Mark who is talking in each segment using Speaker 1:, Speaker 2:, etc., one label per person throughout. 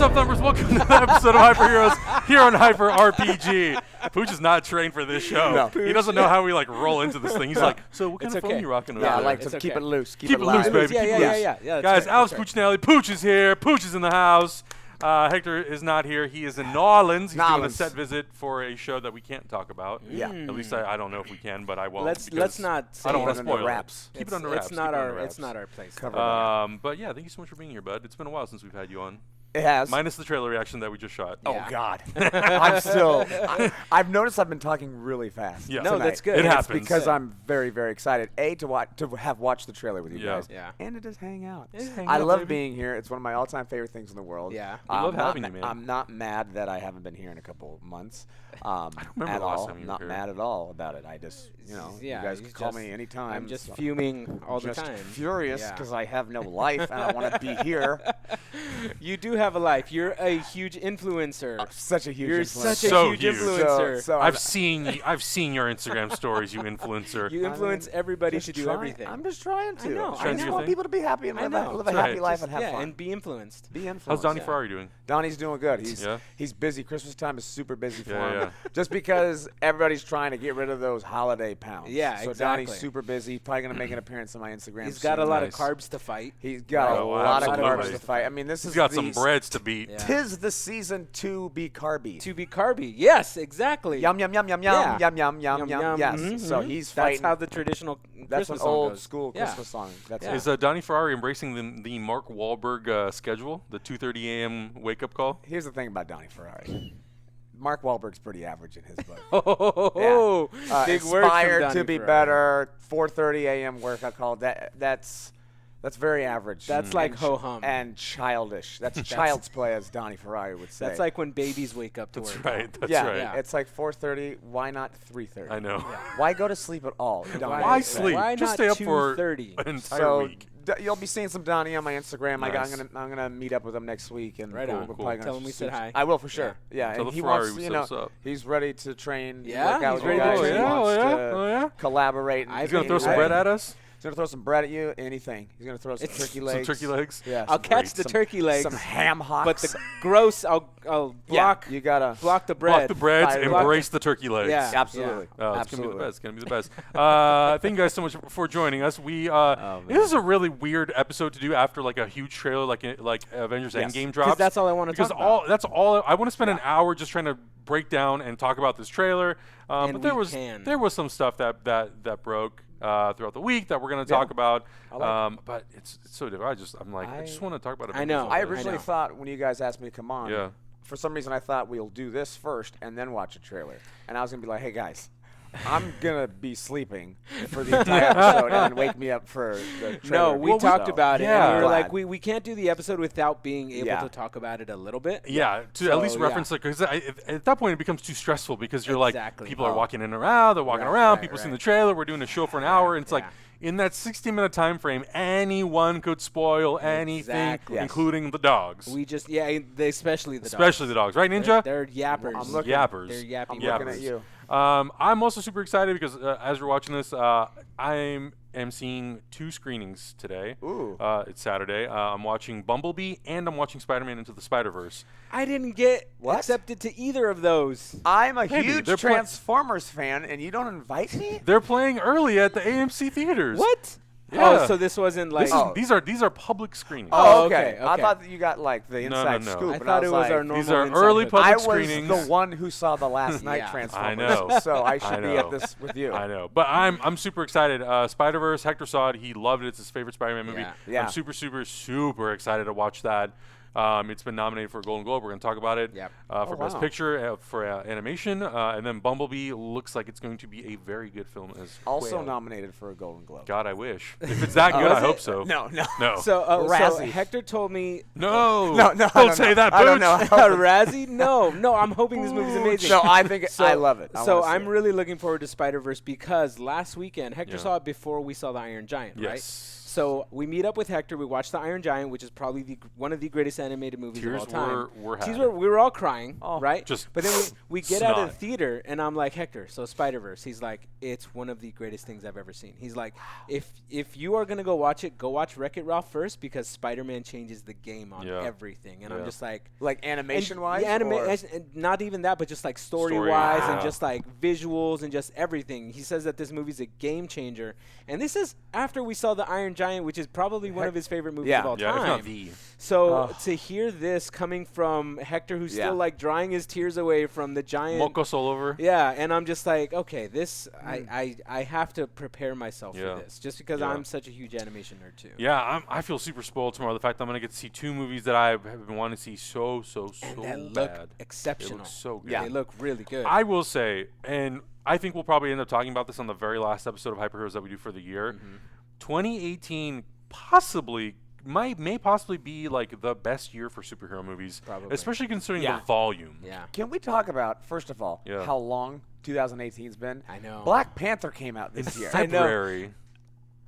Speaker 1: welcome to another episode of Hyperheroes here on Hyper RPG. Pooch is not trained for this show.
Speaker 2: No.
Speaker 1: He doesn't know how we like roll into this thing. He's like, so what kind
Speaker 2: It's
Speaker 1: of phone
Speaker 2: okay.
Speaker 1: you rocking over
Speaker 2: Yeah, I
Speaker 1: there?"
Speaker 2: like to
Speaker 3: It's
Speaker 2: keep
Speaker 3: okay.
Speaker 2: it loose. Keep,
Speaker 1: Keep it loose,
Speaker 2: alive.
Speaker 1: baby.
Speaker 2: Yeah,
Speaker 1: Keep
Speaker 2: yeah,
Speaker 1: it
Speaker 2: yeah,
Speaker 1: loose.
Speaker 2: yeah, yeah, that's
Speaker 1: Guys,
Speaker 2: right,
Speaker 1: Alex
Speaker 2: that's right.
Speaker 1: Puccinelli, Pooch is here. Pooch is in the house. Uh, Hector is not here. He is in New Orleans. He's doing a
Speaker 2: Nolens.
Speaker 1: set visit for a show that we can't talk about.
Speaker 2: Yeah.
Speaker 1: At least I, I don't know if we can, but I won't.
Speaker 3: Let's-
Speaker 1: because
Speaker 3: let's not
Speaker 1: I
Speaker 3: say
Speaker 1: don't
Speaker 3: it
Speaker 1: want to
Speaker 2: under
Speaker 1: spoil it.
Speaker 2: wraps.
Speaker 1: Keep
Speaker 3: It's-
Speaker 1: it under wraps.
Speaker 3: It's not
Speaker 1: Keep it
Speaker 3: our.
Speaker 1: under wraps.
Speaker 3: It's not our place.
Speaker 2: Cover
Speaker 1: Um, but yeah, thank you so much for being here, bud. It's been a while since we've had you on,
Speaker 2: It has.
Speaker 1: minus the trailer reaction that we just shot.
Speaker 2: oh
Speaker 3: Yeah.
Speaker 2: God, I'm still. I, I've noticed I've been talking really fast.
Speaker 1: Yeah.
Speaker 3: No, that's
Speaker 2: tonight.
Speaker 3: good.
Speaker 1: It
Speaker 2: And it's
Speaker 1: happens.
Speaker 2: because I'm very, very excited. A to watch to have watched the trailer with you
Speaker 1: Yeah.
Speaker 2: guys.
Speaker 3: Yeah.
Speaker 2: And to just hang out.
Speaker 3: Just hang
Speaker 2: I
Speaker 3: out,
Speaker 2: love
Speaker 3: baby.
Speaker 2: being here. It's one of my all-time favorite things in the world.
Speaker 3: Yeah.
Speaker 1: We love
Speaker 2: I'm not
Speaker 1: having
Speaker 2: ma-
Speaker 1: you, man.
Speaker 2: I'm not mad that I haven't been here in a couple months. Um, I
Speaker 1: remember
Speaker 2: at
Speaker 1: the last
Speaker 2: all.
Speaker 1: time you
Speaker 2: I'm
Speaker 1: were
Speaker 2: not
Speaker 1: here.
Speaker 2: mad at all about it. I just, you know,
Speaker 3: Yeah,
Speaker 2: you guys
Speaker 3: you
Speaker 2: can call
Speaker 3: just-
Speaker 2: me anytime.
Speaker 3: I'm just
Speaker 2: so-
Speaker 3: fuming all the
Speaker 2: just
Speaker 3: time.
Speaker 2: furious
Speaker 3: Yeah.
Speaker 2: because I have no life and I want to be here.
Speaker 3: You do have a life. You're a huge influencer.
Speaker 2: Such a huge
Speaker 3: You're
Speaker 2: influence.
Speaker 3: such a
Speaker 1: So
Speaker 3: huge,
Speaker 1: huge.
Speaker 3: influencer.
Speaker 2: So, so
Speaker 1: Oh, I've seen y- I've seen your Instagram stories, you influencer.
Speaker 3: you influence everybody
Speaker 2: just
Speaker 3: to do
Speaker 2: trying-
Speaker 3: everything.
Speaker 2: I'm just trying to. I,
Speaker 3: know, Trying to
Speaker 2: just
Speaker 3: do your
Speaker 2: want
Speaker 1: thing.
Speaker 2: people to be happy and
Speaker 3: I
Speaker 2: live, a,
Speaker 3: know.
Speaker 2: live a
Speaker 1: That's
Speaker 2: happy
Speaker 1: right.
Speaker 2: life
Speaker 1: Just-
Speaker 2: and have
Speaker 3: yeah,
Speaker 2: fun.
Speaker 3: and be influenced.
Speaker 2: be influenced.
Speaker 1: How's Donnie
Speaker 3: Yeah.
Speaker 1: Ferrari doing?
Speaker 2: Donnie's doing good. He's
Speaker 1: Yeah.
Speaker 2: he's busy. Christmas time is super busy for
Speaker 1: Yeah,
Speaker 2: him.
Speaker 1: yeah.
Speaker 2: Just because everybody's trying to get rid of those holiday pounds.
Speaker 3: Yeah,
Speaker 2: so
Speaker 3: exactly.
Speaker 2: Donnie's super busy. Probably gonna make an appearance on my Instagram.
Speaker 3: He's got a
Speaker 2: soon.
Speaker 3: lot
Speaker 1: Nice.
Speaker 3: of carbs to fight.
Speaker 2: He's got a
Speaker 1: Oh,
Speaker 2: lot of carbs
Speaker 1: absolutely.
Speaker 2: to fight. I mean, this
Speaker 1: He's
Speaker 2: is
Speaker 1: got
Speaker 2: the
Speaker 1: some
Speaker 2: s-
Speaker 1: breads to beat.
Speaker 3: Yeah.
Speaker 2: Tis the season to be carby.
Speaker 3: To be carby. Yes, exactly.
Speaker 2: Yum yum yum yum
Speaker 3: Yeah.
Speaker 2: yum yum yum yum yum. Yes.
Speaker 3: mhm,
Speaker 2: So
Speaker 3: mhm.
Speaker 2: he's
Speaker 3: That's
Speaker 2: fighting.
Speaker 3: how the traditional
Speaker 2: That's
Speaker 3: Christmas
Speaker 2: an
Speaker 3: song
Speaker 2: old
Speaker 3: goes.
Speaker 2: school
Speaker 3: Yeah.
Speaker 2: Christmas song. That's
Speaker 3: Yeah.
Speaker 2: it.
Speaker 1: Is uh, Donnie Ferrari embracing the, the Mark Wahlberg uh, schedule, the 2:30 a.m. wake up call?
Speaker 2: Here's the thing about Donnie Ferrari. Mark Wahlberg's pretty average in his book.
Speaker 3: Oh, ho, ho, ho, ho.
Speaker 2: Uh,
Speaker 3: Oh, big word.
Speaker 2: inspired to be better. 4:30 a.m. workout call. That that's that's very average. Mm.
Speaker 3: That's like
Speaker 2: And ch-
Speaker 3: ho-hum.
Speaker 2: and childish. That's child's play, as Donnie Ferrari would say.
Speaker 3: That's like when babies wake up to
Speaker 1: That's
Speaker 3: work.
Speaker 1: right. That's
Speaker 2: yeah,
Speaker 1: right.
Speaker 3: yeah.
Speaker 2: it's like 4:30. Why not 3:30?
Speaker 1: I know.
Speaker 2: Why go to sleep at all? Donnie
Speaker 1: Why
Speaker 2: would say.
Speaker 1: sleep?
Speaker 3: Why
Speaker 1: Just
Speaker 3: not
Speaker 1: stay up for
Speaker 3: 2:30?
Speaker 1: an entire
Speaker 2: So
Speaker 1: week.
Speaker 2: d- you'll be seeing some Donnie on my Instagram. I got,
Speaker 1: Nice.
Speaker 2: I'm gonna I'm gonna meet up with him next week and
Speaker 3: Right
Speaker 2: we're
Speaker 3: on.
Speaker 2: probably
Speaker 1: Cool.
Speaker 2: gonna
Speaker 3: Tell him we said
Speaker 2: shoot-
Speaker 3: hi.
Speaker 2: I will for sure. Yeah,
Speaker 1: Tell
Speaker 2: and
Speaker 1: the
Speaker 2: he
Speaker 1: Ferrari
Speaker 2: wants
Speaker 1: we
Speaker 2: you
Speaker 1: said
Speaker 2: know
Speaker 1: what's up.
Speaker 2: he's ready to train.
Speaker 3: Yeah?
Speaker 2: work out
Speaker 3: He's
Speaker 2: with
Speaker 3: ready
Speaker 2: you
Speaker 3: to
Speaker 2: guys.
Speaker 3: train.
Speaker 2: He
Speaker 3: Yeah,
Speaker 1: oh,
Speaker 2: wants
Speaker 1: yeah,
Speaker 2: to
Speaker 1: oh, yeah.
Speaker 2: collaborate. and
Speaker 3: He's
Speaker 1: He's gonna throw some
Speaker 2: anyway.
Speaker 1: bread at us.
Speaker 2: He's gonna throw some bread at you. Anything. He's gonna throw some turkey legs.
Speaker 1: Some turkey legs.
Speaker 2: Yeah.
Speaker 3: I'll
Speaker 2: some
Speaker 3: catch
Speaker 1: great.
Speaker 3: the
Speaker 1: Some-
Speaker 3: turkey legs,
Speaker 2: Some ham hocks.
Speaker 3: but the gross, I'll, I'll block,
Speaker 2: You gotta
Speaker 3: block the
Speaker 1: Block
Speaker 3: bread.
Speaker 1: the breads.
Speaker 2: Fire.
Speaker 1: Embrace the turkey legs.
Speaker 3: Yeah.
Speaker 2: Absolutely.
Speaker 1: Oh, it's gonna be
Speaker 2: Absolutely.
Speaker 1: the best. It's gonna be the best. uh, thank you guys so much for joining us. We uh,
Speaker 3: Oh,
Speaker 1: this is a really weird episode to do after like a huge trailer, like uh, like Avengers
Speaker 2: Yes.
Speaker 1: Endgame
Speaker 3: 'Cause
Speaker 1: drops.
Speaker 3: that's all I wanna
Speaker 1: Because
Speaker 3: talk
Speaker 1: all that's all I, want to spend an hour just trying to break down and talk about this trailer. Um,
Speaker 3: And
Speaker 1: but there
Speaker 3: we
Speaker 1: was
Speaker 3: can.
Speaker 1: there was some stuff that that that broke. Uh, throughout the week that we're going to talk about,
Speaker 2: like it.
Speaker 1: um, but it's, it's so different. I just I'm like I,
Speaker 2: I-
Speaker 1: just want to talk about it.
Speaker 3: I know.
Speaker 2: I
Speaker 3: I
Speaker 2: originally
Speaker 3: know.
Speaker 2: thought when you guys asked me to come on,
Speaker 1: Yeah.
Speaker 2: for some reason I thought we'll do this first and then watch a trailer. And I was gonna be like, hey guys, I'm gonna be sleeping for the entire episode and then wake me up for the trailer.
Speaker 3: No, we
Speaker 1: Well, we-
Speaker 3: talked about it.
Speaker 1: Yeah.
Speaker 3: And we were
Speaker 2: Glad.
Speaker 3: like, we, we can't do the episode without being able
Speaker 2: Yeah.
Speaker 3: to talk about it a little bit.
Speaker 1: Yeah, to at least
Speaker 3: So,
Speaker 1: reference it 'cause it because at that point it becomes too stressful because you're
Speaker 3: Exactly.
Speaker 1: like people are
Speaker 3: Oh.
Speaker 1: walking in and out, they're walking around,
Speaker 3: right,
Speaker 1: people seen
Speaker 3: right.
Speaker 1: the trailer, we're doing a show for an hour, and it's like
Speaker 3: yeah.
Speaker 1: in that 60 minute time frame, anyone could spoil anything,
Speaker 3: Exactly.
Speaker 2: Yes.
Speaker 1: including the dogs,
Speaker 3: We just, yeah, and they, especially the dogs.
Speaker 1: especially the dogs, right,
Speaker 3: They're,
Speaker 1: Ninja?
Speaker 3: they're yappers.
Speaker 2: I'm looking-
Speaker 1: yappers.
Speaker 3: They're yappy
Speaker 2: I'm
Speaker 1: Yeah,
Speaker 2: looking
Speaker 1: Bruce.
Speaker 2: at you.
Speaker 1: Um, I'm also super excited because uh, as we're watching this, uh, I'm am seeing two screenings today.
Speaker 2: Ooh.
Speaker 1: Uh, it's Saturday. Uh, I'm watching Bumblebee and I'm watching Spider-Man Into the Spider-Verse.
Speaker 3: I didn't get
Speaker 2: What?
Speaker 3: accepted to either of those.
Speaker 2: I'm a
Speaker 1: Maybe.
Speaker 2: huge
Speaker 1: They're pla-
Speaker 2: Transformers fan and you don't invite me?
Speaker 1: They're playing early at the AMC theaters.
Speaker 3: What?
Speaker 1: Yeah.
Speaker 3: Oh, so this wasn't like.
Speaker 1: This is-
Speaker 2: Oh.
Speaker 1: these are these are public screenings.
Speaker 3: Oh, okay,
Speaker 2: I
Speaker 3: okay.
Speaker 2: thought that you got like the
Speaker 1: no,
Speaker 2: inside
Speaker 1: no.
Speaker 2: scoop.
Speaker 3: I
Speaker 2: and
Speaker 3: thought it was
Speaker 2: like,
Speaker 3: our normal.
Speaker 1: These are
Speaker 3: inside
Speaker 1: early
Speaker 3: joke.
Speaker 1: public-
Speaker 2: I
Speaker 1: screenings.
Speaker 2: was the one who saw the last night
Speaker 3: Yeah. I
Speaker 2: Transformers,
Speaker 1: know.
Speaker 2: so I
Speaker 1: I
Speaker 2: should be
Speaker 1: know.
Speaker 2: at this with you.
Speaker 1: I know, but I'm I'm super excited. Uh, Spider Verse, Hector saw it. He loved it. It's his favorite Spider-Man movie.
Speaker 3: Yeah.
Speaker 2: Yeah.
Speaker 1: I'm super super super excited to watch that. Um, it's been nominated for a Golden Globe. We're gonna talk about it.
Speaker 3: Yep.
Speaker 1: Uh, for
Speaker 2: Oh,
Speaker 1: Best
Speaker 2: wow.
Speaker 1: Picture, uh, for uh, animation, uh, and then Bumblebee looks like it's going to be a very good film as
Speaker 2: Also
Speaker 1: well.
Speaker 2: nominated for a Golden Globe.
Speaker 1: God, I wish. If it's that good, I
Speaker 3: it?
Speaker 1: hope so.
Speaker 2: No, no.
Speaker 1: No.
Speaker 3: So, uh, so
Speaker 2: Razzie.
Speaker 3: Hector told me
Speaker 1: no.
Speaker 2: No, no, I
Speaker 1: Don't
Speaker 2: don't
Speaker 1: say
Speaker 2: know.
Speaker 1: that, Booch.
Speaker 2: I don't know.
Speaker 3: A Razzie? No, no. I'm hoping this movie's amazing.
Speaker 2: No, I think
Speaker 3: So-
Speaker 2: I love it. I
Speaker 3: so
Speaker 2: wanna see
Speaker 3: I'm
Speaker 2: it.
Speaker 3: really looking forward to Spider Verse because last weekend Hector
Speaker 1: Yeah.
Speaker 3: saw it before we saw the Iron Giant, right?
Speaker 1: Yes.
Speaker 3: So we meet up with Hector. We watch The Iron Giant, which is probably the, gr- one of the greatest animated movies
Speaker 1: Tears
Speaker 3: of all time.
Speaker 1: were- were
Speaker 3: Tears
Speaker 1: had.
Speaker 3: were we were all crying,
Speaker 2: Oh.
Speaker 3: right?
Speaker 1: Just
Speaker 3: but then we, we get out of the
Speaker 1: snot.
Speaker 3: theater, and I'm like Hector. So Spider Verse. He's like, it's one of the greatest things I've ever seen. He's like, if if you are gonna go watch it, go watch Wreck It Ralph first because Spider Man changes the game on
Speaker 1: Yeah.
Speaker 3: everything. And I'm
Speaker 1: Yeah.
Speaker 3: just like,
Speaker 2: Like animation wise?
Speaker 3: yeah, anima- as- and not even that, but just like story wise and
Speaker 1: yeah.
Speaker 3: just like visuals and just everything. He says that this movie's a game changer, and this is after we saw the Iron Giant, which is probably one of his favorite movies
Speaker 2: Yeah.
Speaker 3: of all
Speaker 1: Yeah, if
Speaker 3: time.
Speaker 1: not the.
Speaker 3: So to hear this coming from Hector, who's
Speaker 2: Yeah.
Speaker 3: still like drying his tears away from the giant.
Speaker 1: Mocos all over.
Speaker 3: Yeah, and I'm just like, okay, this I, I I have to prepare myself
Speaker 1: Yeah.
Speaker 3: for this, just because
Speaker 1: Yeah.
Speaker 3: I'm such a huge animation nerd too.
Speaker 1: Yeah, I'm, I feel super spoiled tomorrow. The fact that I'm gonna get to see two movies that I have been wanting to see so so so
Speaker 3: And that look
Speaker 1: bad. They
Speaker 3: exceptional.
Speaker 1: look so good.
Speaker 3: they look really good.
Speaker 1: I will say, and I think we'll probably end up talking about this on the very last episode of Hyper Heroes that we do for the year. 2018 possibly might may possibly be like the best year for superhero movies,
Speaker 3: Probably.
Speaker 1: especially considering
Speaker 2: Yeah.
Speaker 1: the volume.
Speaker 3: yeah.
Speaker 2: Can we talk about, first of all,
Speaker 1: Yeah.
Speaker 2: how long 2018's been?
Speaker 3: I know.
Speaker 2: Black Panther came out this year.
Speaker 3: I know.
Speaker 1: February.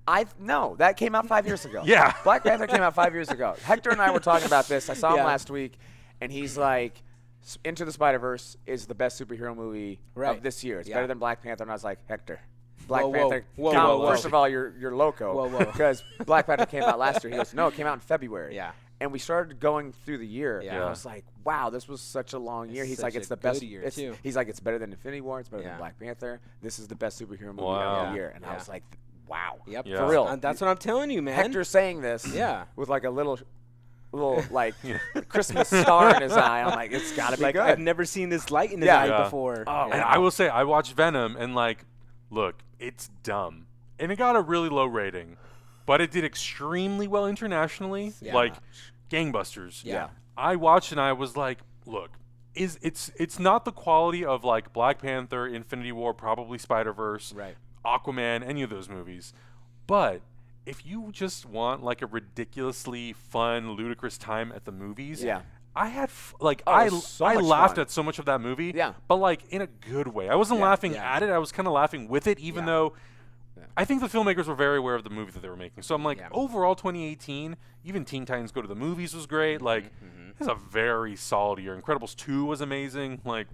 Speaker 2: I th- no, that came out five years ago.
Speaker 1: Yeah.
Speaker 2: Black Panther came out five years ago. Hector and I were talking about this. I saw
Speaker 3: Yeah.
Speaker 2: him last week, and he's like, "S- "Into the Spider Verse is the best superhero movie
Speaker 3: Right.
Speaker 2: of this year. It's
Speaker 3: Yeah.
Speaker 2: better than Black Panther." And I was like, "Hector, Black
Speaker 3: Whoa, whoa.
Speaker 2: Panther.
Speaker 3: Whoa,
Speaker 2: come-
Speaker 3: whoa, whoa.
Speaker 2: First of all, you're you're
Speaker 3: Whoa,
Speaker 2: loco
Speaker 3: whoa.
Speaker 2: because Black Panther came out last year." He goes, "No, it came out in February."
Speaker 3: Yeah.
Speaker 2: And we started going through the year, and
Speaker 1: Yeah.
Speaker 2: I was like, "Wow, this was such a long year." He's
Speaker 3: such
Speaker 2: like,
Speaker 3: a
Speaker 2: "It's the
Speaker 3: good
Speaker 2: best
Speaker 3: year,
Speaker 2: it's-
Speaker 3: too.
Speaker 2: He's like, "It's better than Infinity War. It's better
Speaker 3: Yeah.
Speaker 2: than Black Panther. This is the best superhero movie
Speaker 1: Wow.
Speaker 2: of the year." And
Speaker 3: Yeah.
Speaker 2: I was like, "Wow,
Speaker 3: Yep.
Speaker 1: Yeah.
Speaker 2: for real."
Speaker 3: And Uh, that's what I'm telling you, man.
Speaker 2: Hector saying this.
Speaker 3: Yeah.
Speaker 2: With like a little, little like Christmas star in his eye. I'm like, oh, it's gotta be
Speaker 3: like
Speaker 2: good.
Speaker 3: I've never seen this light in his
Speaker 2: Yeah.
Speaker 3: eye
Speaker 1: Yeah.
Speaker 3: before.
Speaker 2: Oh,
Speaker 1: And I will say, I watched Venom, and like, look, it's dumb, and it got a really low rating, but it did extremely well internationally,
Speaker 3: Yeah.
Speaker 1: like gangbusters.
Speaker 3: Yeah.
Speaker 1: I watched and I was like, look, is it's it's not the quality of like Black Panther, Infinity War, probably Spider Verse,
Speaker 3: Right.
Speaker 1: Aquaman, any of those movies, but if you just want like a ridiculously fun, ludicrous time at the movies,
Speaker 2: Yeah.
Speaker 1: I had f- like
Speaker 2: Oh,
Speaker 1: I
Speaker 2: so
Speaker 1: I
Speaker 2: much
Speaker 1: laughed
Speaker 2: fun.
Speaker 1: at so much of that movie,
Speaker 2: Yeah.
Speaker 1: but like in a good way. I wasn't laughing
Speaker 3: yeah.
Speaker 1: at it. I was kind of laughing with it, even though I think the filmmakers were very aware of the movie that they were making. So I'm like,
Speaker 3: Yeah.
Speaker 1: overall, 2018, even Teen Titans Go to the Movies was great.
Speaker 3: Mm-hmm,
Speaker 1: Like, this is a very solid year. Incredibles 2 was amazing. Like,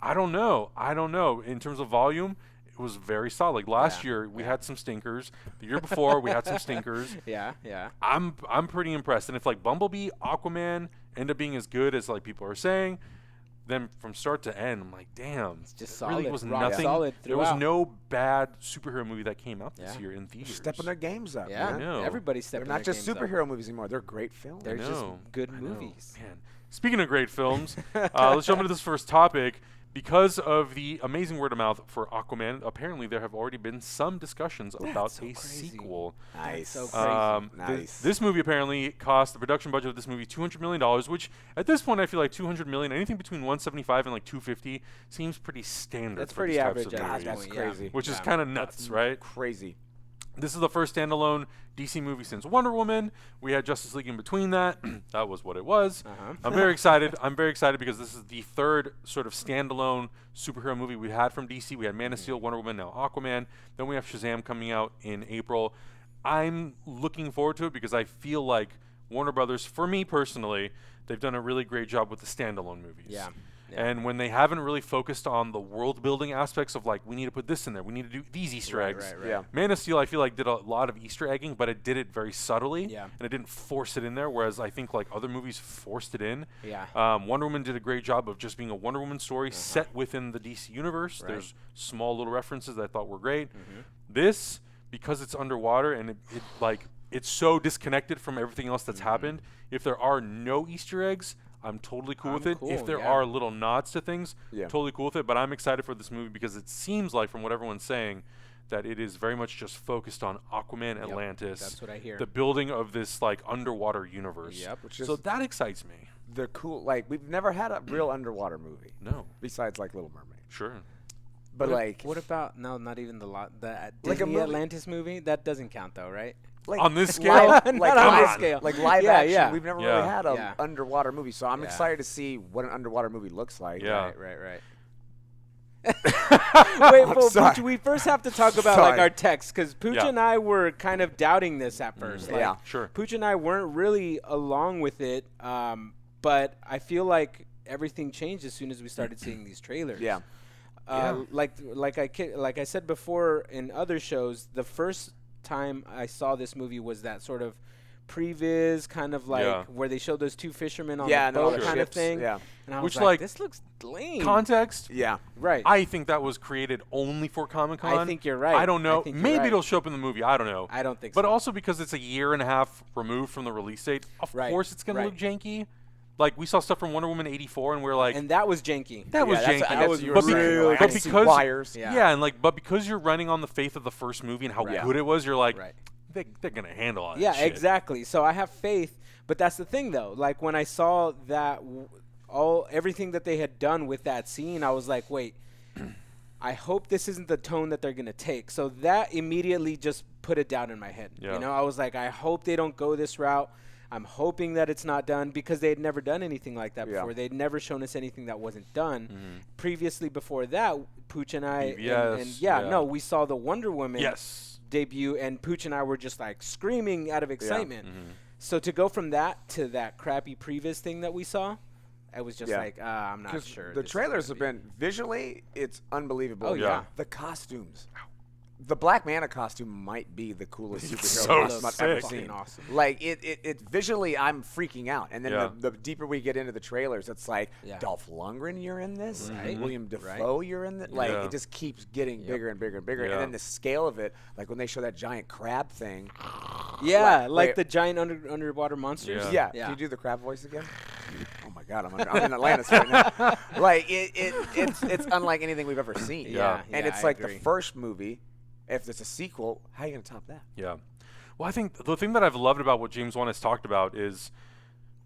Speaker 1: I don't know. I don't know. In terms of volume, it was very solid. Like last year, we had some stinkers. The year before, we had some stinkers.
Speaker 3: Yeah, yeah.
Speaker 1: I'm I'm pretty impressed. And if like Bumblebee, Aquaman end up being as good as like people are saying, then from start to end, I'm like, damn, it's
Speaker 3: just
Speaker 1: Really
Speaker 3: solid,
Speaker 1: was
Speaker 3: rock
Speaker 1: nothing.
Speaker 3: solid
Speaker 1: there was
Speaker 3: throughout.
Speaker 1: no bad superhero movie that came out this
Speaker 3: Yeah.
Speaker 1: year in theaters.
Speaker 2: Stepping their games up.
Speaker 3: Yeah.
Speaker 2: Man.
Speaker 1: know.
Speaker 3: Everybody's
Speaker 2: They're
Speaker 3: stepping
Speaker 2: not
Speaker 3: their
Speaker 2: just
Speaker 3: games up.
Speaker 2: superhero movies anymore. They're great films.
Speaker 3: They're
Speaker 1: I
Speaker 3: just
Speaker 1: know,
Speaker 3: good
Speaker 1: I know.
Speaker 3: movies.
Speaker 1: Man, speaking of great films, uh, let's jump into this first topic. Because of the amazing word of mouth for Aquaman, apparently there have already been some discussions about
Speaker 3: so
Speaker 1: a
Speaker 3: crazy.
Speaker 1: sequel.
Speaker 2: nice.
Speaker 3: so crazy.
Speaker 1: Um, th-
Speaker 2: Nice.
Speaker 1: this movie apparently cost the production budget of this movie 200 million dollars, which at this point I feel like 200 million, anything between 175 and like 250 seems pretty standard.
Speaker 3: That's
Speaker 1: for these
Speaker 3: pretty
Speaker 1: types
Speaker 3: average.
Speaker 1: of
Speaker 3: at this
Speaker 2: God,
Speaker 1: movies,
Speaker 2: that's
Speaker 3: point,
Speaker 2: crazy.
Speaker 1: which is
Speaker 3: Yeah.
Speaker 1: kind of nuts, right?
Speaker 2: crazy.
Speaker 1: This is the first standalone DC movie since Wonder Woman. We had Justice League in between that. that was what it was.
Speaker 3: Uh-huh.
Speaker 1: I'm very excited. I'm very excited because this is the third sort of standalone superhero movie we had from DC. We had Man of Steel, Wonder Woman, now Aquaman. Then we have Shazam coming out in April. I'm looking forward to it because I feel like Warner Brothers, for me personally, they've done a really great job with the standalone movies.
Speaker 3: Yeah. Yeah.
Speaker 1: And when they haven't really focused on the world building aspects of like, we need to put this in there, we need to do these Easter eggs.
Speaker 3: right, right.
Speaker 2: Yeah.
Speaker 1: Man of Steel, I feel like did a lot of Easter egging, but it did it very subtly,
Speaker 3: Yeah.
Speaker 1: and it didn't force it in there. Whereas I think like other movies forced it in.
Speaker 3: Yeah. Uh-huh.
Speaker 1: Um, Wonder Woman did a great job of just being a Wonder Woman story set within the DC universe. There's small little references that I thought were great.
Speaker 3: Mm-hmm.
Speaker 1: This, because it's underwater and it, it like it's so disconnected from everything else that's
Speaker 3: Mm-hmm.
Speaker 1: happened. If there are no Easter eggs. I'm totally cool with
Speaker 3: I'm
Speaker 1: it. if
Speaker 3: cool,
Speaker 1: there
Speaker 3: yeah.
Speaker 1: are little nods to things,
Speaker 2: Yeah.
Speaker 1: totally cool with it. But I'm excited for this movie because it seems like, from what everyone's saying, that it is very much just focused on Aquaman, Atlantis.
Speaker 3: that's what I hear.
Speaker 1: The building of this like underwater universe.
Speaker 3: Yep.
Speaker 2: Which
Speaker 1: so
Speaker 2: is-
Speaker 1: that excites me.
Speaker 2: They're cool. Like we've never had a real underwater movie
Speaker 1: No,
Speaker 2: besides like Little Mermaid.
Speaker 1: sure.
Speaker 2: But
Speaker 3: What ab-
Speaker 2: like,
Speaker 3: what about no? Not even the lot. The uh,
Speaker 2: Like a
Speaker 3: Disney
Speaker 2: movie-
Speaker 3: Atlantis movie that doesn't count though, right?
Speaker 2: like
Speaker 1: On this scale,
Speaker 2: live,
Speaker 3: Not
Speaker 2: like,
Speaker 3: on
Speaker 1: this
Speaker 2: live-
Speaker 3: scale.
Speaker 2: like live
Speaker 3: Yeah,
Speaker 2: action.
Speaker 3: yeah.
Speaker 2: We've never
Speaker 1: Yeah.
Speaker 2: really had an
Speaker 3: Yeah.
Speaker 2: underwater movie, so I'm
Speaker 3: Yeah.
Speaker 2: excited to see what an underwater movie looks like.
Speaker 1: Yeah.
Speaker 3: Right, right, right. Wait,
Speaker 2: I'm
Speaker 3: well,
Speaker 2: sorry.
Speaker 3: Pooch, we first have to talk about like
Speaker 2: Sorry. Mm,
Speaker 3: our text because Pooch
Speaker 1: Yeah.
Speaker 3: and I were kind of doubting this at first. Like,
Speaker 2: Yeah.
Speaker 1: Sure.
Speaker 3: Pooch and I weren't really along with it, um, but I feel like everything changed as soon as we started seeing these trailers.
Speaker 2: Yeah.
Speaker 3: Uh,
Speaker 1: Yeah.
Speaker 3: Like like I ki- like I said before in other shows, the first time I saw this movie was that sort of previs kind of like
Speaker 1: Yeah.
Speaker 3: where they showed those two fishermen on
Speaker 2: Yeah,
Speaker 3: the
Speaker 2: and all
Speaker 3: boat
Speaker 2: the
Speaker 3: kind of
Speaker 2: ships,
Speaker 3: thing.
Speaker 2: yeah.
Speaker 3: And I
Speaker 1: Which,
Speaker 3: was like,
Speaker 1: like,
Speaker 3: this looks lame.
Speaker 1: Context.
Speaker 2: Yeah.
Speaker 3: right.
Speaker 1: I think that was created only for Comic Con.
Speaker 3: think you're right.
Speaker 1: I don't
Speaker 3: I
Speaker 1: know.
Speaker 3: think you're
Speaker 1: Maybe
Speaker 3: right.
Speaker 1: it'll show up in the movie. I don't know.
Speaker 3: I don't think
Speaker 1: But
Speaker 3: so.
Speaker 1: also because it's a year and a half removed from the release date, of
Speaker 3: Right,
Speaker 1: course it's gonna
Speaker 3: right.
Speaker 1: look janky. Like we saw stuff from Wonder Woman '84, and we're like,
Speaker 3: and that was janky.
Speaker 1: that was
Speaker 2: yeah, that's-
Speaker 1: janky.
Speaker 2: that's what you were
Speaker 1: but, be-
Speaker 2: saying, though. I
Speaker 1: but
Speaker 2: can see
Speaker 1: because
Speaker 2: wires.
Speaker 1: Yeah.
Speaker 3: Yeah.
Speaker 1: and like, but because you're running on the faith of the first movie and how
Speaker 2: Right.
Speaker 1: good it was, you're like,
Speaker 3: Right.
Speaker 1: they, they're gonna handle all that.
Speaker 3: Yeah,
Speaker 1: shit.
Speaker 3: exactly. So I have faith, but that's the thing though. Like when I saw that w- all everything that they had done with that scene, I was like, wait. I hope this isn't the tone that they're going to take. So that immediately just put it down in my head.
Speaker 1: Yeah.
Speaker 3: You know, I was like, I hope they don't go this route. I'm hoping that it's not done because they had never done anything like that
Speaker 2: Yeah.
Speaker 3: before. They'd never shown us anything that wasn't done.
Speaker 1: Mm-hmm.
Speaker 3: Previously, before that, Pooch and I, and- and,
Speaker 1: BVS,
Speaker 3: yeah,
Speaker 1: yeah.
Speaker 3: no, we saw the Wonder Woman
Speaker 1: Yes.
Speaker 3: debut, and Pooch and I were just like screaming out of excitement. So to go from that to that crappy previous thing that we saw, I was just
Speaker 2: Yeah.
Speaker 3: like, uh, I'm not sure.
Speaker 2: The
Speaker 3: this is
Speaker 2: trailers have
Speaker 3: gonna
Speaker 2: been visually, it's unbelievable.
Speaker 3: Oh,
Speaker 1: Yeah. yeah.
Speaker 2: The costumes. The Black Mana costume might be the coolest superhero
Speaker 1: so
Speaker 2: costume I've ever
Speaker 1: sick.
Speaker 2: seen.
Speaker 3: Fucking awesome.
Speaker 2: Like it, it, it visually, I'm freaking out. And then
Speaker 1: Yeah.
Speaker 2: the, the deeper we get into the trailers, it's like
Speaker 3: Yeah.
Speaker 2: Dolph Lundgren, you're in this.
Speaker 3: Right.
Speaker 2: William Defoe, you're in this. Like
Speaker 1: Yeah.
Speaker 2: it just keeps getting bigger and bigger and bigger.
Speaker 1: Yeah.
Speaker 2: And then the scale of it, like when they show that giant crab thing.
Speaker 3: be- yeah,
Speaker 2: Wait,
Speaker 3: like
Speaker 2: wait.
Speaker 3: the giant under underwater monsters.
Speaker 1: Yeah.
Speaker 2: Yeah. Can you do the crab voice again? Oh my God, I'm, under, I'm in Atlantis right now. Like it, it, it's it's unlike anything we've ever seen.
Speaker 1: Yeah.
Speaker 2: And
Speaker 3: yeah,
Speaker 2: it's
Speaker 3: I
Speaker 2: like
Speaker 3: agree.
Speaker 2: the first movie. If there's a sequel, how you gonna top that?
Speaker 1: Yeah. Well, I think the thing that I've loved about what James Wan has talked about is,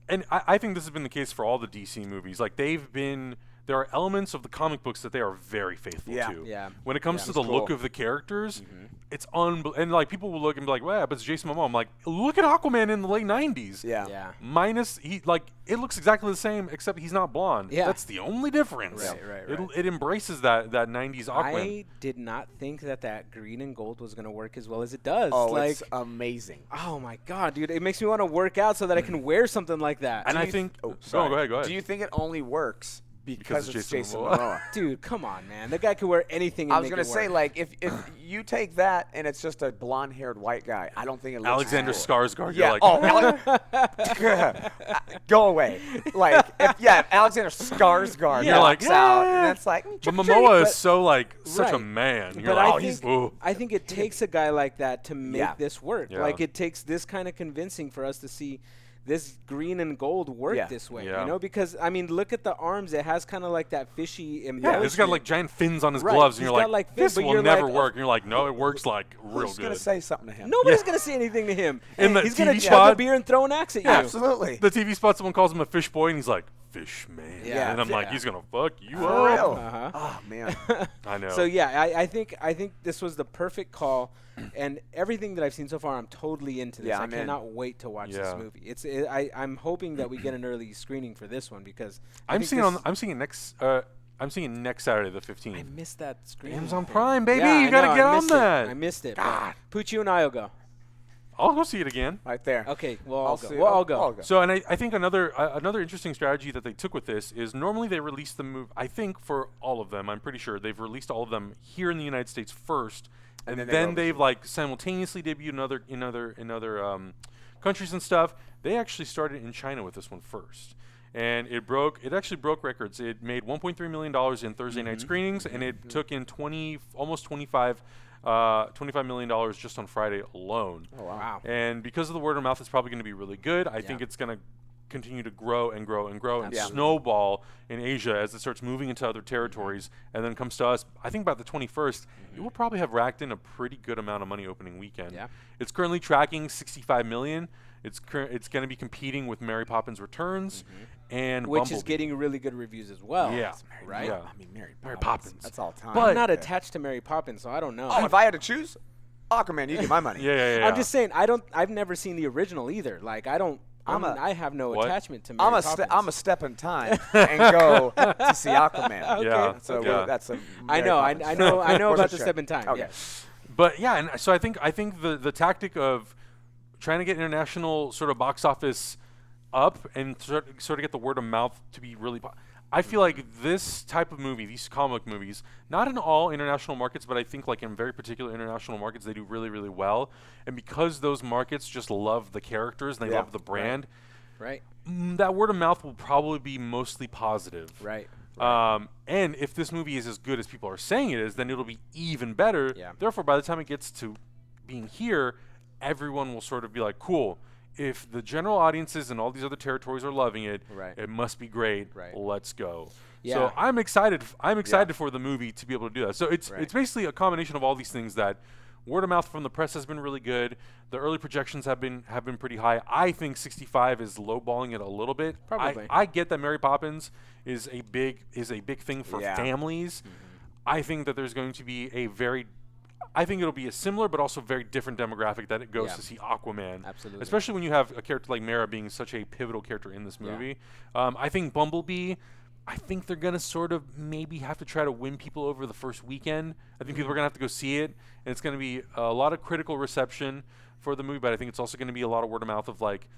Speaker 1: and I, I think this has been the case for all the DC movies. Like they've been, there are elements of the comic books that they are very faithful
Speaker 2: Yeah.
Speaker 1: to.
Speaker 3: Yeah. Mm-hmm.
Speaker 1: When it comes
Speaker 2: Yeah.
Speaker 1: to the
Speaker 2: It's
Speaker 1: look
Speaker 2: cool.
Speaker 1: of the characters, it's unbel- and like people will look and be like, "Wow, but it's Jason Momoa." I'm like, look at Aquaman in the late '90s.
Speaker 2: Yeah.
Speaker 3: Yeah.
Speaker 1: Minus he like it looks exactly the same except he's not blonde.
Speaker 3: Yeah.
Speaker 1: That's the only difference.
Speaker 3: Right, right,
Speaker 1: It,
Speaker 3: right.
Speaker 1: it embraces that that '90s Aquaman.
Speaker 3: I did not think that that green and gold was gonna work as well as it does.
Speaker 2: Oh,
Speaker 3: like,
Speaker 2: it's amazing.
Speaker 3: oh my god, dude, it makes me want to work out so that I can wear something like that.
Speaker 1: and I
Speaker 2: Do you
Speaker 1: think.
Speaker 2: th- oh,
Speaker 1: no,
Speaker 2: sorry.
Speaker 1: go ahead. Go ahead.
Speaker 2: Do you think it only works because,
Speaker 1: it's
Speaker 2: it's
Speaker 1: Jason
Speaker 2: Jason
Speaker 1: Momoa.
Speaker 2: Momoa?
Speaker 3: dude, come on, man, that guy could wear anything. And
Speaker 2: I was
Speaker 3: make
Speaker 2: gonna
Speaker 3: it
Speaker 2: say,
Speaker 3: work.
Speaker 2: like, if if you take that and it's just a blonde-haired white guy, I don't think it looks
Speaker 1: Alexander
Speaker 2: cool.
Speaker 1: Skarsgård.
Speaker 2: Yeah.
Speaker 1: You're like,
Speaker 2: oh, Ale- Uh, go away. Like, if, yeah, if Alexander Skarsgård
Speaker 1: You're like,
Speaker 2: walks out,
Speaker 1: "Yeah."
Speaker 2: and that's like, mm,
Speaker 1: But Momoa
Speaker 3: but-
Speaker 1: is so like such a
Speaker 3: Right.
Speaker 1: man. You're
Speaker 3: but
Speaker 1: like,
Speaker 3: I,
Speaker 1: oh,
Speaker 3: think,
Speaker 1: he's ooh.
Speaker 3: I think it takes a guy like that to make
Speaker 2: Yeah.
Speaker 3: this work.
Speaker 1: Yeah.
Speaker 3: Like it takes this kind of convincing for us to see this green and gold work
Speaker 2: Yeah.
Speaker 3: this way.
Speaker 1: Yeah.
Speaker 3: You know, because I mean, look at the arms. It has kind of like that fishy
Speaker 1: yeah,
Speaker 3: embellishment.
Speaker 1: he's got like giant fins on his
Speaker 3: Right,
Speaker 1: gloves, and
Speaker 3: he's
Speaker 1: you're like,
Speaker 3: got, like, fins,
Speaker 1: this
Speaker 3: but
Speaker 1: will
Speaker 3: you're
Speaker 1: never
Speaker 3: like, oh.
Speaker 1: work. And you're like, no, it works like real
Speaker 2: Who's gonna
Speaker 1: good.
Speaker 2: say something to him?
Speaker 3: nobody's
Speaker 1: Yeah.
Speaker 3: gonna say anything to him.
Speaker 1: In the
Speaker 3: he's gonna
Speaker 1: TV
Speaker 3: chug
Speaker 1: spot?
Speaker 3: a beer and throw an axe at you.
Speaker 2: Absolutely.
Speaker 1: the TV spot, someone calls him a fish boy, and he's like, fish man.
Speaker 3: Yeah.
Speaker 1: and I'm like,
Speaker 3: Yeah.
Speaker 1: he's gonna fuck you
Speaker 2: For
Speaker 1: up.
Speaker 2: real.
Speaker 3: Uh-huh.
Speaker 2: Oh man.
Speaker 1: I know.
Speaker 3: So yeah, I, I think I think this was the perfect call, and everything that I've seen so far, I'm totally into this.
Speaker 2: Yeah,
Speaker 3: I
Speaker 2: I'm in.
Speaker 3: cannot wait to watch this
Speaker 1: Yeah.
Speaker 3: movie. It's it, I I'm hoping that we get an early screening for this one because I
Speaker 1: I'm
Speaker 3: think
Speaker 1: seeing it on.
Speaker 3: this-
Speaker 1: I'm seeing it next. Uh, I'm seeing it next Saturday, the
Speaker 3: I
Speaker 1: 15th.
Speaker 3: missed that screen.
Speaker 1: Amazon
Speaker 3: thing.
Speaker 1: Prime, baby,
Speaker 3: Yeah,
Speaker 1: you
Speaker 3: I
Speaker 1: gotta
Speaker 3: know,
Speaker 1: get
Speaker 3: I
Speaker 1: on
Speaker 3: missed it.
Speaker 1: that.
Speaker 3: I missed it. but Pooch, you and I will go.
Speaker 1: I'll go see it again.
Speaker 2: Right there.
Speaker 3: Okay, well,
Speaker 2: I'll
Speaker 3: I'll, go.
Speaker 2: see-
Speaker 3: Well, I'll,
Speaker 2: I'll-
Speaker 3: go.
Speaker 2: I'll go.
Speaker 1: So, and I, I think another uh, another interesting strategy that they took with this is normally they release the movie. I think for all of them, I'm pretty sure they've released all of them here in the United States first, and,
Speaker 2: then they
Speaker 1: then
Speaker 2: go
Speaker 1: they have like simultaneously debuted in other in other in other um, countries and stuff. They actually started in China with this one first, and it broke. It actually broke records. It made 1.3 million dollars in Thursday
Speaker 2: Mm-hmm.
Speaker 1: night screenings, and it took in 20 almost 25. Uh, 25 million dollars just on Friday alone.
Speaker 2: Oh, wow.
Speaker 3: Wow.
Speaker 1: And because of the word of mouth, it's probably going to be really good. I think
Speaker 3: Yeah.
Speaker 1: it's going to continue to grow and grow and grow and
Speaker 2: Absolutely.
Speaker 1: snowball in Asia as it starts moving into
Speaker 3: Mm-hmm.
Speaker 1: other territories and then comes to us. I think about the 21st, it will probably have racked in a pretty good amount of money opening weekend.
Speaker 3: Mm-hmm. Yeah.
Speaker 1: It's currently tracking 65 million. It's cur- it's going to be competing with Mary Poppins Returns and
Speaker 3: Mm-hmm. Which
Speaker 1: Bumblebee.
Speaker 3: is getting really good reviews as well.
Speaker 1: Yeah.
Speaker 3: right.
Speaker 1: Yeah.
Speaker 2: I mean, Mary Poppins.
Speaker 1: Mary Poppins.
Speaker 2: Oh, That's all time.
Speaker 1: But-
Speaker 3: I'm not attached to Mary Poppins, so I don't know.
Speaker 2: oh, if I had to choose, Aquaman, you get my money.
Speaker 1: yeah, yeah, yeah.
Speaker 3: I'm just saying I don't. I've never seen the original either. Like I don't. I'm,
Speaker 2: I'm
Speaker 3: I'm
Speaker 2: a-
Speaker 3: a, i have no
Speaker 1: What?
Speaker 3: attachment to Mary
Speaker 2: I'm a
Speaker 3: Poppins.
Speaker 2: ste- I'm a step in time and go to see Aquaman.
Speaker 3: Okay.
Speaker 1: Yeah.
Speaker 2: So
Speaker 1: Yeah.
Speaker 2: we're- that's a.
Speaker 3: I know, I, I know, I know about the step in time.
Speaker 2: Okay.
Speaker 3: yeah.
Speaker 1: But yeah, and so I think I think the the tactic of trying to get international sort of box office up and sort sort of get the word of mouth to be really. Po- I feel like this type of movie, these comic movies, not in all international markets, but I think like in very particular international markets, they do really really well. And because those markets just love the characters, and they
Speaker 2: Yeah.
Speaker 1: love the brand.
Speaker 3: Right.
Speaker 1: mm, That word of mouth will probably be mostly positive.
Speaker 3: Right.
Speaker 1: Um, and if this movie is as good as people are saying it is, then it'll be even better.
Speaker 3: Yeah.
Speaker 1: Therefore, by the time it gets to being here, everyone will sort of be like, cool. If the general audiences in all these other territories are loving it,
Speaker 2: Right.
Speaker 1: it must be great.
Speaker 2: Right.
Speaker 1: Let's go.
Speaker 3: Yeah.
Speaker 1: So I'm excited. f- I'm excited for the movie to be able to do that. So it's
Speaker 2: Right.
Speaker 1: it's basically a combination of all these things that word of mouth from the press has been really good. The early projections have been have been pretty high. I think 65 is lowballing it a little bit. I-
Speaker 3: Probably.
Speaker 1: I get that Mary Poppins is a big is a big thing for
Speaker 2: Yeah.
Speaker 1: families.
Speaker 3: Mm-hmm.
Speaker 1: I think that there's going to be a very I think it'll be a similar but also very different demographic that it goes
Speaker 3: Yeah.
Speaker 1: to see Aquaman.
Speaker 3: Absolutely.
Speaker 1: Especially when you have a character like Mara being such a pivotal character in this movie. Um, I think Bumblebee I think they're gonna sort of maybe have to try to win people over the first weekend. I think people are gonna have to go see it, and it's gonna be a lot of critical reception for the movie. But I think it's also gonna be a lot of word of mouth of like,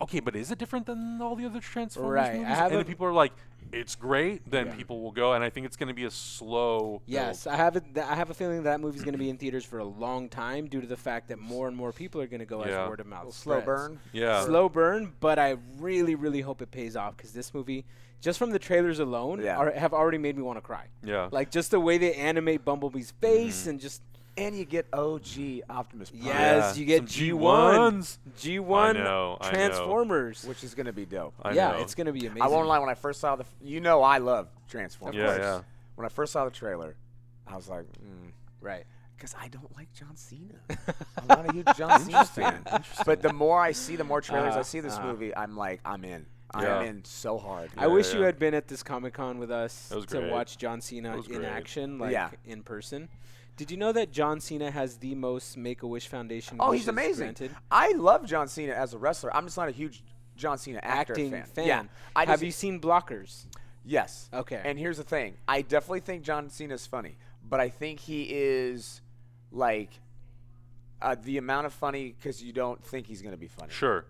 Speaker 1: okay, but is it different than all the other Transformers
Speaker 3: Right, I
Speaker 1: movies?
Speaker 3: have
Speaker 1: and
Speaker 3: a-
Speaker 1: if people are like, it's great, then people will go. And I think it's going to be a slow.
Speaker 3: Yes, I have a, th- I have a feeling that movie's going to be in theaters for a long time due to the fact that more and more people are going to go
Speaker 1: Yeah.
Speaker 3: as word of mouth.
Speaker 2: Slow
Speaker 3: spreads.
Speaker 2: burn.
Speaker 1: Build. Yeah.
Speaker 3: Slow burn, but I really, really hope it pays off because this movie, just from the trailers alone,
Speaker 2: Yeah.
Speaker 3: are, have already made me want to cry.
Speaker 1: Yeah.
Speaker 3: Like just the way they animate Bumblebee's face
Speaker 2: Mm-hmm.
Speaker 3: and just
Speaker 2: And you get OG Optimus Prime,
Speaker 3: yes,
Speaker 1: Yeah.
Speaker 3: you get
Speaker 1: Some
Speaker 3: G one,
Speaker 1: G1s.
Speaker 3: G one
Speaker 1: I know, I know.
Speaker 3: Transformers.
Speaker 2: which is going to be dope.
Speaker 1: I
Speaker 3: yeah,
Speaker 1: know.
Speaker 3: it's going to be amazing.
Speaker 2: I won't lie. When I first saw the, f- you know, I love Transformers.
Speaker 1: Yeah, yeah.
Speaker 2: When I first saw the trailer, I was like, mm,
Speaker 3: Right.
Speaker 2: Because I don't like John Cena. I'm not a huge John Cena fan. But the more I see, the more trailers I
Speaker 3: Uh,
Speaker 2: see this movie, I'm like, I'm in.
Speaker 1: Yeah.
Speaker 2: I'm in so hard.
Speaker 3: I wish you
Speaker 1: yeah.
Speaker 3: had been at this Comic Con with us
Speaker 1: That was
Speaker 3: to
Speaker 1: great.
Speaker 3: watch John Cena
Speaker 1: That was
Speaker 3: in
Speaker 1: great.
Speaker 3: action, like
Speaker 2: Yeah.
Speaker 3: in person. Did you know that John Cena has the most Make a Wish Foundation?
Speaker 2: oh,
Speaker 3: wishes
Speaker 2: he's amazing.
Speaker 3: granted?
Speaker 2: I love John Cena as a wrestler. I'm just not a huge John Cena actor
Speaker 3: Acting
Speaker 2: fan.
Speaker 3: fan.
Speaker 2: Yeah. I
Speaker 3: Have
Speaker 2: just-
Speaker 3: you seen Blockers?
Speaker 2: Yes.
Speaker 3: Okay.
Speaker 2: And here's the thing. I definitely think John Cena's funny, but I think he is like uh, the amount of funny because you don't think he's going to be funny.
Speaker 1: Sure.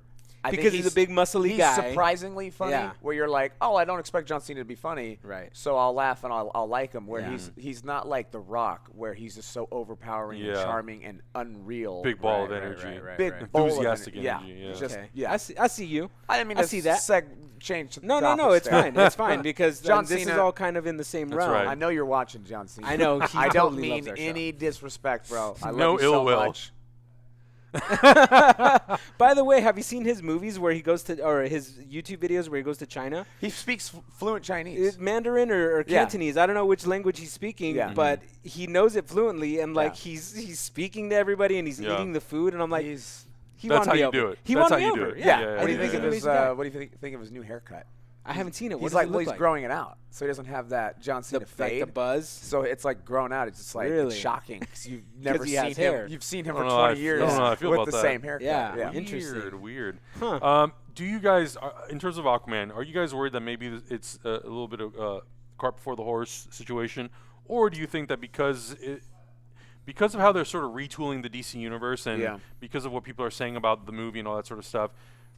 Speaker 2: I think
Speaker 3: Because he's a big muscly
Speaker 2: he's
Speaker 3: guy.
Speaker 2: surprisingly funny.
Speaker 3: Yeah.
Speaker 2: Where you're like, oh, I don't expect John Cena to be funny.
Speaker 3: Right.
Speaker 2: So I'll laugh and I'll, I'll like him. Where
Speaker 3: Yeah.
Speaker 2: he's he's not like The Rock, where he's just so overpowering and
Speaker 1: Yeah.
Speaker 2: charming and unreal.
Speaker 1: Big ball
Speaker 3: Right,
Speaker 1: of
Speaker 3: right,
Speaker 1: energy.
Speaker 3: right, right.
Speaker 2: Big bowl of
Speaker 1: Enthusiastic
Speaker 2: ener-
Speaker 1: energy,
Speaker 2: Yeah.
Speaker 1: yeah.
Speaker 2: Just
Speaker 3: okay.
Speaker 2: yeah.
Speaker 3: I see, I see you.
Speaker 2: I didn't mean
Speaker 3: I
Speaker 2: to
Speaker 3: see that.
Speaker 2: Seg- change. to the
Speaker 3: No, no, no.
Speaker 2: topics
Speaker 3: It's
Speaker 2: there.
Speaker 3: fine. It's fine because um,
Speaker 2: John
Speaker 3: this is
Speaker 2: Cena-
Speaker 3: all kind of in the same realm.
Speaker 1: right.
Speaker 2: Oh, I know you're watching John Cena.
Speaker 3: I know, he
Speaker 2: I don't
Speaker 3: totally
Speaker 2: mean
Speaker 3: loves our show.
Speaker 2: any disrespect, bro. I love
Speaker 1: No
Speaker 2: you so
Speaker 1: ill will.
Speaker 2: much.
Speaker 3: By the way, have you seen his movies where he goes to, or his YouTube videos where he goes to China?
Speaker 2: He speaks f- fluent Chinese.
Speaker 3: It's Mandarin or, or
Speaker 2: Yeah.
Speaker 3: Cantonese. I don't know which language he's speaking,
Speaker 2: Yeah.
Speaker 3: but he knows it fluently, and like
Speaker 2: Yeah.
Speaker 3: he's he's speaking to everybody, and he's
Speaker 1: Yeah.
Speaker 3: eating the food, and I'm like,
Speaker 2: He's-
Speaker 3: he
Speaker 1: That's
Speaker 3: won
Speaker 1: how
Speaker 3: me
Speaker 1: you
Speaker 3: over.
Speaker 1: do it.
Speaker 3: He
Speaker 1: That's
Speaker 3: won
Speaker 1: how
Speaker 3: me
Speaker 1: you do
Speaker 3: over.
Speaker 1: it.
Speaker 3: Yeah.
Speaker 1: Yeah, yeah,
Speaker 2: What do you
Speaker 1: yeah,
Speaker 2: think
Speaker 1: yeah.
Speaker 2: of
Speaker 3: He's
Speaker 2: his?
Speaker 3: an amazing
Speaker 2: Uh,
Speaker 3: guy.
Speaker 2: what do you think, think of his new haircut?
Speaker 3: I haven't seen it. What
Speaker 2: he's
Speaker 3: does
Speaker 2: like,
Speaker 3: it
Speaker 2: well,
Speaker 3: look
Speaker 2: he's
Speaker 3: like?
Speaker 2: growing it out, so he doesn't have that John
Speaker 3: the,
Speaker 2: Cena
Speaker 3: like
Speaker 2: fade.
Speaker 3: the buzz.
Speaker 2: so it's like grown out. It's just like
Speaker 3: Really?
Speaker 2: it's shocking 'cause you've never
Speaker 3: he
Speaker 2: seen
Speaker 3: has
Speaker 2: him.
Speaker 3: hair.
Speaker 2: You've seen him
Speaker 1: I
Speaker 2: for
Speaker 1: don't
Speaker 2: 20
Speaker 1: know how I
Speaker 2: years
Speaker 1: feel- I don't know how I feel
Speaker 2: with
Speaker 1: about
Speaker 2: the
Speaker 1: that.
Speaker 2: same haircut.
Speaker 3: Yeah.
Speaker 2: yeah.
Speaker 3: Interesting.
Speaker 1: Weird. Weird. Um, do you guys, are, in terms of Aquaman, are you guys worried that maybe th- it's uh, a little bit of uh, cart before the horse situation, or do you think that because it, because of how they're sort of retooling the DC universe and
Speaker 2: Yeah.
Speaker 1: because of what people are saying about the movie and all that sort of stuff,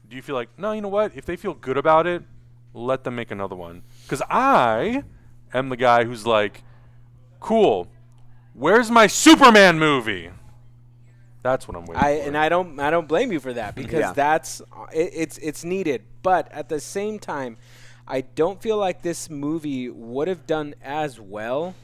Speaker 1: do you feel like no, you know what? If they feel good about it, let them make another one. Because I am the guy who's like, cool. Where's my Superman movie? That's what I'm waiting
Speaker 3: I
Speaker 1: for.
Speaker 3: and I don't I don't blame you for that because
Speaker 2: Yeah.
Speaker 3: that's it, it's it's needed. But at the same time, I don't feel like this movie would have done as well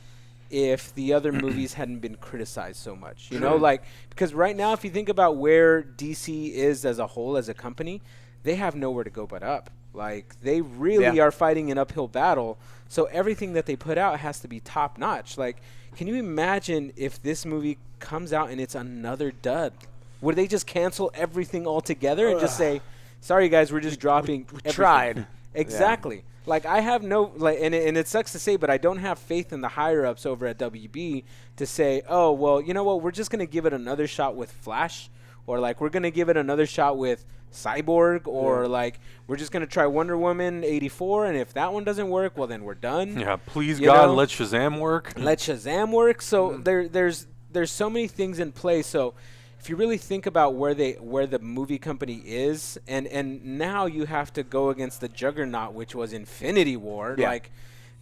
Speaker 3: if the other movies hadn't been criticized so much. You know, like because right now, if you think about where DC is as a whole as a company, they have nowhere to go but up. Like they really
Speaker 2: Yeah.
Speaker 3: are fighting an uphill battle. So everything that they put out has to be top notch. Like, can you imagine if this movie comes out and it's another dud? Would they just cancel everything altogether and just say, "Sorry guys, we're just dropping." We,
Speaker 2: tried.
Speaker 3: exactly. Like I have no like, and it, and it sucks to say, but I don't have faith in the higher ups over at WB to say, "Oh well, you know what? We're just gonna give it another shot with Flash." Or like we're gonna give it another shot with Cyborg or like we're just gonna try Wonder Woman eighty four, and if that one doesn't work, well then we're done.
Speaker 1: Yeah, please
Speaker 3: You
Speaker 1: God,
Speaker 3: know?
Speaker 1: let Shazam work.
Speaker 3: let Shazam work. So
Speaker 1: Mm-hmm.
Speaker 3: there, there's there's so many things in play. So if you really think about where they where the movie company is, and and now you have to go against the juggernaut, which was Infinity War.
Speaker 2: Yeah.
Speaker 3: Like,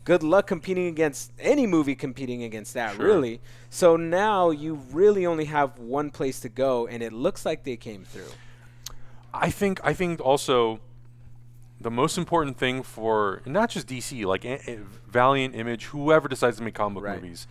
Speaker 3: good luck competing against any movie competing against that,
Speaker 1: Sure.
Speaker 3: really. So now you really only have one place to go, and it looks like they came through.
Speaker 1: I think I think also the most important thing for not just DC, like eh, eh, Valiant, Image, whoever decides to make comic book
Speaker 2: Right.
Speaker 1: movies,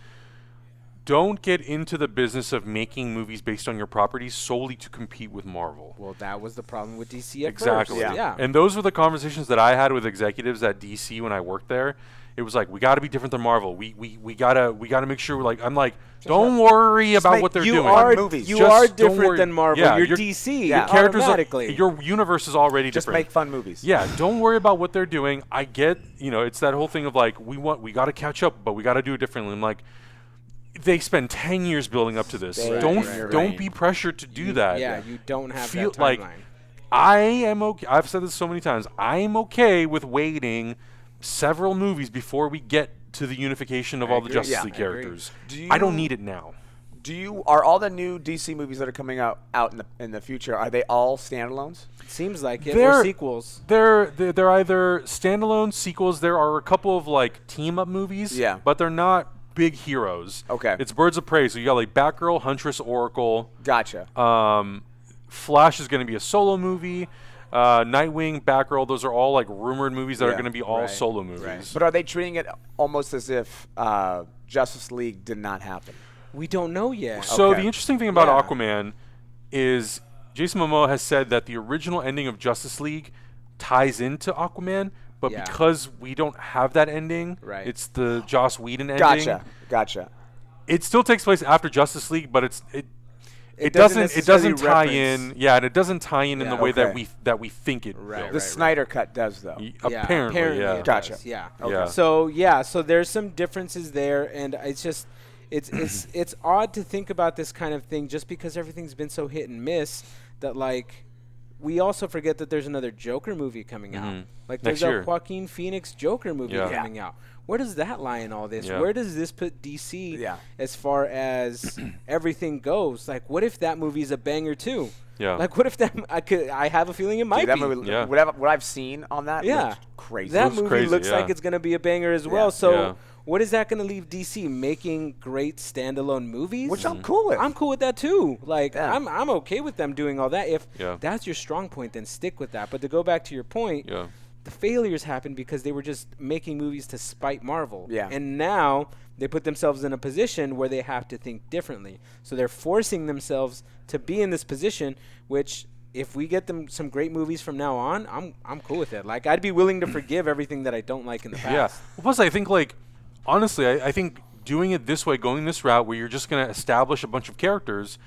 Speaker 1: don't get into the business of making movies based on your properties solely to compete with Marvel.
Speaker 3: Well, that was the problem with DC at
Speaker 1: Exactly.
Speaker 2: Yeah.
Speaker 3: first. Yeah.
Speaker 1: And those were the conversations that I had with executives at DC when I worked there. It was like we got to be different than Marvel. We, we we gotta we gotta make sure. We're like I'm like, don't worry about
Speaker 2: make-
Speaker 1: what they're
Speaker 2: you
Speaker 1: doing.
Speaker 2: are-
Speaker 1: Your
Speaker 2: movies.
Speaker 3: You
Speaker 1: Just
Speaker 3: are
Speaker 1: don't
Speaker 3: different
Speaker 1: worry.
Speaker 3: than Marvel.
Speaker 1: Yeah,
Speaker 3: you're,
Speaker 1: your-
Speaker 3: DC.
Speaker 2: your
Speaker 1: characters, are-
Speaker 3: automatically.
Speaker 1: your universe is already
Speaker 2: Just
Speaker 1: different.
Speaker 2: make fun movies.
Speaker 1: Yeah, don't worry about what they're doing. I get, you know, it's that whole thing of like we want we got to catch up, but we got to do it differently. I'm like they spend 10 years building up to this.
Speaker 2: Stay
Speaker 1: don't
Speaker 2: in your
Speaker 1: don't
Speaker 2: lane.
Speaker 1: be pressured to do that.
Speaker 3: Yeah, you don't have
Speaker 1: Feel
Speaker 3: that
Speaker 1: like
Speaker 3: timeline.
Speaker 1: I am okay. I've said this so many times. I am okay with waiting several movies before we get to the unification of all the
Speaker 3: agree.
Speaker 1: Justice
Speaker 2: Yeah,
Speaker 1: League
Speaker 3: I agree.
Speaker 1: characters.
Speaker 2: Do
Speaker 1: I don't
Speaker 2: you-
Speaker 1: need it now.
Speaker 2: Do you are all the new DC movies that are coming out out in the in the future? Are they all standalones?
Speaker 3: Seems like it.
Speaker 1: They're-
Speaker 3: or sequels.
Speaker 1: They're, they're they're either standalone sequels. There are a couple of like team up movies.
Speaker 2: Yeah.
Speaker 1: But they're not big heroes.
Speaker 2: Okay.
Speaker 1: It's Birds of Prey. So you got like Batgirl, Huntress, Oracle.
Speaker 2: Gotcha.
Speaker 1: Um, Flash is going to be a solo movie. Uh, Nightwing, Batgirl. Those are all like rumored movies that are
Speaker 2: Yeah,
Speaker 1: going to be all
Speaker 2: right,
Speaker 1: solo movies.
Speaker 2: But are they treating it almost as if uh, Justice League did not happen?
Speaker 3: We don't know yet.
Speaker 1: So
Speaker 2: Okay.
Speaker 1: the interesting thing about
Speaker 2: Yeah.
Speaker 1: Aquaman is Jason Momoa has said that the original ending of Justice League ties into Aquaman, but
Speaker 3: Yeah.
Speaker 1: because we don't have that ending,
Speaker 3: Right.
Speaker 1: it's the Joss Whedon ending.
Speaker 2: Gotcha. Gotcha.
Speaker 1: It still takes place after Justice League, but it's it. It,
Speaker 2: doesn't
Speaker 1: doesn't. It
Speaker 2: necessarily
Speaker 1: doesn't tie
Speaker 2: reference-
Speaker 1: in. Yeah, and it doesn't tie in in
Speaker 3: Yeah.
Speaker 1: the way that
Speaker 2: Okay.
Speaker 1: we that we think it.
Speaker 3: Right,
Speaker 1: will.
Speaker 2: The
Speaker 3: right.
Speaker 2: Snyder cut does though.
Speaker 1: Y-
Speaker 3: Yeah,
Speaker 1: apparently, yeah.
Speaker 3: it
Speaker 2: Gotcha.
Speaker 3: does, Yeah.
Speaker 1: Okay. Yeah.
Speaker 3: So yeah, so there's some differences there, and it's just it's it's it's odd to think about this kind of thing just because everything's been so hit and miss that like we also forget that there's another Joker movie coming out.
Speaker 1: Mhm.
Speaker 3: Like
Speaker 1: Next
Speaker 3: there's a
Speaker 1: year.
Speaker 3: Joaquin Phoenix Joker movie
Speaker 1: Yeah. Yeah.
Speaker 3: coming out. Where does that lie in all this?
Speaker 1: Yeah.
Speaker 3: Where does this put DC
Speaker 2: Yeah.
Speaker 3: as far as everything goes? Like, what if that movie's a banger too?
Speaker 1: Yeah.
Speaker 3: Like, what if that? I could. I have a feeling it might
Speaker 2: Dude, that
Speaker 3: be.
Speaker 2: movie,
Speaker 1: Yeah.
Speaker 2: what, I've, what I've seen on that,
Speaker 3: Yeah.
Speaker 2: looked crazy.
Speaker 3: That
Speaker 1: Looks
Speaker 3: movie
Speaker 1: crazy,
Speaker 3: looks like
Speaker 1: yeah.
Speaker 3: it's going to be a banger as well.
Speaker 2: Yeah.
Speaker 3: So,
Speaker 1: Yeah.
Speaker 3: what is that going to leave DC making great standalone movies? Mm-hmm.
Speaker 2: which
Speaker 1: Mm.
Speaker 2: I'm cool with.
Speaker 3: I'm cool with that too. Like
Speaker 2: Yeah.
Speaker 3: I'm I'm okay with them doing all that. If
Speaker 1: Yeah.
Speaker 3: that's your strong point, then stick with that. But to go back to your point,
Speaker 1: Yeah.
Speaker 3: the failures happened because they were just making movies to spite Marvel.
Speaker 2: Yeah.
Speaker 3: And now they put themselves in a position where they have to think differently. So they're forcing themselves to be in this position, which if we get them some great movies from now on, I'm I'm cool with it. Like I'd be willing to forgive everything that I don't like in the past.
Speaker 1: Yeah. Well, plus, I think like honestly, I, I think doing it this way, going this route, where you're just going to establish a bunch of characters,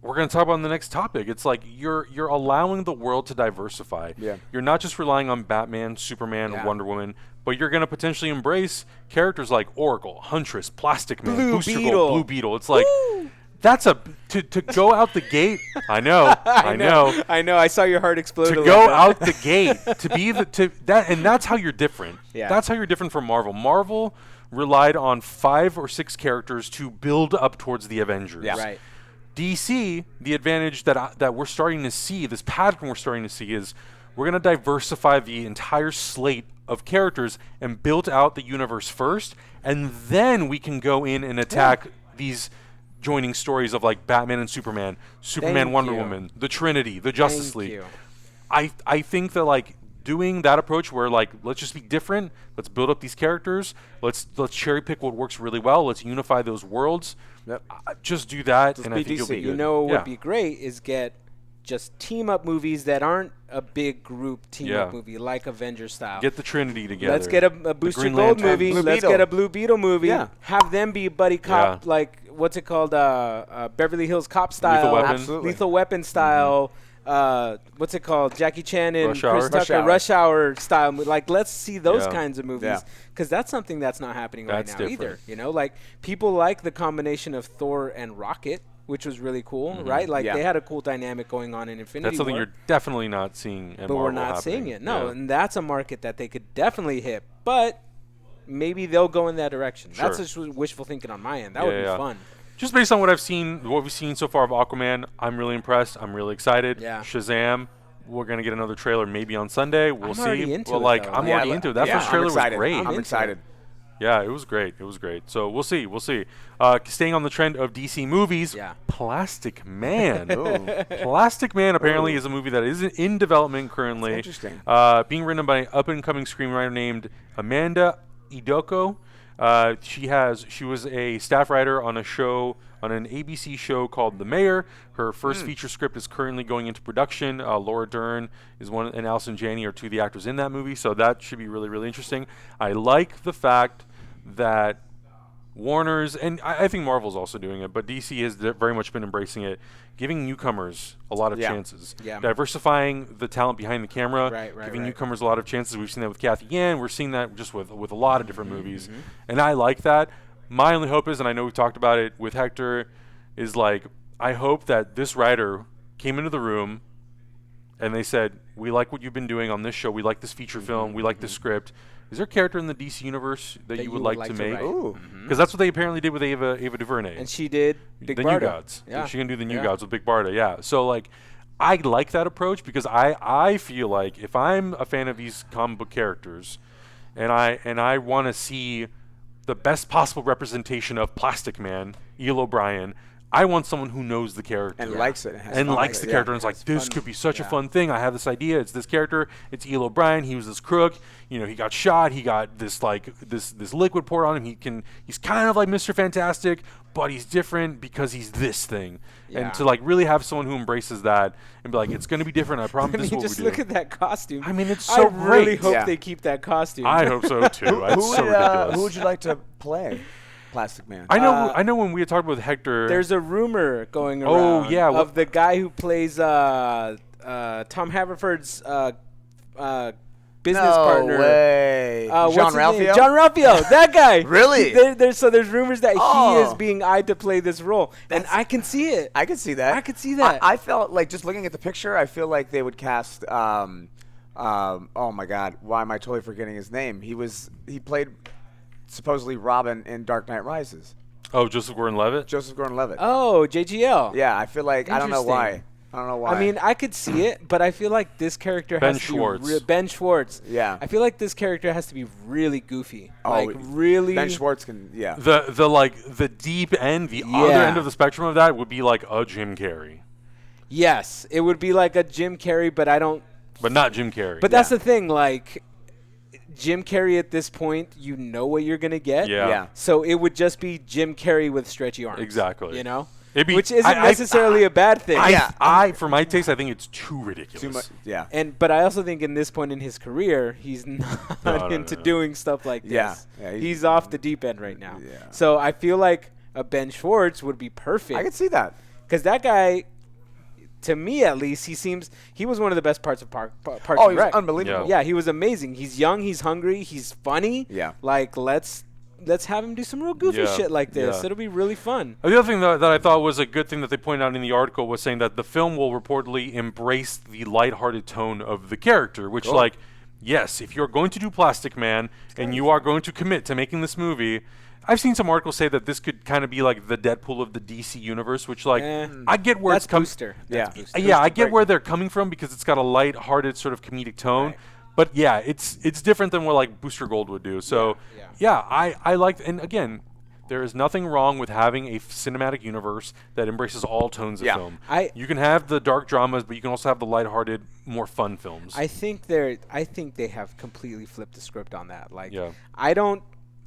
Speaker 1: we're going to talk about in the next topic. It's like you're you're allowing the world to diversify.
Speaker 2: Yeah.
Speaker 1: You're not just relying on Batman, Superman,
Speaker 3: Yeah.
Speaker 1: Wonder Woman, but you're going to potentially embrace characters like Oracle, Huntress, Plastic Man,
Speaker 3: Blue
Speaker 1: Booster
Speaker 3: Beetle.
Speaker 1: Gold, Blue Beetle. It's like. That's a to, to go out the gate. I know, I, know
Speaker 3: I know. I saw your heart explode.
Speaker 1: to
Speaker 3: a little
Speaker 1: go
Speaker 3: bit.
Speaker 1: out the gate to be the to that and that's how you're different
Speaker 3: Yeah.
Speaker 1: that's how you're different from marvel marvel relied on five or six characters to build up towards the avengers
Speaker 2: Yeah.
Speaker 3: Right.
Speaker 1: dc the advantage that I, that we're starting to see this pattern we're starting to see is we're going to diversify the entire slate of characters and build out the universe first and then we can go in and attack these joining stories of like batman and superman superman
Speaker 3: Thank
Speaker 1: wonder
Speaker 3: you.
Speaker 1: woman the trinity the justice
Speaker 3: Thank
Speaker 1: league
Speaker 3: you.
Speaker 1: I I think that like doing that approach where like let's just be different, let's build up these characters, let's let's cherry pick what works really well, let's unify those worlds.
Speaker 2: Yep.
Speaker 1: Uh, Just do that, and I
Speaker 2: be
Speaker 1: think you'll be
Speaker 2: DC.
Speaker 1: good.
Speaker 3: you know what
Speaker 1: yeah.
Speaker 3: would be great is get just team up movies that aren't a big group team
Speaker 1: Yeah.
Speaker 3: up movie like Avengers style.
Speaker 1: get the Trinity together.
Speaker 3: Let's get a, a Booster
Speaker 1: Green
Speaker 3: Gold
Speaker 1: Lantern.
Speaker 3: movie.
Speaker 2: Blue
Speaker 3: Let's
Speaker 2: Beetle.
Speaker 3: get a Blue Beetle movie.
Speaker 2: Yeah.
Speaker 3: Have them be buddy cop,
Speaker 1: Yeah.
Speaker 3: like what's it called? Uh, uh, Beverly Hills Cop style,
Speaker 1: Weapon.
Speaker 2: Absolutely.
Speaker 3: Lethal Weapon style. Uh, what's it called? Jackie Chan and
Speaker 1: Rush
Speaker 3: Chris
Speaker 1: Hour.
Speaker 2: Rush
Speaker 3: Tucker,
Speaker 2: Hour.
Speaker 3: Rush Hour style. mo- Like, let's see those
Speaker 1: Yeah.
Speaker 3: kinds of movies
Speaker 2: Yeah.
Speaker 3: because that's something that's not happening
Speaker 1: That's
Speaker 3: right now
Speaker 1: different.
Speaker 3: either. You know, like people like the combination of Thor and Rocket. which was really cool, right? Like
Speaker 2: Yeah.
Speaker 3: they had a cool dynamic going on in Infinity
Speaker 1: Mm-hmm. That's something
Speaker 3: War,
Speaker 1: you're definitely not seeing. At
Speaker 3: but
Speaker 1: Marvel
Speaker 3: we're not
Speaker 1: happening.
Speaker 3: seeing it. No,
Speaker 1: Yeah.
Speaker 3: and that's a market that they could definitely hit, but maybe they'll go in that direction. That's
Speaker 1: Sure.
Speaker 3: just w- wishful thinking on my end. That
Speaker 1: Yeah,
Speaker 3: would be
Speaker 1: yeah.
Speaker 3: fun.
Speaker 1: Just based on what I've seen, what we've seen so far of Aquaman, I'm really impressed. I'm really excited.
Speaker 3: Yeah.
Speaker 1: Shazam, we're gonna get another trailer maybe on Sunday. We'll
Speaker 3: I'm
Speaker 1: see.
Speaker 3: already into
Speaker 1: well,
Speaker 3: it,
Speaker 1: like
Speaker 3: though.
Speaker 1: I'm
Speaker 3: Yeah,
Speaker 1: already
Speaker 2: but-
Speaker 1: into it. That
Speaker 2: yeah,
Speaker 1: first
Speaker 2: I'm
Speaker 1: trailer was
Speaker 2: excited.
Speaker 1: great.
Speaker 2: I'm,
Speaker 3: into it.
Speaker 2: excited.
Speaker 1: yeah, it was great. It was great. So we'll see. We'll see. Uh, staying on the trend of DC movies,
Speaker 3: Yeah.
Speaker 1: Plastic Man. Plastic Man apparently is a movie that is in development currently.
Speaker 2: interesting.
Speaker 1: Uh, being written by an up and coming screenwriter named Amanda Idoko. Uh, she has she was a staff writer on a show on an ABC show called The Mayor. Her first feature script is currently going into production. Uh, Laura Dern is one, and Allison Janney are two of the actors in that movie, so that should be really really interesting. I like the fact that Warner's, and I, I think Marvel's also doing it, but DC has de- very much been embracing it, giving newcomers a lot of
Speaker 2: Yeah.
Speaker 1: chances,
Speaker 3: Yeah.
Speaker 1: diversifying the talent behind the camera,
Speaker 3: Right, right,
Speaker 1: giving
Speaker 3: right.
Speaker 1: newcomers a lot of chances. We've seen that with Kathy Yan. We're seeing that just with with a lot of different
Speaker 3: Mm-hmm,
Speaker 1: movies, and I like that. My only hope is, and I know we talked about it with Hector, is like I hope that this writer came into the room and they said, "We like what you've been doing on this show. We like this feature film. We like this script. Is there a character in the DC universe that, you would like, to make?
Speaker 3: write.
Speaker 2: Ooh.
Speaker 1: Because that's what they apparently did with Ava Ava DuVernay.
Speaker 3: And she did Big
Speaker 1: the
Speaker 3: Barda.
Speaker 1: New Gods.
Speaker 3: Yeah.
Speaker 1: She can do the New
Speaker 3: Yeah.
Speaker 1: Gods with Big Barda. Yeah. So like, I like that approach because I I feel like if I'm a fan of these comic book characters, and I and I want to see the best possible representation of Plastic Man, Eel O'Brien. I want someone who knows the character
Speaker 2: And likes it. And, has
Speaker 1: and
Speaker 2: fun
Speaker 1: likes the
Speaker 2: with it.
Speaker 1: character and is like, this could be such a fun thing. I have this idea. It's this character. It's Eel O'Brien. He was this crook. You know, he got shot. He got this like this this liquid poured on him. He can. He's kind of like Mister Fantastic, but he's different because he's this thing.
Speaker 3: Yeah.
Speaker 1: And to like really have someone who embraces that and be like, it's going to be different. I promise.
Speaker 3: I
Speaker 1: this is
Speaker 3: mean,
Speaker 1: what
Speaker 3: just
Speaker 1: we
Speaker 3: look
Speaker 1: do.
Speaker 3: at that costume.
Speaker 1: I mean, it's
Speaker 3: I
Speaker 1: so
Speaker 3: really
Speaker 1: great.
Speaker 3: hope
Speaker 2: Yeah.
Speaker 3: they keep that costume.
Speaker 1: I hope so too.
Speaker 2: Who,
Speaker 1: It's so
Speaker 2: would, uh,
Speaker 1: ridiculous.
Speaker 2: who would you like to play Plastic Man?
Speaker 1: I know.
Speaker 3: uh,
Speaker 1: I know when we had talked with Hector.
Speaker 3: There's a rumor going around
Speaker 1: Oh, yeah,
Speaker 3: of
Speaker 1: what-
Speaker 3: the guy who plays uh, uh, Tom Haverford's uh, uh, business partner.
Speaker 2: way.
Speaker 3: Uh,
Speaker 2: John
Speaker 3: what's his name?
Speaker 2: Ralphio?
Speaker 3: John Ralphio, that guy.
Speaker 2: Really?
Speaker 3: There, there's, so there's rumors that he
Speaker 2: Oh.
Speaker 3: is being eyed to play this role,
Speaker 2: That's-
Speaker 3: and I can see it.
Speaker 2: I could see that.
Speaker 3: I could see that.
Speaker 2: I, I felt like just looking at the picture, I feel like they would cast. Um, um, oh my God, why am I totally forgetting his name? He was he played supposedly Robin in Dark Knight Rises.
Speaker 1: oh, Joseph Gordon-Levitt.
Speaker 2: Joseph Gordon-Levitt.
Speaker 3: oh, JGL.
Speaker 2: yeah, I feel like I don't know
Speaker 3: Interesting.
Speaker 2: why. I don't know why.
Speaker 3: I mean, I could see it, but I feel like this character
Speaker 1: Ben
Speaker 3: has to
Speaker 1: Schwartz.
Speaker 3: be re- Ben Schwartz.
Speaker 2: Yeah.
Speaker 3: I feel like this character has to be really goofy,
Speaker 2: Oh,
Speaker 3: like really.
Speaker 2: Ben Schwartz can. Yeah.
Speaker 1: The the like the deep end, the other
Speaker 3: Yeah.
Speaker 1: end of the spectrum of that would be like a Jim Carrey.
Speaker 3: Yes, it would be like a Jim Carrey, but I don't.
Speaker 1: But not Jim Carrey.
Speaker 3: But that's the thing, like Jim Carrey at this point, you know what you're gonna get.
Speaker 1: yeah.
Speaker 2: Yeah.
Speaker 3: So it would just be Jim Carrey with stretchy arms.
Speaker 1: Exactly.
Speaker 3: You know.
Speaker 1: It'd be-
Speaker 3: Which isn't
Speaker 1: I- I-
Speaker 3: necessarily a bad thing.
Speaker 1: I,
Speaker 2: Yeah.
Speaker 1: I for my taste, I think it's too ridiculous.
Speaker 2: Too much. Yeah.
Speaker 3: And but I also think in this point in his career, he's not
Speaker 1: No, no, no,
Speaker 3: into
Speaker 1: no.
Speaker 3: doing stuff like this.
Speaker 2: Yeah. Yeah,
Speaker 3: he's,
Speaker 2: he's-
Speaker 3: off the deep end right now.
Speaker 2: Yeah.
Speaker 3: So I feel like a Ben Schwartz would be
Speaker 2: I could
Speaker 3: perfect
Speaker 2: see that.
Speaker 3: because that guy, to me at least, he seems he was one of the best parts of Park. Park Parks
Speaker 2: Oh,
Speaker 3: and
Speaker 2: he was
Speaker 3: Rec.
Speaker 2: unbelievable.
Speaker 1: Yeah.
Speaker 3: Yeah, he was amazing. He's young. He's hungry. He's funny.
Speaker 2: Yeah.
Speaker 3: Like let's let's have him do some real goofy
Speaker 1: Yeah,
Speaker 3: shit like this.
Speaker 1: yeah.
Speaker 3: It'll be really fun.
Speaker 1: Uh, The other thing that, that I thought was a good thing that they pointed out in the article was saying that the film will reportedly embrace the lighthearted tone of the character, which, like, yes, if you're going to do Plastic Man and you are going to commit to making this movie, I've seen some articles say that this could kind of be like the Deadpool of the DC universe, which, like,
Speaker 3: Eh,
Speaker 1: I get where
Speaker 3: That's
Speaker 1: it's coming.
Speaker 3: booster.
Speaker 2: Yeah.
Speaker 3: That's booster.
Speaker 1: Uh, Yeah, I get
Speaker 2: break.
Speaker 1: where they're coming from because it's got a light-hearted sort of comedic tone. But yeah, it's it's different than what like Booster Gold would do. So
Speaker 3: Yeah,
Speaker 1: yeah,
Speaker 3: yeah.
Speaker 1: I I like and again, there is nothing wrong with having a f- cinematic universe that embraces all tones of
Speaker 2: Yeah.
Speaker 1: film.
Speaker 3: I-
Speaker 1: you can have the dark dramas, but you can also have the light-hearted, more fun films.
Speaker 3: I think they're. I think they have completely flipped the script on that. Like,
Speaker 1: Yeah.
Speaker 3: I don't.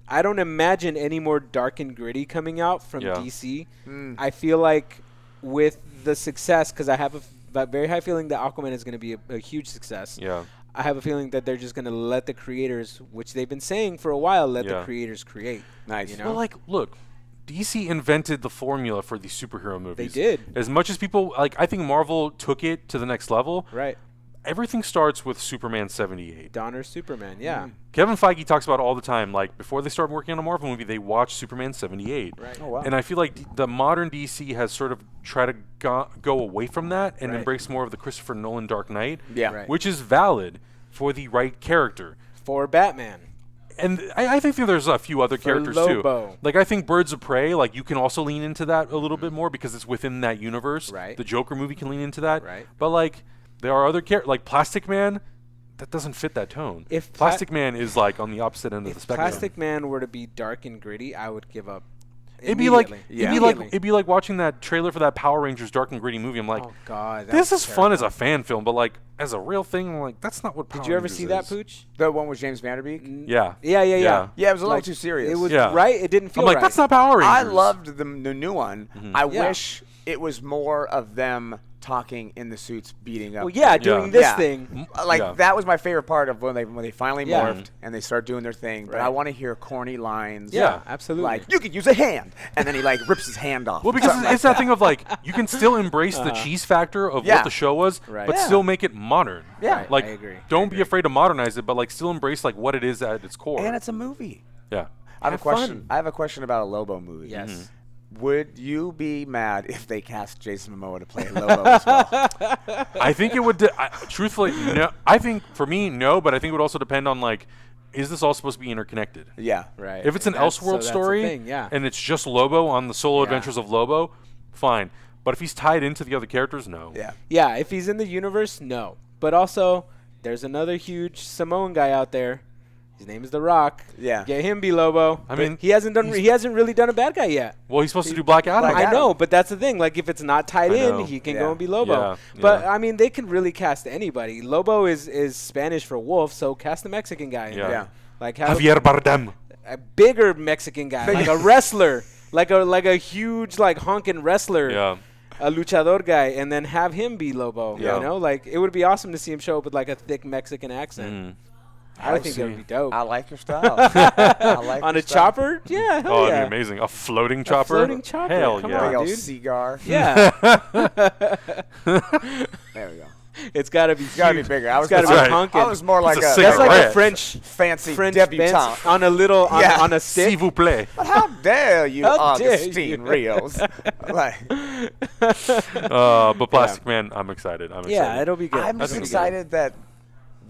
Speaker 3: I don't imagine any more dark and gritty coming out from
Speaker 1: Yeah.
Speaker 3: DC.
Speaker 1: Hmm.
Speaker 3: I feel like with the success, because I have a f- a very high feeling that Aquaman is going to be a, a huge success.
Speaker 1: yeah.
Speaker 3: I have a feeling that they're just going to let the creators, which they've been saying for a while, let the
Speaker 1: Yeah.
Speaker 3: creators create.
Speaker 2: Nice.
Speaker 3: You know?
Speaker 1: Well, like, look, DC invented the formula for these superhero movies.
Speaker 3: did.
Speaker 1: As much as people like, I think Marvel took it to the next level.
Speaker 3: right.
Speaker 1: everything starts with Superman 78.
Speaker 3: Donner Superman. Yeah.
Speaker 1: Kevin Feige talks about it all the time. Like before they started working on a Marvel movie, they watched Superman 78.
Speaker 3: Right.
Speaker 2: Oh, wow.
Speaker 1: And I feel like d- the modern DC has sort of tried to go, go away from that and
Speaker 3: Right.
Speaker 1: embrace more of the Christopher Nolan Dark Knight,
Speaker 2: Yeah.
Speaker 3: Right.
Speaker 1: which is valid for the right character.
Speaker 3: For Batman.
Speaker 1: And I, I think that there's a few other characters
Speaker 3: Lobo.
Speaker 1: too. Like I think Birds of Prey, like you can also lean into that a little bit more because it's within that universe.
Speaker 3: Mm. Right.
Speaker 1: The Joker movie can lean into that.
Speaker 3: Right.
Speaker 1: But like there are other characters, like Plastic Man, that doesn't fit that tone.
Speaker 3: If pla-
Speaker 1: Plastic Man is like on the opposite end of the
Speaker 3: If
Speaker 1: spectrum.
Speaker 3: Plastic Man were to be dark and gritty, I would give up.
Speaker 1: It'd be like
Speaker 3: immediately.
Speaker 1: it'd be like
Speaker 3: Immediately.
Speaker 1: it'd be like watching that trailer for that Power Rangers Dark and Gritty movie. I'm like,
Speaker 3: oh god, that
Speaker 1: this
Speaker 3: was
Speaker 1: is fun
Speaker 3: terrible.
Speaker 1: as a fan film, but like as a real thing, I'm like that's not what. Power
Speaker 3: Did you ever
Speaker 1: Rangers
Speaker 3: see that
Speaker 1: is.
Speaker 3: pooch?
Speaker 2: The one with James Vanderbeek.
Speaker 1: Yeah.
Speaker 3: Yeah, yeah, yeah.
Speaker 1: Yeah.
Speaker 2: Yeah, it was a little
Speaker 3: Like,
Speaker 2: too serious.
Speaker 3: It was
Speaker 1: Yeah.
Speaker 3: right. It didn't feel
Speaker 1: I'm like
Speaker 3: right.
Speaker 1: that's not Power Rangers.
Speaker 2: I loved the, m- the new one. I
Speaker 3: Yeah.
Speaker 2: wish it was more of them talking in the suits, beating up.
Speaker 3: Well, yeah, doing this
Speaker 2: Yeah.
Speaker 3: thing.
Speaker 2: Uh, Like
Speaker 1: Yeah.
Speaker 2: that was my favorite part of when they when they finally
Speaker 3: Yeah.
Speaker 2: morphed and they start doing their thing. But I
Speaker 3: Right.
Speaker 2: want to hear corny lines.
Speaker 1: Yeah.
Speaker 3: absolutely.
Speaker 2: Like you could use a hand, and then he like rips his hand off.
Speaker 1: Well, because it's, it's that thing of like you can still embrace the cheese factor of
Speaker 2: Uh-huh. Yeah.
Speaker 1: what the show was,
Speaker 2: Right.
Speaker 1: but
Speaker 2: Yeah.
Speaker 1: still make it modern.
Speaker 2: Yeah. Right,
Speaker 1: like
Speaker 3: I agree.
Speaker 1: don't be afraid to modernize it, but like still embrace like what it is at its core.
Speaker 2: and it's a movie.
Speaker 1: yeah,
Speaker 2: I have,
Speaker 3: Have
Speaker 2: a question.
Speaker 3: fun.
Speaker 2: I have a question about a Lobo movie.
Speaker 3: yes.
Speaker 2: Would you be mad if they cast Jason Momoa to play Lobo as well?
Speaker 1: I think it would. De- I, truthfully, no. I think for me, no, but I think it would also depend on like, is this all supposed to be interconnected?
Speaker 2: Yeah.
Speaker 3: Right.
Speaker 1: If it's an
Speaker 3: That's- so
Speaker 1: Elseworld
Speaker 3: that's the
Speaker 1: story
Speaker 3: thing, yeah.
Speaker 1: and it's just Lobo on the solo
Speaker 3: Yeah.
Speaker 1: adventures of Lobo, fine. But if he's tied into the other characters, no.
Speaker 2: Yeah.
Speaker 3: yeah, if he's in the universe, no. But also, there's another huge Samoan guy out there. His name is The Rock.
Speaker 2: Yeah.
Speaker 3: Get him, B Lobo.
Speaker 1: I mean,
Speaker 3: he hasn't done. He hasn't really done a bad guy yet.
Speaker 1: Well, he's supposed to do Black Adam.
Speaker 2: Black
Speaker 3: I
Speaker 2: Adam.
Speaker 3: know, but that's the thing. Like, if it's not tied
Speaker 1: I
Speaker 3: in,
Speaker 1: know.
Speaker 3: he can
Speaker 2: Yeah.
Speaker 3: go and be Lobo.
Speaker 1: Yeah,
Speaker 3: But
Speaker 1: yeah.
Speaker 3: I mean, they can really cast anybody. Lobo is is Spanish for wolf, so cast a Mexican guy. In
Speaker 1: Yeah.
Speaker 3: there.
Speaker 2: Yeah.
Speaker 3: Like have
Speaker 1: Javier Bardem.
Speaker 3: a bigger Mexican guy, like a wrestler, like a like a huge like honking wrestler,
Speaker 1: Yeah.
Speaker 3: a luchador guy, and then have him be Lobo.
Speaker 1: Yeah.
Speaker 3: You know, like it would be awesome to see him show up with like a thick Mexican accent.
Speaker 1: Mm-hmm.
Speaker 3: I, would think that would be dope.
Speaker 2: I like your style. I like
Speaker 3: On
Speaker 2: your style.
Speaker 3: a chopper, yeah, hell
Speaker 1: Oh,
Speaker 3: yeah.
Speaker 1: that'd be amazing. A floating chopper.
Speaker 3: floating chopper,
Speaker 1: Hell
Speaker 3: come
Speaker 1: yeah.
Speaker 2: Big old
Speaker 3: dude.
Speaker 2: cigar.
Speaker 3: Yeah,
Speaker 2: There we go.
Speaker 3: it's gotta be.
Speaker 2: It's got to be
Speaker 3: huge.
Speaker 2: bigger. I was,
Speaker 3: gotta
Speaker 2: gonna
Speaker 1: be
Speaker 2: say-
Speaker 3: honking.
Speaker 2: I was more like
Speaker 1: It's a
Speaker 2: a,
Speaker 3: That's like a
Speaker 1: Cigarette.
Speaker 3: French
Speaker 2: fancy
Speaker 3: French
Speaker 2: debutante.
Speaker 3: Benz on a little on,
Speaker 2: Yeah.
Speaker 3: on a
Speaker 1: S'il
Speaker 3: stick.
Speaker 1: vous plaît.
Speaker 2: But how dare you,
Speaker 3: How dare you.
Speaker 2: Augustine Rios? like,
Speaker 1: Uh, but Plastic Man, I'm excited. I'm excited.
Speaker 3: Yeah, it'll be good.
Speaker 2: I'm
Speaker 1: That's
Speaker 2: just
Speaker 1: pretty good.
Speaker 2: excited that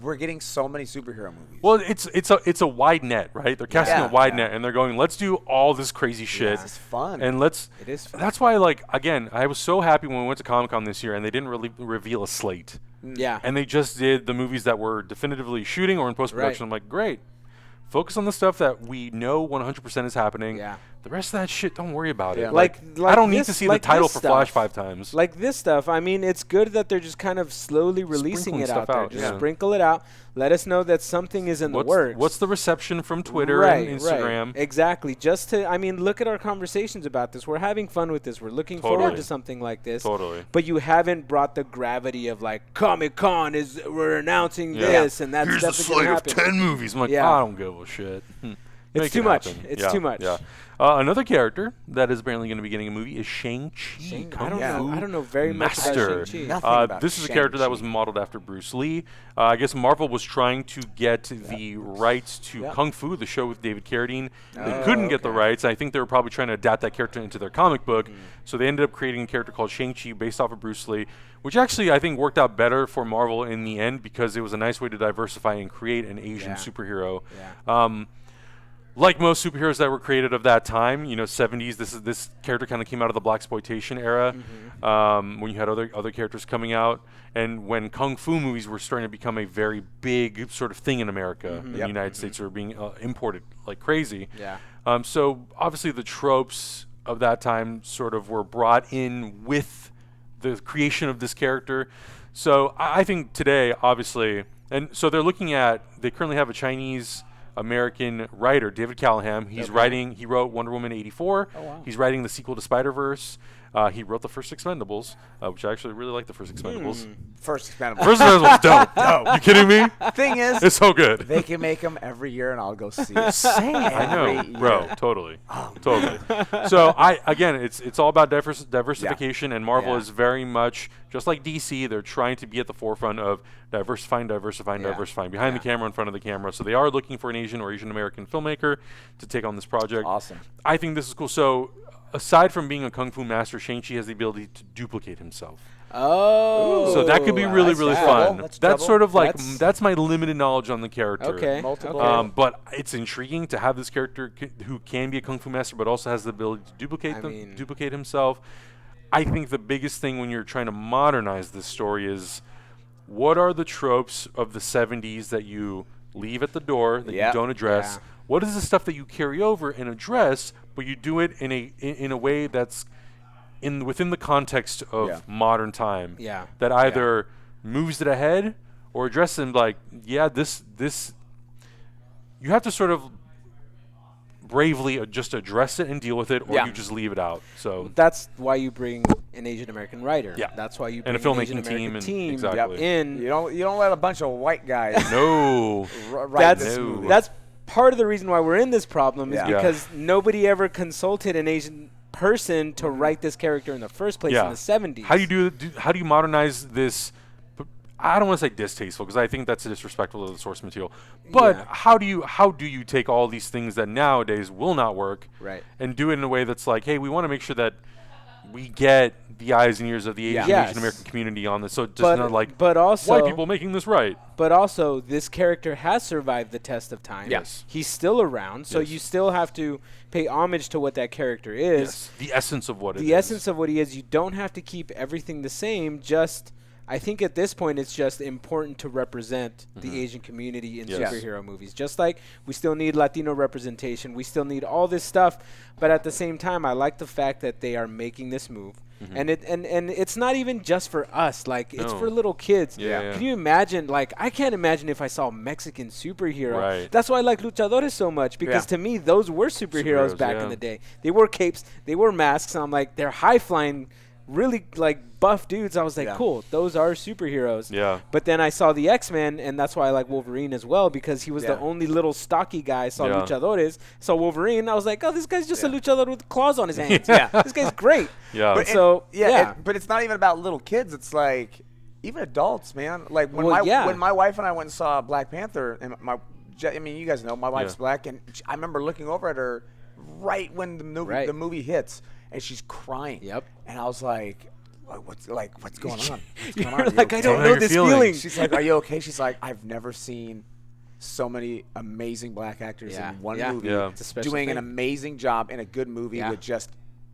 Speaker 2: we're getting so many superhero movies.
Speaker 1: Well, it's it's a it's a wide net, right? They're casting
Speaker 2: Yeah.
Speaker 1: a wide
Speaker 2: Yeah.
Speaker 1: net, and they're going, let's do all this crazy shit.
Speaker 2: This is fun.
Speaker 1: And let's.
Speaker 3: It is fun.
Speaker 1: That's why, like, again, I was so happy when we went to Comic Con this year, and they didn't really reveal a slate,
Speaker 3: yeah,
Speaker 1: and they just did the movies that were definitively shooting or in post production.
Speaker 3: Right.
Speaker 1: I'm like, great. Focus on the stuff that we know 100% is happening.
Speaker 3: Yeah.
Speaker 1: The rest of that shit, don't worry about
Speaker 2: Yeah.
Speaker 1: it.
Speaker 3: Like- like
Speaker 1: I don't need
Speaker 3: this-
Speaker 1: to see
Speaker 3: like
Speaker 1: the title
Speaker 3: this
Speaker 1: for Flash
Speaker 3: stuff.
Speaker 1: five times.
Speaker 3: like this stuff. I mean, it's good that they're just kind of slowly releasing
Speaker 1: Sprinkling
Speaker 3: it
Speaker 1: stuff
Speaker 3: out there.
Speaker 1: out,
Speaker 3: just
Speaker 1: yeah.
Speaker 3: sprinkle it out. Let us know that something is in
Speaker 1: what's,
Speaker 3: the works.
Speaker 1: what's the reception from Twitter
Speaker 3: right,
Speaker 1: and
Speaker 3: right.
Speaker 1: Instagram?
Speaker 3: Exactly. Just to, I mean, look at our conversations about this. We're having fun with this. We're looking forward
Speaker 1: Totally.
Speaker 3: to something like this.
Speaker 1: Totally.
Speaker 3: But you haven't brought the gravity of like Comic Con is we're announcing
Speaker 1: Yeah.
Speaker 3: this and that's
Speaker 1: Here's the
Speaker 3: definitely
Speaker 1: slate
Speaker 3: gonna
Speaker 1: of
Speaker 3: happen.
Speaker 1: ten movies. I'm like,
Speaker 3: Yeah.
Speaker 1: I don't give a shit. Hmm. Make
Speaker 3: too
Speaker 1: it
Speaker 3: much.
Speaker 1: happen.
Speaker 3: It's
Speaker 1: Yeah,
Speaker 3: too much.
Speaker 1: Yeah. Uh, another character that is apparently going to be getting a movie is Shang Chi.
Speaker 3: Shang- I don't know. I don't know very much about
Speaker 1: Master.
Speaker 3: Shang-Chi.
Speaker 2: Nothing
Speaker 1: Uh,
Speaker 2: about
Speaker 1: this is a character that was
Speaker 2: Shang-Chi.
Speaker 1: modeled after Bruce Lee. Uh, I guess Marvel was trying to get the rights to Kung Fu, the show with David Carradine. They
Speaker 3: Oh,
Speaker 1: couldn't get the rights. I think they were probably trying to adapt that character into their comic book.
Speaker 3: Mm.
Speaker 1: So they ended up creating a character called Shang-Chi based off of Bruce Lee, which actually I think worked out better for Marvel in the end because it was a nice way to diversify and create an Asian
Speaker 3: Yeah.
Speaker 1: superhero.
Speaker 3: Yeah.
Speaker 1: Um, like most superheroes that were created of that time, you know, 70s. This is this character kind of came out of the black exploitation era, um, when you had other other characters coming out, and when kung fu movies were starting to become a very big sort of thing in America, in the
Speaker 2: Yep.
Speaker 1: United States, were being uh, imported like crazy.
Speaker 3: Yeah.
Speaker 1: Um, so obviously the tropes of that time sort of were brought in with the creation of this character. So I, I think today, obviously, and so they're looking at they currently have a Chinese American writer, David Callahan. He's writing. He wrote Wonder Woman '84. He's writing the sequel to Spider Verse. Uh, he wrote the first Expendables, uh, which I actually really like. The first Expendables.
Speaker 2: First expendable.
Speaker 1: First Expendables, dope. dope. You kidding me?
Speaker 2: thing is,
Speaker 1: It's so good.
Speaker 2: they can make them every year, and I'll go see it.
Speaker 1: I know,
Speaker 2: Every year.
Speaker 1: bro. Totally,
Speaker 2: Oh.
Speaker 1: totally. So I again, it's it's all about divers- diversification, and Marvel
Speaker 2: Yeah.
Speaker 1: is very much just like DC. They're trying to be at the forefront of diversifying, diversifying,
Speaker 2: Yeah.
Speaker 1: diversifying behind the camera, in front of the camera. So they are looking for an Asian or Asian American filmmaker to take on this project.
Speaker 2: Awesome.
Speaker 1: I think this is cool. So aside from being a kung fu master, Shang Chi has the ability to duplicate himself.
Speaker 3: Oh.
Speaker 1: so that could be
Speaker 2: I
Speaker 1: really,
Speaker 2: like
Speaker 1: really
Speaker 2: that.
Speaker 1: fun.
Speaker 2: Double, that's
Speaker 1: That's,
Speaker 2: double.
Speaker 1: sort of like
Speaker 2: That's-
Speaker 1: that's, my limited knowledge on the character.
Speaker 3: Okay.
Speaker 2: Multiple.
Speaker 3: okay.
Speaker 1: Um, but it's intriguing to have this character c- who can be a kung fu master, but also has the ability to duplicate
Speaker 3: I
Speaker 1: them,
Speaker 3: mean-
Speaker 1: duplicate himself. I think the biggest thing when you're trying to modernize this story is what are the tropes of the '70s that you leave at the door that
Speaker 2: Yeah.
Speaker 1: you don't address?
Speaker 3: Yeah.
Speaker 1: What is the stuff that you carry over and address, but you do it in a in, in a way that's in within the context of
Speaker 2: Yeah.
Speaker 1: modern time?
Speaker 3: Yeah.
Speaker 1: that either moves it ahead or addresses them like, yeah, this this you have to sort of bravely uh, just address it and deal with it, or
Speaker 2: Yeah.
Speaker 1: you just leave it out. So
Speaker 3: that's why you bring an Asian American writer.
Speaker 1: Yeah.
Speaker 3: That's why you bring
Speaker 1: And a
Speaker 3: an
Speaker 1: filmmaking
Speaker 3: Asian American
Speaker 1: team and-
Speaker 3: team
Speaker 1: exactly.
Speaker 3: in.
Speaker 2: You don't. You don't let a bunch of white guys.
Speaker 1: no,
Speaker 2: r- write
Speaker 3: that's
Speaker 2: this
Speaker 1: No.
Speaker 2: movie.
Speaker 3: that's part of the reason why we're in this problem is
Speaker 2: Yeah. Yeah.
Speaker 3: because nobody ever consulted an Asian person to write this character in the first place
Speaker 1: yeah.
Speaker 3: in the 70s.
Speaker 1: How do you do, do? How do you modernize this? p- I don't want to say distasteful because I think that's disrespectful to the source material. But
Speaker 3: Yeah.
Speaker 1: how do you how do you take all these things that nowadays will not work,
Speaker 2: Right.
Speaker 1: and do it in a way that's like, hey, we want to make sure that we get the eyes and ears of the Asian,
Speaker 3: Yes.
Speaker 1: Asian American community on this, so it's just
Speaker 3: But-
Speaker 1: not like
Speaker 3: but also-
Speaker 1: white people making this right.
Speaker 3: but also this character has survived the test of time.
Speaker 1: Yes.
Speaker 3: He's still around, so
Speaker 1: Yes.
Speaker 3: you still have to pay homage to what that character is.
Speaker 1: Yes, the essence of what it
Speaker 3: the
Speaker 1: is.
Speaker 3: essence of what he is, you don't have to keep everything the same. Just, I think at this point, it's just important to represent the Asian community in
Speaker 1: Mm-hmm. Yes.
Speaker 2: Yes.
Speaker 3: superhero movies. Just like we still need Latino representation, we still need all this stuff. But at the same time, I like the fact that they are making this move. And it and, and it's not even just for us. Like it's
Speaker 1: Mm-hmm. No.
Speaker 3: for little kids.
Speaker 1: Yeah, yeah.
Speaker 3: Can you imagine? Like I can't imagine if I saw a Mexican superhero.
Speaker 1: Right.
Speaker 3: That's why I like luchadores so much because
Speaker 2: Yeah.
Speaker 3: to me those were superheroes,
Speaker 1: Superheroes,
Speaker 3: back
Speaker 1: yeah.
Speaker 3: in the day day. They wore capes, they wore masks. And I'm like, they're high flying, really like buff dudes. I was like,
Speaker 2: Yeah.
Speaker 3: cool, those are superheroes.
Speaker 1: Yeah.
Speaker 3: But then I saw the X Men, and that's why I like Wolverine as well because he was the
Speaker 2: Yeah.
Speaker 3: only little stocky guy. I saw
Speaker 1: Yeah.
Speaker 3: luchadores, saw Wolverine. I was like, oh, this guy's just a
Speaker 2: Yeah.
Speaker 3: luchador with claws on his hands.
Speaker 1: Yeah.
Speaker 3: this guy's great.
Speaker 1: Yeah.
Speaker 3: But
Speaker 1: But
Speaker 2: And-
Speaker 3: so yeah,
Speaker 2: yeah, and- but it's not even about little kids. It's like even adults, man. Like when
Speaker 3: Well,
Speaker 2: my
Speaker 3: yeah.
Speaker 2: when my wife and I went and saw Black Panther, and my Je- I mean, you guys know my wife's
Speaker 1: Yeah.
Speaker 2: black, and sh- I remember looking over at her right when the movie
Speaker 3: Right.
Speaker 2: the movie hits, and she's crying.
Speaker 3: Yep.
Speaker 2: And I was like, like, what's like what's going on? What's
Speaker 3: You're
Speaker 2: going on? Are you
Speaker 3: like, I
Speaker 2: okay?"
Speaker 3: don't
Speaker 1: Tell me
Speaker 3: know
Speaker 1: your
Speaker 3: this
Speaker 1: feelings.
Speaker 3: feeling.
Speaker 2: She's like, "Are you okay?" She's like, "I've never seen so many amazing black actors
Speaker 3: Yeah.
Speaker 2: in one
Speaker 3: Yeah.
Speaker 2: movie
Speaker 1: Yeah. It's a
Speaker 3: special
Speaker 2: doing an
Speaker 3: thing.
Speaker 2: amazing job in a good movie
Speaker 3: Yeah.
Speaker 2: with just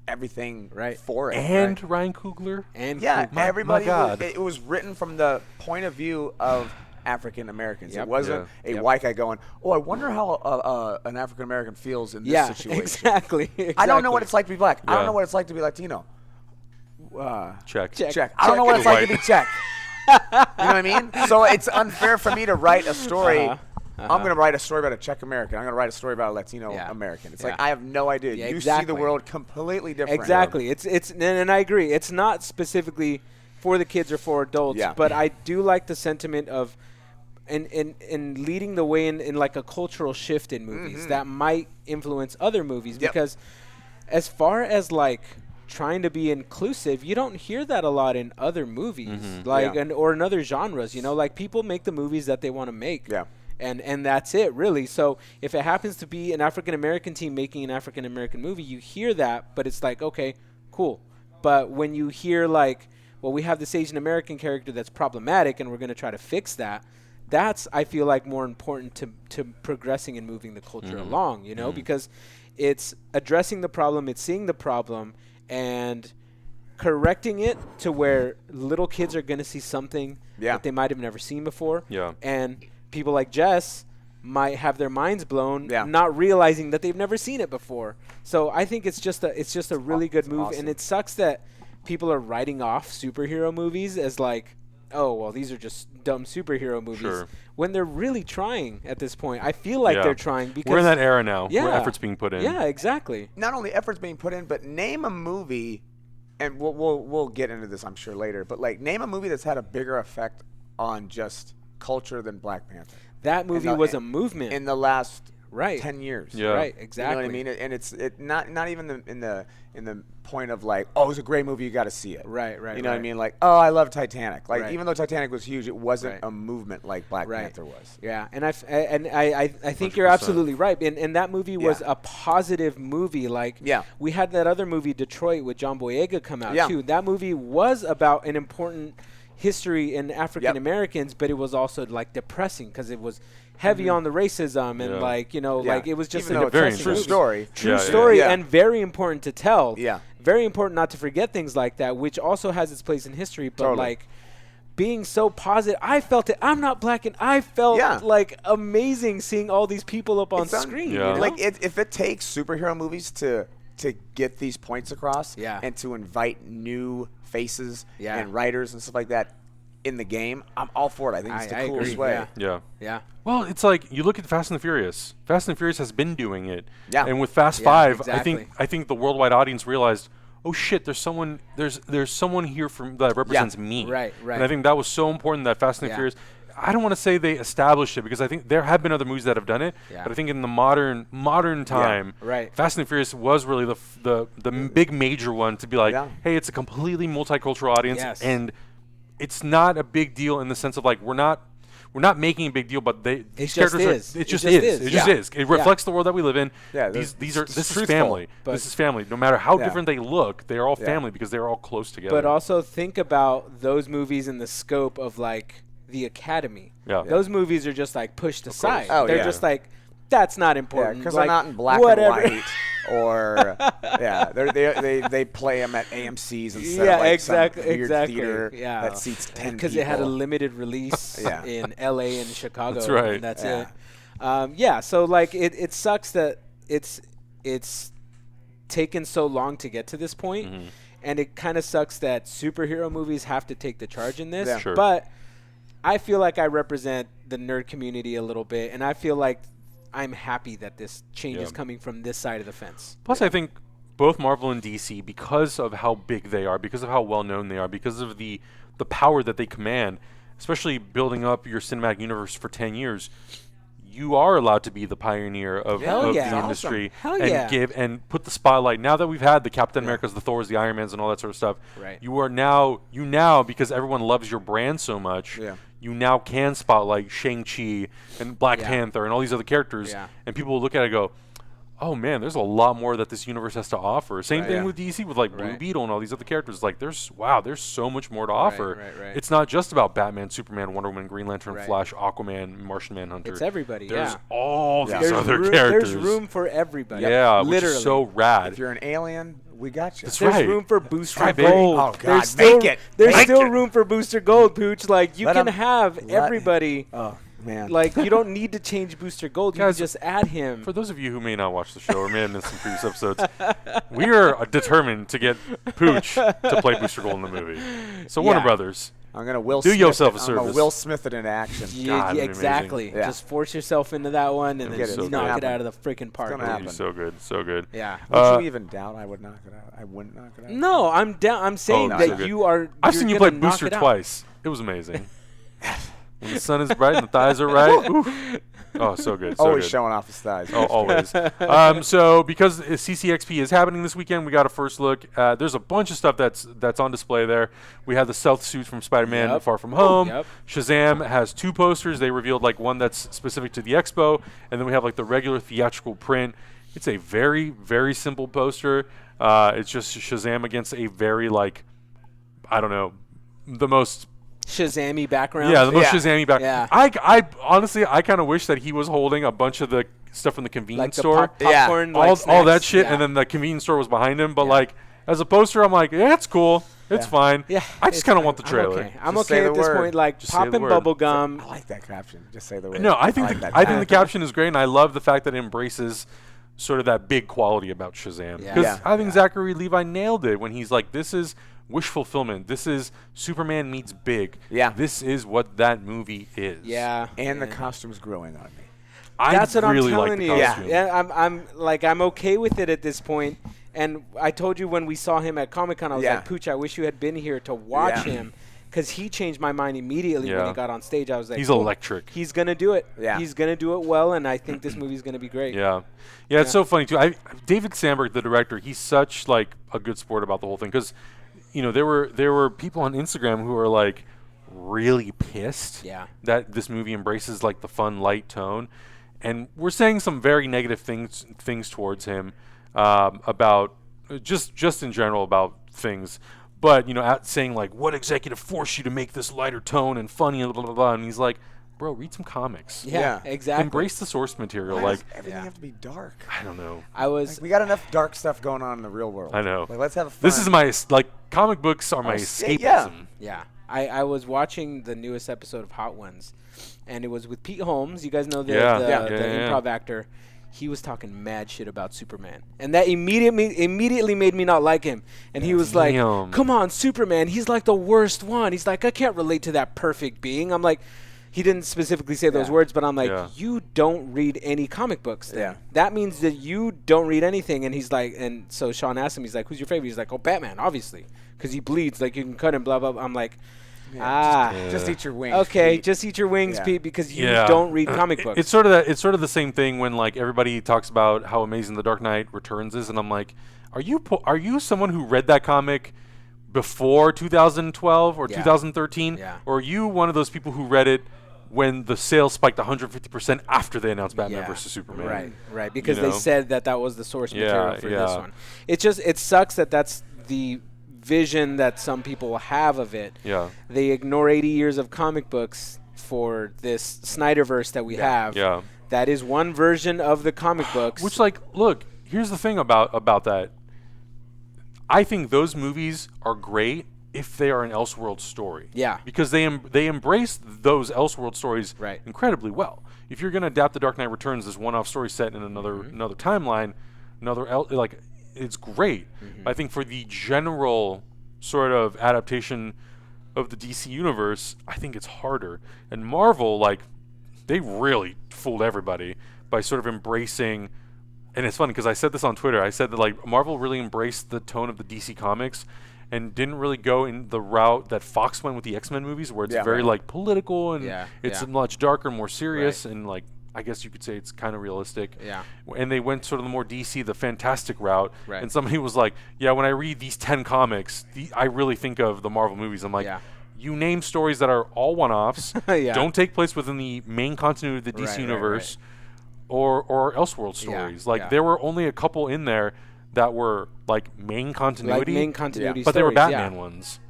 Speaker 2: everything
Speaker 3: Right.
Speaker 2: for it."
Speaker 1: and Ryan Coogler.
Speaker 3: and
Speaker 2: yeah,
Speaker 3: cool.
Speaker 1: My- my
Speaker 2: everybody.
Speaker 1: God.
Speaker 2: Was, it was written from the point of view of African Americans.
Speaker 3: Yep.
Speaker 2: It wasn't
Speaker 1: Yeah.
Speaker 2: a
Speaker 3: Yep.
Speaker 2: white guy going, "Oh, I wonder how uh, uh, an African American feels in this
Speaker 3: yeah,
Speaker 2: situation."
Speaker 3: exactly,
Speaker 2: I don't know
Speaker 3: exactly.
Speaker 2: what it's like to be black. I don't
Speaker 1: Yeah.
Speaker 2: know what it's like to be Latino. Uh,
Speaker 1: Check.
Speaker 3: Check.
Speaker 2: check. I don't know what it's like to be
Speaker 1: White.
Speaker 2: check. you know what I mean? So it's unfair for me to write a story.
Speaker 3: Uh-huh.
Speaker 2: I'm going to write a story about a Czech American. I'm going to write a story about a Latino
Speaker 3: Yeah.
Speaker 2: American. It's like
Speaker 3: Yeah.
Speaker 2: I have no idea.
Speaker 3: Yeah,
Speaker 2: you see
Speaker 3: exactly.
Speaker 2: the world completely different.
Speaker 3: Exactly. It's it's and, and I agree. It's not specifically for the kids or for adults,
Speaker 2: Yeah.
Speaker 3: but I do like the sentiment of and and, and leading the way in, in like a cultural shift in movies that might influence other movies
Speaker 2: Mm-hmm. Yep.
Speaker 3: because as far as like trying to be inclusive, you don't hear that a lot in other movies, like
Speaker 2: Mm-hmm. Yeah.
Speaker 3: and or in other genres. You know, like people make the movies that they want to make.
Speaker 2: Yeah.
Speaker 3: And, and that's it really. So if it happens to be an African American team making an African American movie, you hear that, but it's like okay, cool. But when you hear like, well, we have this Asian American character that's problematic, and we're going to try to fix that. That's I feel like more important to to progressing and moving the culture along. You know, because it's addressing the problem, it's seeing the problem, and correcting it to where little kids are going to see something
Speaker 2: Yeah.
Speaker 3: that they might have never seen before.
Speaker 1: Yeah.
Speaker 3: And people like Jess might have their minds blown
Speaker 2: Yeah.
Speaker 3: not realizing that they've never seen it before. So I think it's just a it's just a really good move
Speaker 2: awesome.
Speaker 3: and it sucks that people are writing off superhero movies as like oh well these are just dumb superhero movies
Speaker 1: Sure.
Speaker 3: when they're really trying at this point. I feel like
Speaker 1: Yeah.
Speaker 3: they're trying because
Speaker 1: We're in that era now
Speaker 3: yeah.
Speaker 1: where efforts being put in.
Speaker 3: Yeah, exactly.
Speaker 2: not only efforts being put in, but name a movie and we'll, we'll we'll get into this, I'm sure, later. But like, name a movie that's had a bigger effect on just culture than Black Panther
Speaker 3: That movie
Speaker 2: the-
Speaker 3: was a
Speaker 2: and-
Speaker 3: movement.
Speaker 2: in the last
Speaker 3: Right.
Speaker 2: ten years.
Speaker 1: Yeah.
Speaker 3: Right,
Speaker 2: You know
Speaker 3: exactly.
Speaker 2: what I mean? And it's it not not even the, in the in the point of like, oh, it's a great movie, you got to see it.
Speaker 3: Right, right,
Speaker 2: You know what I
Speaker 3: right.
Speaker 2: mean? Like, oh, I love Titanic. Like,
Speaker 3: Right.
Speaker 2: even though Titanic was huge, it wasn't
Speaker 3: Right.
Speaker 2: a movement like Black
Speaker 3: Right.
Speaker 2: Panther was.
Speaker 3: Yeah, and I f- and I I, I think you're
Speaker 1: 100%.
Speaker 3: absolutely right. And and that movie was
Speaker 2: Yeah.
Speaker 3: a positive movie. Like
Speaker 2: Yeah.
Speaker 3: we had that other movie Detroit with John Boyega come out
Speaker 2: Yeah.
Speaker 3: too. That movie was about an important history in African Americans, but it was also like depressing because it was heavy on the racism and
Speaker 1: Yeah.
Speaker 3: like you know
Speaker 2: Mm-hmm. Yeah.
Speaker 3: like it was just
Speaker 2: Even
Speaker 3: a
Speaker 2: though it's a
Speaker 1: Very
Speaker 3: depressing
Speaker 2: true
Speaker 1: interesting.
Speaker 2: story.
Speaker 3: movie. True
Speaker 1: Yeah, yeah,
Speaker 3: story
Speaker 2: yeah.
Speaker 3: and very important to tell.
Speaker 2: Yeah.
Speaker 3: Very important not to forget things like that, which also has its place in history, but
Speaker 2: Totally.
Speaker 3: like being so positive, I felt it. I'm not black, and I felt
Speaker 2: Yeah.
Speaker 3: like amazing seeing all these people up on
Speaker 2: It's un-
Speaker 3: screen.
Speaker 1: Yeah.
Speaker 3: you know?
Speaker 2: Like, it, if it takes superhero movies to to get these points across,
Speaker 3: Yeah.
Speaker 2: and to invite new faces
Speaker 3: Yeah.
Speaker 2: and writers and stuff like that in the game, I'm all for it. I think it's
Speaker 3: I-
Speaker 2: the
Speaker 3: I
Speaker 2: coolest
Speaker 3: agree,
Speaker 2: way.
Speaker 3: yeah.
Speaker 1: Yeah.
Speaker 3: yeah,
Speaker 1: Well, it's like you look at Fast and the Furious. Fast and the Furious has been doing it.
Speaker 2: Yeah.
Speaker 1: And with Fast
Speaker 3: Yeah,
Speaker 1: Five, I think
Speaker 3: exactly.
Speaker 1: I think the worldwide audience realized, oh shit, there's someone there's there's someone here from that represents me.
Speaker 3: Right, right.
Speaker 1: And I think that was so important that Fast and the
Speaker 3: Yeah.
Speaker 1: Furious. I don't want to say they established it because I think there have been other movies that have done it,
Speaker 3: Yeah.
Speaker 1: but I think in the modern modern time,
Speaker 3: right.
Speaker 1: Fast and the Furious was really the f- the the m- big major one to be like,
Speaker 2: Yeah.
Speaker 1: hey, it's a completely multicultural audience,
Speaker 3: Yes.
Speaker 1: and it's not a big deal in the sense of like we're not we're not making a big deal, but they these
Speaker 3: just
Speaker 1: characters are-
Speaker 3: is.
Speaker 1: it just is. It just
Speaker 3: Yeah.
Speaker 1: is. It reflects the world that we live in.
Speaker 2: Yeah,
Speaker 1: these
Speaker 2: that's-
Speaker 1: these are
Speaker 2: it's
Speaker 1: this is
Speaker 2: truthful,
Speaker 1: family.
Speaker 3: but-
Speaker 1: This is family. No matter how
Speaker 2: Yeah.
Speaker 1: different they look, they are all
Speaker 2: Yeah.
Speaker 1: family because they're all close together.
Speaker 3: but also think about those movies in the scope of like the Academy.
Speaker 1: Yeah. Yeah.
Speaker 3: those movies are just like pushed aside.
Speaker 2: Oh,
Speaker 3: They're
Speaker 2: yeah.
Speaker 3: just like that's not
Speaker 2: Yeah,
Speaker 3: important
Speaker 2: because
Speaker 3: like,
Speaker 2: they're not in black
Speaker 3: whatever.
Speaker 2: and white, or yeah, they're, they they they play them at AMC's instead
Speaker 3: yeah,
Speaker 2: of like
Speaker 3: exactly,
Speaker 2: some weird
Speaker 3: exactly.
Speaker 2: theater
Speaker 3: yeah,
Speaker 2: that seats ten
Speaker 3: because it had a
Speaker 2: people.
Speaker 3: limited release
Speaker 2: Yeah.
Speaker 3: in L.A. and Chicago.
Speaker 1: That's right.
Speaker 3: And that's
Speaker 2: Yeah.
Speaker 3: it. Um, yeah, so like it, it sucks that it's it's taken so long to get to this point,
Speaker 1: Mm-hmm.
Speaker 3: and it kind of sucks that superhero movies have to take the charge in this.
Speaker 2: Yeah.
Speaker 1: Sure.
Speaker 3: But I feel like I represent the nerd community a little bit, and I feel like I'm happy that this change
Speaker 1: Yeah.
Speaker 3: is coming from this side of the fence.
Speaker 1: Plus, I think both Marvel and DC, because of how big they are, because of how well known they are, because of the the power that they command, especially building up your cinematic universe for ten years, you are allowed to be the pioneer of,
Speaker 3: Hell
Speaker 1: of
Speaker 3: yeah.
Speaker 1: the
Speaker 3: Awesome.
Speaker 1: industry
Speaker 3: Hell
Speaker 1: and
Speaker 3: yeah.
Speaker 1: give and put the spotlight. Now that we've had the Captain Americas, the Thors, the Iron Mans, and all that sort of stuff,
Speaker 3: Right.
Speaker 1: you are now you now because everyone loves your brand so much.
Speaker 2: Yeah.
Speaker 1: You now can spotlight Shang Chi and Black
Speaker 3: Yeah.
Speaker 1: Panther and all these other characters,
Speaker 3: Yeah.
Speaker 1: and people will look at it and go, oh man, there's a lot more that this universe has to offer. Same thing
Speaker 2: Yeah.
Speaker 1: with DC with like Blue
Speaker 3: Right.
Speaker 1: Beetle and all these other characters. Like, there's wow, there's so much more to offer.
Speaker 3: right, right.
Speaker 1: It's not just about Batman, Superman, Wonder Woman, Green Lantern,
Speaker 3: Right.
Speaker 1: Flash, Aquaman, Martian Manhunter.
Speaker 3: It's everybody,
Speaker 1: There's
Speaker 3: yeah.
Speaker 1: all these
Speaker 2: Yeah.
Speaker 3: There's,
Speaker 1: other
Speaker 3: room,
Speaker 1: characters.
Speaker 3: there's room for everybody.
Speaker 1: yeah,
Speaker 3: literally.
Speaker 1: which is so rad.
Speaker 2: If you're an alien, we got you.
Speaker 1: That's
Speaker 3: There's
Speaker 1: right.
Speaker 3: room for booster
Speaker 1: right, baby.
Speaker 3: gold.
Speaker 2: Oh, God,
Speaker 3: There's still,
Speaker 2: make it.
Speaker 3: There's
Speaker 2: Make
Speaker 3: still
Speaker 2: it.
Speaker 3: room for booster gold, Pooch. Like you
Speaker 2: Let
Speaker 3: can
Speaker 2: 'em-
Speaker 3: have
Speaker 2: let-
Speaker 3: everybody.
Speaker 2: Oh man,
Speaker 3: like you don't need to change booster gold. You
Speaker 1: Guys,
Speaker 3: can just add him.
Speaker 1: For those of you who may not watch the show or may have missed some previous episodes, we are uh, determined to get Pooch to play Booster Gold in the movie. So Warner
Speaker 2: Yeah.
Speaker 1: Brothers,
Speaker 2: I'm gonna Will
Speaker 1: do
Speaker 2: Smith
Speaker 1: yourself
Speaker 2: it.
Speaker 1: a
Speaker 2: I'm gonna
Speaker 1: service.
Speaker 2: Will Smith it in action.
Speaker 1: God,
Speaker 3: Yeah, yeah,
Speaker 1: that'd be amazing.
Speaker 3: exactly.
Speaker 2: Yeah.
Speaker 3: Just force yourself into that one and then
Speaker 2: Get
Speaker 1: it.
Speaker 3: just
Speaker 1: So
Speaker 3: knock
Speaker 1: good.
Speaker 3: it out of the freaking park.
Speaker 2: gonna
Speaker 3: dude.
Speaker 1: it'd be
Speaker 2: happen.
Speaker 1: so good, so good.
Speaker 3: Yeah.
Speaker 2: Would
Speaker 1: Uh,
Speaker 2: you even doubt I would knock it out? I wouldn't knock it out.
Speaker 3: No, I'm down. I'm saying
Speaker 1: no,
Speaker 2: Oh,
Speaker 1: so
Speaker 3: that
Speaker 1: good.
Speaker 3: you are.
Speaker 1: I've
Speaker 3: you're
Speaker 1: seen you play
Speaker 3: gonna knock
Speaker 1: Booster
Speaker 3: it out.
Speaker 1: twice. It was amazing. when the sun is bright and the thighs are right. oof. Oh, so good. So
Speaker 2: Always
Speaker 1: good.
Speaker 2: showing off his thighs.
Speaker 1: Oh, always. um, so because uh, CCXP is happening this weekend, we got a first look. Uh, there's a bunch of stuff that's that's on display there. We have the stealth suit from Spider-Man:
Speaker 3: Yep.
Speaker 1: Far From Home.
Speaker 3: Yep.
Speaker 1: Shazam has two posters. They revealed like one that's specific to the expo, and then we have like the regular theatrical print. It's a very very simple poster. Uh, it's just Shazam against a very like I don't know the most
Speaker 3: Shazammy background.
Speaker 1: yeah, the most
Speaker 2: Yeah.
Speaker 1: Shazam back.
Speaker 3: Yeah.
Speaker 1: I, I honestly, I kind of wish that he was holding a bunch of the stuff from the convenience
Speaker 3: like the
Speaker 1: store,
Speaker 3: pop-
Speaker 2: Yeah.
Speaker 3: popcorn,
Speaker 1: all,
Speaker 3: like
Speaker 1: all that
Speaker 3: snacks.
Speaker 1: shit,
Speaker 3: Yeah.
Speaker 1: and then the convenience store was behind him. But like, as a poster, I'm like, yeah, it's cool, it's fine.
Speaker 3: Yeah,
Speaker 1: I just
Speaker 3: it's
Speaker 1: kind of
Speaker 3: fine.
Speaker 1: want the
Speaker 3: I'm
Speaker 1: trailer.
Speaker 3: okay. I'm
Speaker 2: Just
Speaker 3: okay
Speaker 2: say
Speaker 3: at
Speaker 2: the
Speaker 3: this
Speaker 2: word.
Speaker 3: point. Like
Speaker 1: Just say the
Speaker 3: popping
Speaker 1: word.
Speaker 3: bubble gum.
Speaker 2: I like that caption. Just say the word.
Speaker 1: No, I think
Speaker 2: like
Speaker 1: the,
Speaker 2: that
Speaker 1: I think the
Speaker 2: caption.
Speaker 1: caption is great, and I love the fact that it embraces sort of that big quality about Shazam.
Speaker 3: Yeah.
Speaker 1: Because
Speaker 2: Yeah.
Speaker 1: I think Zachary Levi nailed it when he's like, "This is wish fulfillment. This is Superman meets big.
Speaker 2: Yeah.
Speaker 1: this is what that movie is.
Speaker 3: Yeah.
Speaker 2: And the
Speaker 3: yeah.
Speaker 2: costumes growing on me.
Speaker 1: I
Speaker 3: That's what
Speaker 1: really
Speaker 3: I'm
Speaker 1: like
Speaker 3: telling
Speaker 1: the
Speaker 3: you.
Speaker 1: costume.
Speaker 3: Yeah, I'm, I'm like I'm okay with it at this point, And I told you when we saw him at Comic Con, I was
Speaker 2: Yeah.
Speaker 3: like, Pooch, I wish you had been here to watch
Speaker 2: Yeah.
Speaker 3: him. Because he changed my mind immediately when
Speaker 1: Yeah.
Speaker 3: he got on stage. I was like,
Speaker 1: He's
Speaker 3: "Cool.
Speaker 1: electric."
Speaker 3: He's going to do it.
Speaker 2: Yeah.
Speaker 3: He's going to do it well. And I think this movie's going to be great.
Speaker 1: Yeah, yeah, it's so funny too. I, David Sandberg, the director, he's such like a good sport about the whole thing because, you know, there were there were people on Instagram who are like really pissed.
Speaker 3: Yeah.
Speaker 1: that this movie embraces like the fun light tone, and we're saying some very negative things things towards him um, about just just in general about things. But you know, out saying like, "What executive forced you to make this lighter tone and funny?" and blah blah blah, and he's like, "Bro, read some comics.
Speaker 3: Yeah,
Speaker 2: Yeah.
Speaker 3: exactly.
Speaker 1: Embrace the source material.
Speaker 2: Why
Speaker 1: Like,
Speaker 2: does everything
Speaker 3: Yeah.
Speaker 2: have to be dark?
Speaker 1: I don't know.
Speaker 3: I was.
Speaker 2: Like, we got enough dark stuff going on in the real world.
Speaker 1: I know.
Speaker 2: Like, let's have fun.
Speaker 1: This is my es- like comic books are my
Speaker 2: s-
Speaker 1: escapism.
Speaker 2: yeah.
Speaker 3: Yeah, I, I was watching the newest episode of Hot Ones, and it was with Pete Holmes. You guys know the
Speaker 1: Yeah.
Speaker 3: the,
Speaker 1: Yeah.
Speaker 3: the
Speaker 1: Yeah, yeah, yeah.
Speaker 3: improv actor. He was talking mad shit about Superman, and that immediately immediately made me not like him. And he was
Speaker 1: Damn.
Speaker 3: like, "Come on, Superman! He's like the worst one. He's like, I can't relate to that perfect being." I'm like. He didn't specifically say those
Speaker 2: Yeah.
Speaker 3: words, but I'm like,
Speaker 1: Yeah.
Speaker 3: you don't read any comic books. then.
Speaker 2: Yeah.
Speaker 3: That means that you don't read anything. And he's like, and so Sean asked him, he's like, who's your favorite? He's like, oh, Batman, obviously, because he bleeds, like you can cut him, blah, blah, blah. I'm like, ah,
Speaker 2: Just eat your wings.
Speaker 3: okay,
Speaker 2: Pete.
Speaker 3: just eat your wings,
Speaker 2: Yeah.
Speaker 3: Pete, because you
Speaker 1: Yeah.
Speaker 3: don't read comic
Speaker 1: It-
Speaker 3: books.
Speaker 1: It's sort of that. It's sort of the same thing when like everybody talks about how amazing The Dark Knight Returns is, and I'm like, are you po- are you someone who read that comic before 2012 or
Speaker 3: Yeah.
Speaker 1: 2013,
Speaker 3: Yeah.
Speaker 1: or are you one of those people who read it when the sales spiked 150 percent after they announced Batman
Speaker 3: Yeah.
Speaker 1: versus Superman?
Speaker 3: Right, right, because
Speaker 1: know?
Speaker 3: they said that that was the source
Speaker 1: Yeah,
Speaker 3: material for this
Speaker 1: yeah.
Speaker 3: one. It just it sucks that that's the vision that some people have of it.
Speaker 1: Yeah.
Speaker 3: They ignore 80 years of comic books for this Snyderverse that we have.
Speaker 1: Yeah.
Speaker 3: That is one version of the comic books.
Speaker 1: Which, like, look, here's the thing about about that. I think those movies are great if they are an Elseworld story.
Speaker 3: Yeah.
Speaker 1: Because they em- they embrace those Elseworld stories
Speaker 3: Right.
Speaker 1: incredibly well. If you're going to adapt The Dark Knight Returns, this one-off story set in another
Speaker 3: Mm-hmm.
Speaker 1: another timeline, another el- like it's great.
Speaker 3: Mm-hmm.
Speaker 1: I think for the general sort of adaptation of the DC universe, I think it's harder. And Marvel, like, they really fooled everybody by sort of embracing. And it's funny because I said this on Twitter. I said that like Marvel really embraced the tone of the DC comics, and didn't really go in the route that Fox went with the X Men movies, where it's
Speaker 2: Yeah.
Speaker 1: very like political and
Speaker 3: Yeah,
Speaker 1: it's
Speaker 3: yeah.
Speaker 1: much darker, more serious, and like I guess you could say it's kind of realistic.
Speaker 3: Yeah.
Speaker 1: W- And they went sort of the more DC, the fantastic route.
Speaker 3: Right.
Speaker 1: And somebody was like, "Yeah, when I read these ten comics, the, I really think of the Marvel movies." I'm like.
Speaker 3: Yeah.
Speaker 1: You name stories that are all one-offs.
Speaker 3: Yeah.
Speaker 1: Don't take place within the main continuity of the
Speaker 3: Right,
Speaker 1: DC
Speaker 3: right,
Speaker 1: universe, or or Elseworld stories. like
Speaker 3: yeah.
Speaker 1: there were only a couple in there that were like main
Speaker 3: like
Speaker 1: continuity,
Speaker 3: main continuity
Speaker 1: but they were
Speaker 3: stories,
Speaker 1: Batman
Speaker 3: yeah.
Speaker 1: ones.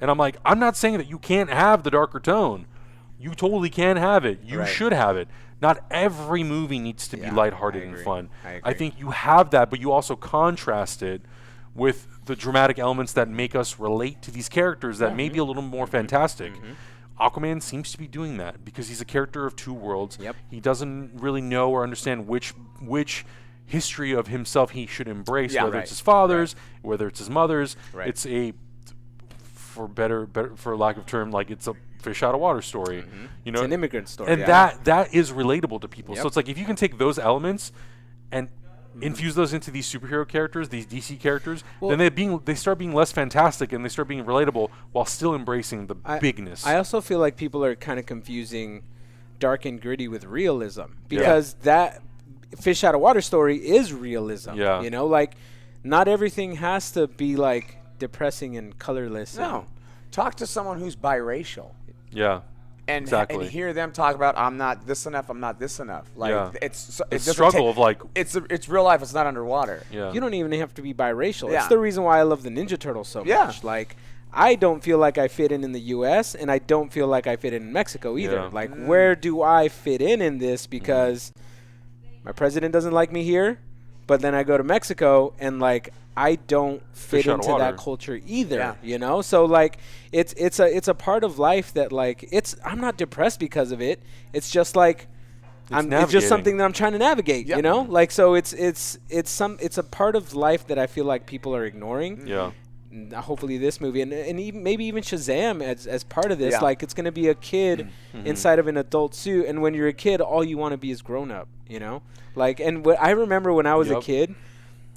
Speaker 1: And I'm like, I'm not saying that you can't have the darker tone. You totally can have it. You
Speaker 2: Right.
Speaker 1: should have it. Not every movie needs to
Speaker 3: Yeah,
Speaker 1: be lighthearted
Speaker 3: I
Speaker 1: and
Speaker 3: agree.
Speaker 1: fun.
Speaker 3: I
Speaker 1: I
Speaker 3: agree.
Speaker 1: think you have that, but you also contrast it with the dramatic elements that make us relate to these characters that may be a little
Speaker 3: Mm-hmm.
Speaker 1: more fantastic. Aquaman seems to be doing that because he's a character of two worlds.
Speaker 3: Yep.
Speaker 1: He doesn't really know or understand which which history of himself he should embrace,
Speaker 2: Yeah,
Speaker 1: whether
Speaker 2: right.
Speaker 1: it's his father's, whether it's his mother's.
Speaker 3: Right.
Speaker 1: It's a for better, better for lack of term, like it's a fish out of water story. You know,
Speaker 3: Mm-hmm. It's an immigrant story.
Speaker 1: and
Speaker 3: yeah.
Speaker 1: that that is relatable to people.
Speaker 3: Yep. Mm-hmm.
Speaker 1: So it's like if you can take those elements and infuse those into these superhero characters, these DC characters,
Speaker 3: Well-
Speaker 1: then they being they start being less fantastic and they start being relatable while still embracing the
Speaker 3: I-
Speaker 1: bigness.
Speaker 3: I also feel like people are kind of confusing dark and gritty with realism
Speaker 1: Yeah.
Speaker 3: because that fish out of water story is realism.
Speaker 1: Yeah.
Speaker 3: You know, like not everything has to be like depressing and colorless.
Speaker 2: No. Talk to someone who's biracial.
Speaker 1: yeah.
Speaker 2: and
Speaker 1: Exactly.
Speaker 2: and hear them talk about I'm not this enough, I'm not this enough. Like
Speaker 1: Yeah.
Speaker 2: it's so,
Speaker 1: The
Speaker 2: it doesn't
Speaker 1: struggle
Speaker 2: take-
Speaker 1: of, like-
Speaker 2: it's a, it's real life. It's not underwater.
Speaker 1: Yeah.
Speaker 3: You don't even have to be biracial. It's
Speaker 2: Yeah.
Speaker 3: the reason why I love the Ninja Turtles so
Speaker 2: Yeah.
Speaker 3: much. Like I don't feel like I fit in in the U.S. and I don't feel like I fit in in Mexico either.
Speaker 1: Yeah. Mm.
Speaker 3: Like
Speaker 2: Mm.
Speaker 3: where do I fit in in this? Because my president doesn't like me here, but then I go to Mexico and like I don't fit
Speaker 1: Fish out of
Speaker 3: into
Speaker 1: water.
Speaker 3: that culture either.
Speaker 2: Yeah.
Speaker 3: You know, so like it's it's a it's a part of life that like it's I'm not depressed because of it. It's just like I'm, it's just
Speaker 1: navigating.
Speaker 3: something that I'm trying to navigate. You
Speaker 2: Yep.
Speaker 3: know, like so it's it's it's some it's a part of life that I feel like people are ignoring.
Speaker 1: yeah.
Speaker 3: N- Hopefully, this movie and and even, maybe even Shazam as as part of this,
Speaker 2: Yeah.
Speaker 3: like it's gonna be a kid inside of an adult suit, and when you're a kid, all you want to be is grown up. You know, like and what I remember when I was
Speaker 1: Yep.
Speaker 3: a kid.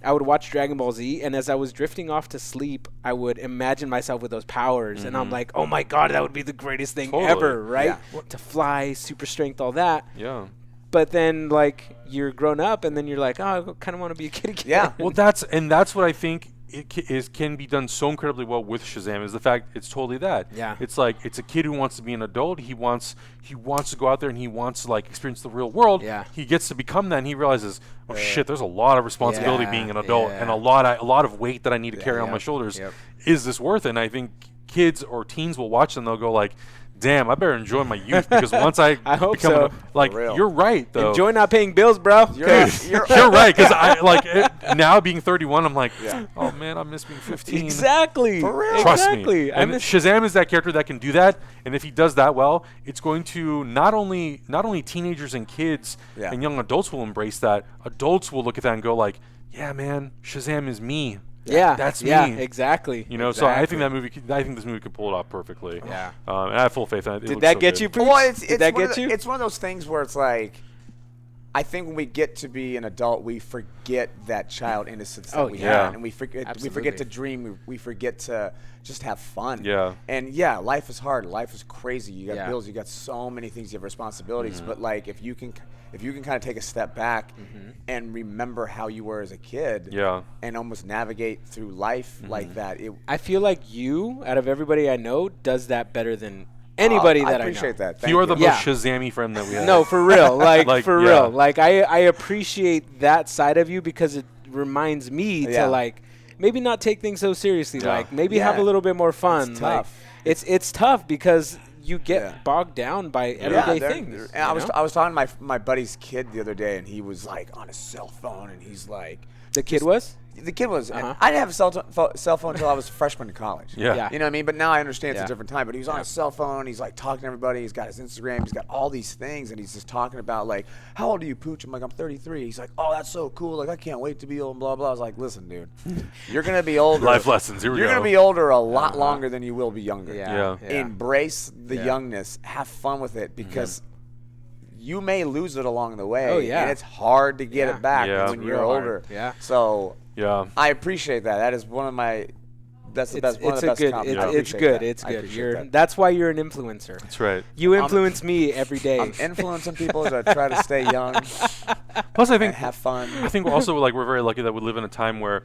Speaker 3: I would watch Dragon Ball Z, and as I was drifting off to sleep, I would imagine myself with those powers, and I'm like, oh my god, that would be the greatest thing
Speaker 1: Totally.
Speaker 3: ever, right?
Speaker 2: Yeah.
Speaker 3: To fly, super strength, all that.
Speaker 1: Yeah.
Speaker 3: But then, like, you're grown up, and then you're like, oh, I kind of want to be a kid again.
Speaker 2: Yeah.
Speaker 1: Well, that's and that's what I think it ca- is can be done so incredibly well with Shazam is the fact it's totally that.
Speaker 3: Yeah.
Speaker 1: It's like it's a kid who wants to be an adult. He wants he wants to go out there and he wants to like experience the real world.
Speaker 3: Yeah.
Speaker 1: He gets to become that and he realizes, oh shit, there's a lot of responsibility
Speaker 3: Yeah,
Speaker 1: being an adult and
Speaker 3: yeah.
Speaker 1: a lot I, a lot of weight that I need to carry on
Speaker 3: yeah,
Speaker 1: my shoulders.
Speaker 3: yep.
Speaker 1: Is this worth it? And I think kids or teens will watch and they'll go like, damn, I better enjoy my youth because once I,
Speaker 3: I hope
Speaker 1: become
Speaker 3: so.
Speaker 1: an, like
Speaker 2: For real.
Speaker 1: you're right though.
Speaker 3: Enjoy not paying bills, bro.
Speaker 2: You're,
Speaker 3: Okay.
Speaker 2: not- you're,
Speaker 1: You're right, because I like it, now being 31, I'm like, oh man, I miss being 15.
Speaker 3: Exactly.
Speaker 2: For real.
Speaker 1: Trust
Speaker 3: exactly.
Speaker 1: me.
Speaker 3: I
Speaker 1: And
Speaker 3: miss
Speaker 1: Shazam is that character that can do that, and if he does that well, it's going to not only not only teenagers and kids
Speaker 2: Yeah.
Speaker 1: and young adults will embrace that. Adults will look at that and go like, yeah, man, Shazam is me.
Speaker 3: Yeah,
Speaker 1: that's
Speaker 3: yeah,
Speaker 1: me.
Speaker 3: Exactly.
Speaker 1: You know, so I think that movie, could, I think this movie could pull it off perfectly.
Speaker 3: Yeah.
Speaker 1: um, and I have full faith. in it. It
Speaker 3: Did
Speaker 1: looks
Speaker 3: that
Speaker 1: so
Speaker 3: get
Speaker 1: good.
Speaker 3: you? Preach?
Speaker 2: well, it's, it's,
Speaker 3: Did that
Speaker 2: one of
Speaker 3: get
Speaker 2: the-
Speaker 3: you?
Speaker 2: it's one of those things where it's like, I think when we get to be an adult, we forget that child innocence that
Speaker 3: Oh,
Speaker 2: we
Speaker 1: yeah.
Speaker 2: had, and we forget we
Speaker 3: Absolutely.
Speaker 2: forget to dream, we, we forget to just have fun.
Speaker 1: Yeah.
Speaker 2: And yeah, life is hard. Life is crazy. You got
Speaker 3: Yeah. Mm-hmm.
Speaker 2: bills. You got so many things. You have responsibilities. But like, if you can, if you can kind of take a step back
Speaker 3: Mm-hmm.
Speaker 2: and remember how you were as a kid,
Speaker 1: Yeah.
Speaker 2: and almost navigate through life
Speaker 3: Mm-hmm.
Speaker 2: like that, it
Speaker 3: I feel like you, out of everybody I know, does that better than anybody
Speaker 2: Uh,
Speaker 3: that
Speaker 2: I
Speaker 3: I
Speaker 2: appreciate
Speaker 3: know.
Speaker 2: that. Thank
Speaker 1: you are the
Speaker 2: you.
Speaker 3: Yeah.
Speaker 1: most Shazammy friend that we have.
Speaker 3: No, for real. Like,
Speaker 1: Like,
Speaker 3: for
Speaker 1: yeah.
Speaker 3: real. Like I, I appreciate that side of you because it reminds me
Speaker 2: Yeah.
Speaker 3: to like maybe not take things so seriously.
Speaker 1: Yeah.
Speaker 3: Like maybe
Speaker 2: Yeah.
Speaker 3: have a little bit more fun.
Speaker 2: It's
Speaker 3: Like,
Speaker 2: tough.
Speaker 3: it's it's tough because you get
Speaker 2: Yeah.
Speaker 3: bogged down by everyday
Speaker 2: they're-
Speaker 3: things.
Speaker 2: And I
Speaker 3: you
Speaker 2: was
Speaker 3: know?
Speaker 2: I was talking to my my buddy's kid the other day, and he was like on his cell phone, and he's like,
Speaker 3: the kid was.
Speaker 2: the kid was. and
Speaker 3: Uh-huh.
Speaker 2: I didn't have a cell, to- pho- cell phone until I was a freshman in college.
Speaker 1: Yeah.
Speaker 3: Yeah.
Speaker 2: You know what I mean? But now I understand it's
Speaker 3: Yeah.
Speaker 2: a different time. But he was on his cell phone. He's like talking to everybody. He's got his Instagram. He's got all these things, and he's just talking about like, "How old are you, Pooch?" I'm like, "I'm 33." He's like, "Oh, that's so cool. Like, I can't wait to be old." And blah blah. I was like, "Listen, dude, you're gonna be older.
Speaker 1: Life lessons. Here we
Speaker 2: You're
Speaker 1: go.
Speaker 2: gonna be older a lot longer than you will be younger.
Speaker 1: Yeah.
Speaker 3: Yeah.
Speaker 2: Embrace the youngness. Have fun with it because." You may lose it along the way.
Speaker 3: Oh, yeah.
Speaker 2: And it's hard to get
Speaker 3: Yeah.
Speaker 2: it back
Speaker 1: Mm-hmm. Yeah.
Speaker 2: when
Speaker 1: It's
Speaker 2: you're
Speaker 3: real hard.
Speaker 2: older.
Speaker 3: Yeah.
Speaker 2: So
Speaker 1: yeah.
Speaker 2: I appreciate that. That is one of my. That's the
Speaker 3: It's,
Speaker 2: best. One
Speaker 3: it's
Speaker 2: of the
Speaker 3: a
Speaker 2: best
Speaker 3: good.
Speaker 2: compliments. I
Speaker 3: It's, it's
Speaker 2: appreciate
Speaker 3: good.
Speaker 2: that.
Speaker 3: It's
Speaker 2: I
Speaker 3: good.
Speaker 2: appreciate
Speaker 3: You're,
Speaker 2: that.
Speaker 3: that's why you're an influencer.
Speaker 1: That's right.
Speaker 3: You influence me every day.
Speaker 2: I'm influencing people to try to stay young
Speaker 1: Plus, I think
Speaker 2: and have fun.
Speaker 1: I think also like we're very lucky that we live in a time where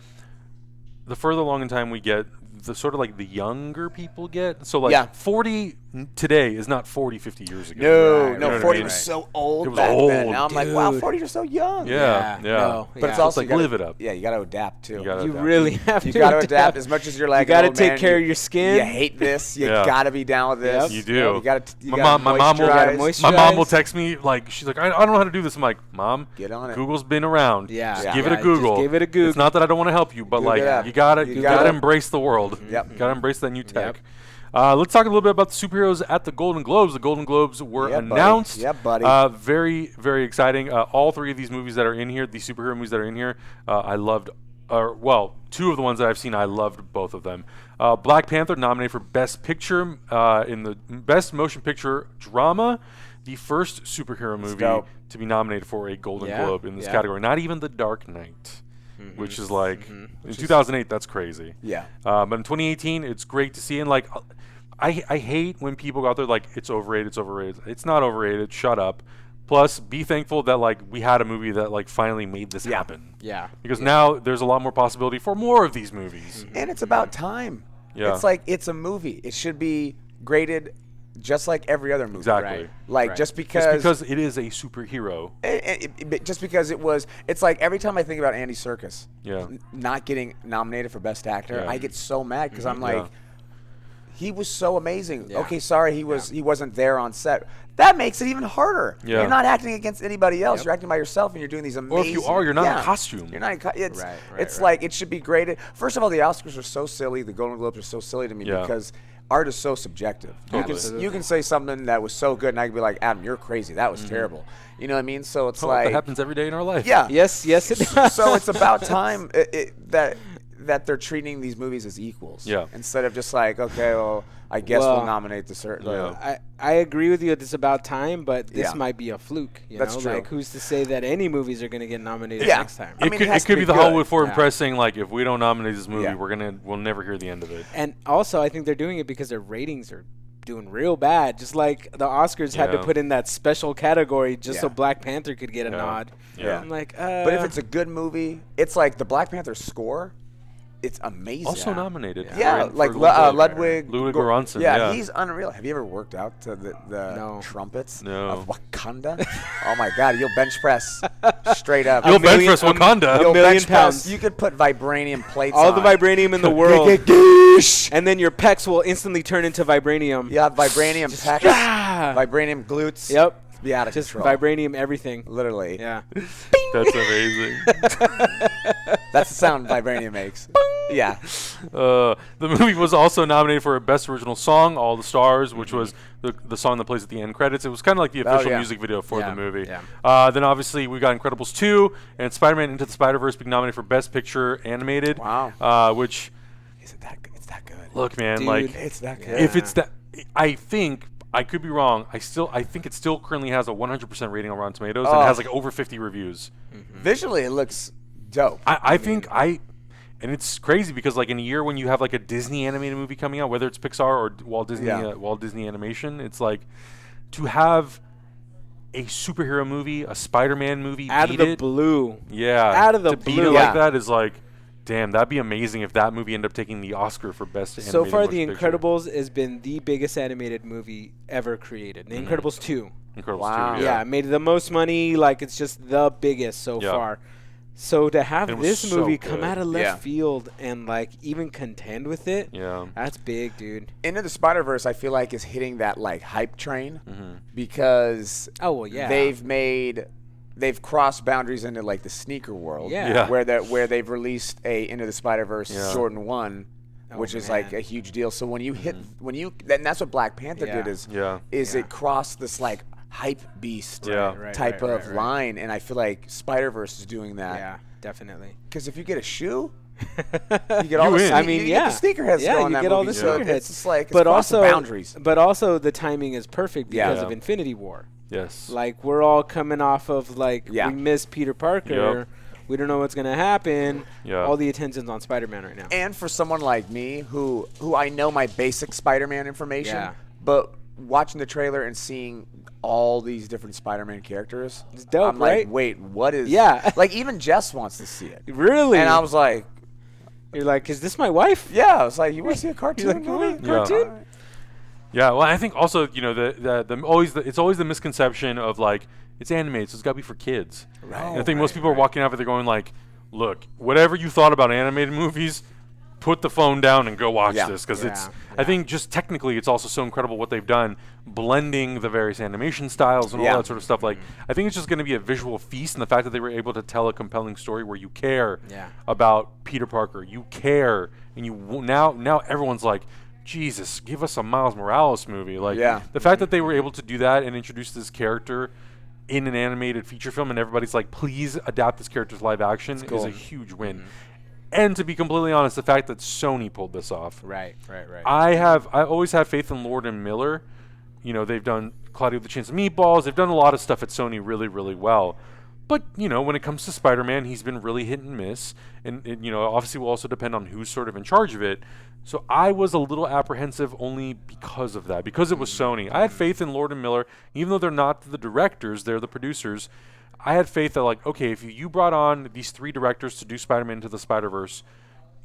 Speaker 1: the further along in time we get, the sort of like the younger people get. So like
Speaker 2: Yeah.
Speaker 1: 40 n- today is not 40, 50 years ago.
Speaker 2: No,
Speaker 1: You know what
Speaker 2: no,
Speaker 1: I
Speaker 2: forty
Speaker 1: mean?
Speaker 2: was so old
Speaker 1: It was
Speaker 2: back then.
Speaker 1: old,
Speaker 2: Now I'm like, wow,
Speaker 3: dude.
Speaker 2: forty, you're so young.
Speaker 1: Yeah, yeah.
Speaker 3: Yeah, no,
Speaker 2: but
Speaker 3: yeah.
Speaker 2: it's
Speaker 3: It's
Speaker 2: also
Speaker 1: like,
Speaker 2: you gotta,
Speaker 1: live it up.
Speaker 2: Yeah, you got to adapt too. You
Speaker 1: gotta
Speaker 2: got
Speaker 1: You
Speaker 2: to
Speaker 3: you
Speaker 1: adapt.
Speaker 3: really have to.
Speaker 2: adapt. as much as you're like.
Speaker 3: gotta
Speaker 2: an old man,
Speaker 3: take care of your skin.
Speaker 2: You hate this. You
Speaker 1: Yeah.
Speaker 2: got to be down with this.
Speaker 3: Yep.
Speaker 1: You do.
Speaker 2: know, You got to.
Speaker 1: my mom, my mom will,
Speaker 3: gotta
Speaker 1: my mom will
Speaker 3: moisturize.
Speaker 1: text me like she's like, I, I don't know how to do this. I'm like, mom,
Speaker 2: Get on it.
Speaker 1: Google's been around.
Speaker 3: Yeah.
Speaker 1: just
Speaker 2: Yeah.
Speaker 1: give it
Speaker 3: Yeah,
Speaker 1: a
Speaker 3: just
Speaker 1: Google.
Speaker 3: give it a Goog.
Speaker 1: It's not that I don't want to help you, but
Speaker 2: Google
Speaker 1: like
Speaker 2: it up.
Speaker 1: you gotta
Speaker 2: You
Speaker 1: you
Speaker 2: gotta- Mm-hmm.
Speaker 1: gotta, embrace the world.
Speaker 2: Yep.
Speaker 1: gotta embrace that new tech. Uh, let's talk a little bit about the superheroes at the Golden Globes. The Golden Globes were
Speaker 2: Yeah, buddy.
Speaker 1: announced.
Speaker 2: Yeah, buddy.
Speaker 1: Uh, very, very exciting. Uh, all three of these movies that are in here, these superhero movies that are in here, uh, I loved. Or well, two of the ones that I've seen, I loved both of them. Uh, Black Panther nominated for Best Picture uh, in the Best Motion Picture Drama, the first superhero movie
Speaker 2: dope.
Speaker 1: to be nominated for a Golden
Speaker 3: Yeah,
Speaker 1: Globe in this
Speaker 3: yeah.
Speaker 1: category. Not even The Dark Knight, which is like in 2008. That's crazy.
Speaker 2: Yeah.
Speaker 1: Uh, but in 2018, it's great to see. And like, uh, I I hate when people go out there like it's overrated, it's overrated. It's not overrated. Shut up. Plus, be thankful that like we had a movie that like finally made this happen.
Speaker 3: Yeah.
Speaker 1: Because now there's a lot more possibility for more of these movies.
Speaker 2: And it's about time.
Speaker 1: Mm-hmm. Yeah.
Speaker 2: It's like it's a movie. It should be graded just like every other movie.
Speaker 1: Exactly. Right.
Speaker 2: Like
Speaker 3: Right.
Speaker 2: just because,
Speaker 1: Just because it is a superhero.
Speaker 2: it- it- it- but just because it was it's like every time I think about Andy Circus
Speaker 1: Yeah.
Speaker 2: not getting nominated for best actor,
Speaker 1: Yeah. Mm-hmm.
Speaker 2: I get so mad because I'm like
Speaker 1: Yeah.
Speaker 2: he was so amazing.
Speaker 3: Yeah.
Speaker 2: Okay, sorry he was he wasn't there on set. That makes it even harder.
Speaker 1: Yeah.
Speaker 2: You're not acting against anybody else. You're acting by yourself, and you're doing these amazing.
Speaker 1: if you are, you're not in
Speaker 2: Yeah.
Speaker 1: costume.
Speaker 2: You're not. In co- it's
Speaker 3: Right, right,
Speaker 2: it's
Speaker 3: right.
Speaker 2: like it should be graded. First of all, the Oscars are so silly. The Golden Globes are so silly to me
Speaker 1: Yeah.
Speaker 2: because art is so subjective. You can s-
Speaker 3: Totally.
Speaker 2: you can say something that was so good, and I could be like, Adam, you're crazy. That was
Speaker 1: Mm-hmm.
Speaker 2: terrible. You know what I mean? So it's
Speaker 1: Oh,
Speaker 2: like,
Speaker 1: that happens every day in our life.
Speaker 2: yeah,
Speaker 3: Yes. Yes. It does.
Speaker 2: so it's about time i it, that that they're treating these movies as equals.
Speaker 1: Yeah.
Speaker 2: Instead of just like, okay, well, I guess we'll,
Speaker 3: Well,
Speaker 2: nominate the certain. uh,
Speaker 1: Yeah.
Speaker 3: I, I agree with you. that It's about time, but this
Speaker 2: Yeah.
Speaker 3: might be a fluke. You
Speaker 2: That's
Speaker 3: know?
Speaker 2: true.
Speaker 3: Like, who's to say that any movies are going to get nominated
Speaker 2: Yeah.
Speaker 3: next time?
Speaker 2: I
Speaker 1: it
Speaker 2: mean, it
Speaker 1: could,
Speaker 2: has
Speaker 1: it
Speaker 2: to
Speaker 1: could
Speaker 2: be
Speaker 1: be the
Speaker 2: good.
Speaker 1: Hollywood Forum
Speaker 3: Yeah.
Speaker 1: Press saying like, if we don't nominate this movie,
Speaker 2: Yeah.
Speaker 1: we're gonna we'll never hear the end of it.
Speaker 3: And also, I think they're doing it because their ratings are doing real bad. Just like the Oscars had to
Speaker 1: Yeah.
Speaker 3: put in that special category just so
Speaker 2: Yeah.
Speaker 3: Black Panther could get a
Speaker 1: Yeah.
Speaker 3: nod.
Speaker 1: Yeah.
Speaker 3: I'm like, uh,
Speaker 2: But if it's a good movie, it's like the Black Panther score. It's amazing.
Speaker 1: Also
Speaker 2: Yeah.
Speaker 1: nominated.
Speaker 2: Yeah,
Speaker 1: for- for
Speaker 2: like Le- uh, Ludwig.
Speaker 1: Ludwig
Speaker 2: Gor-
Speaker 1: Göransson.
Speaker 2: Yeah,
Speaker 1: Yeah,
Speaker 2: he's unreal. Have you ever worked out to the, the
Speaker 3: No.
Speaker 2: trumpets
Speaker 1: No.
Speaker 2: of Wakanda? oh my God, you'll bench press straight up.
Speaker 1: You'll bench
Speaker 3: million-
Speaker 1: press
Speaker 3: um,
Speaker 1: Wakanda.
Speaker 3: you'll-
Speaker 2: You'll
Speaker 3: million
Speaker 2: bench press.
Speaker 3: pounds.
Speaker 2: You could put vibranium plates.
Speaker 3: all the
Speaker 2: on.
Speaker 3: vibranium in the world, and then your pecs will instantly turn into vibranium.
Speaker 2: Yeah, vibranium pecs,
Speaker 3: ah.
Speaker 2: vibranium glutes.
Speaker 3: Yep.
Speaker 2: Be out of
Speaker 3: Just
Speaker 2: control.
Speaker 3: vibranium everything.
Speaker 2: Literally.
Speaker 3: Yeah.
Speaker 1: That's amazing.
Speaker 2: That's the sound vibranium makes. yeah.
Speaker 1: Uh, the movie was also nominated for a Best Original Song, All the Stars, which was the, the song that plays at the end credits. It was kind of like the official
Speaker 2: yeah.
Speaker 1: music video for
Speaker 3: Yeah,
Speaker 1: the movie.
Speaker 3: yeah.
Speaker 1: Uh, then obviously we got Incredibles 2 and Spider Man Into the Spider Verse being nominated for Best Picture Animated.
Speaker 2: Wow.
Speaker 1: Uh, which,
Speaker 2: Is it that good? It's that good.
Speaker 1: look, man, like,
Speaker 2: It's that good.
Speaker 1: if
Speaker 3: Yeah.
Speaker 1: it's that, I think. I could be wrong. I still, I think it still currently has a 100% rating on Rotten Tomatoes and
Speaker 2: Oh.
Speaker 1: it has like over 50 reviews.
Speaker 2: Visually, it looks dope.
Speaker 1: I, I think I, and it's crazy because like in a year when you have like a Disney animated movie coming out, whether it's Pixar or D- Walt Disney
Speaker 2: Yeah.
Speaker 1: uh, Walt Disney Animation, it's like to have a superhero movie, a Spider-Man movie,
Speaker 3: Out of
Speaker 1: beat
Speaker 3: the
Speaker 1: it,
Speaker 3: blue.
Speaker 1: yeah,
Speaker 3: out of the
Speaker 1: to beat
Speaker 3: blue.
Speaker 1: it
Speaker 2: Yeah.
Speaker 1: like that is like, damn, that'd be amazing if that movie ended up taking the Oscar for best.
Speaker 3: So
Speaker 1: Animated
Speaker 3: far,
Speaker 1: Motion
Speaker 3: The
Speaker 1: Picture.
Speaker 3: Incredibles has been the biggest animated movie ever created. The
Speaker 1: Mm-hmm.
Speaker 3: Incredibles 2.
Speaker 1: Incredibles
Speaker 2: Wow.
Speaker 1: two,
Speaker 3: Yeah. it made the most money. Like, it's just the biggest so
Speaker 1: Yeah.
Speaker 3: far. So to have
Speaker 1: It was
Speaker 3: this
Speaker 1: so
Speaker 3: movie come
Speaker 1: good.
Speaker 3: out of left
Speaker 2: Yeah.
Speaker 3: field and, like, even contend with it,
Speaker 1: yeah,
Speaker 3: that's big, dude.
Speaker 2: Into the Spider Verse, I feel like is hitting that like hype train
Speaker 1: Mm-hmm.
Speaker 2: because
Speaker 3: Oh, well, yeah.
Speaker 2: they've made they've crossed boundaries into like the sneaker world,
Speaker 3: Yeah.
Speaker 1: Yeah.
Speaker 2: where that where they've released a Into the Spider Verse
Speaker 1: Yeah.
Speaker 2: Jordan One, which is like
Speaker 3: Oh, man.
Speaker 2: a huge deal. So when you hit when you then that's what Black Panther did
Speaker 3: Yeah.
Speaker 2: is
Speaker 1: Mm-hmm. Yeah.
Speaker 2: is
Speaker 3: Yeah.
Speaker 2: it crossed this like hype beast
Speaker 1: Yeah. Right,
Speaker 3: right,
Speaker 2: type
Speaker 3: right,
Speaker 2: of
Speaker 3: right, right.
Speaker 2: line, and I feel like Spider Verse is doing that
Speaker 3: Yeah, definitely.
Speaker 2: because if you get a shoe. You get all
Speaker 1: You
Speaker 2: the,
Speaker 1: win.
Speaker 2: sne-
Speaker 3: I mean,
Speaker 2: you
Speaker 3: yeah,
Speaker 2: get the sneakerheads
Speaker 3: Yeah,
Speaker 2: going
Speaker 3: you
Speaker 2: that
Speaker 3: get all
Speaker 2: movie,
Speaker 3: the
Speaker 2: so
Speaker 3: sneakerheads.
Speaker 2: It's just like it's
Speaker 3: but
Speaker 2: crossing
Speaker 3: also
Speaker 2: boundaries.
Speaker 3: but also the timing is perfect
Speaker 2: Yeah.
Speaker 3: because of
Speaker 1: Yeah.
Speaker 3: Infinity War.
Speaker 1: yes,
Speaker 3: Like we're all coming off of like
Speaker 2: Yeah.
Speaker 3: we miss Peter Parker.
Speaker 1: Yep.
Speaker 3: We don't know what's gonna happen.
Speaker 1: Yeah.
Speaker 3: All the attention's on Spider-Man right now.
Speaker 2: and for someone like me who who I know my basic Spider-Man information,
Speaker 3: Yeah.
Speaker 2: but watching the trailer and seeing all these different Spider-Man characters,
Speaker 3: It's dope,
Speaker 2: I'm like,
Speaker 3: right?
Speaker 2: wait, what is?
Speaker 3: Yeah.
Speaker 2: like even Jess wants to see it,
Speaker 3: really?
Speaker 2: and I was like,
Speaker 3: You're like, is this my wife?
Speaker 2: yeah, I was like, you want to see a cartoon
Speaker 3: like, "You
Speaker 2: movie?
Speaker 3: want a cartoon?
Speaker 2: Alright.
Speaker 1: Yeah, well, I think also you know the the, the always the, it's always the misconception of like it's anime, so it's got to be for kids. Right. And I think most people are walking out of it, they're going like, "Look, whatever you thought about animated movies, put the phone down and go watch
Speaker 2: Yeah.
Speaker 1: this 'cause this." Because it's,
Speaker 3: Yeah,
Speaker 1: I think just technically, it's also so incredible what they've done, blending the various animation styles and
Speaker 2: Yeah.
Speaker 1: all that sort of stuff. Like,
Speaker 2: Mm-hmm.
Speaker 1: I think it's just going to be a visual feast, and the fact that they were able to tell a compelling story where you care
Speaker 3: Yeah.
Speaker 1: about Peter Parker. You care, and you w- now now everyone's like, Jesus, give us a Miles Morales movie. Like
Speaker 2: Yeah. Mm-hmm.
Speaker 1: the fact that they were able to do that and introduce this character in an animated feature film, and everybody's like, please adapt this character to live action is
Speaker 2: cool. Mm-hmm.
Speaker 1: a huge win. And to be completely honest, the fact that Sony pulled this off,
Speaker 3: Right, right, right.
Speaker 1: I have I always have faith in Lord and Miller. You know, they've done Claudia with the Chance of Meatballs. They've done a lot of stuff at Sony really, really well. But you know, when it comes to Spider-Man, he's been really hit and miss, and, and, you know, obviously will also depend on who's sort of in charge of it. So I was a little apprehensive only because of that, because it was Sony. I had faith in Lord and Miller, even though they're not the directors; they're the producers. I had faith that like, okay, if you- you brought on these three directors to do Spider-Man to the Spider-Verse,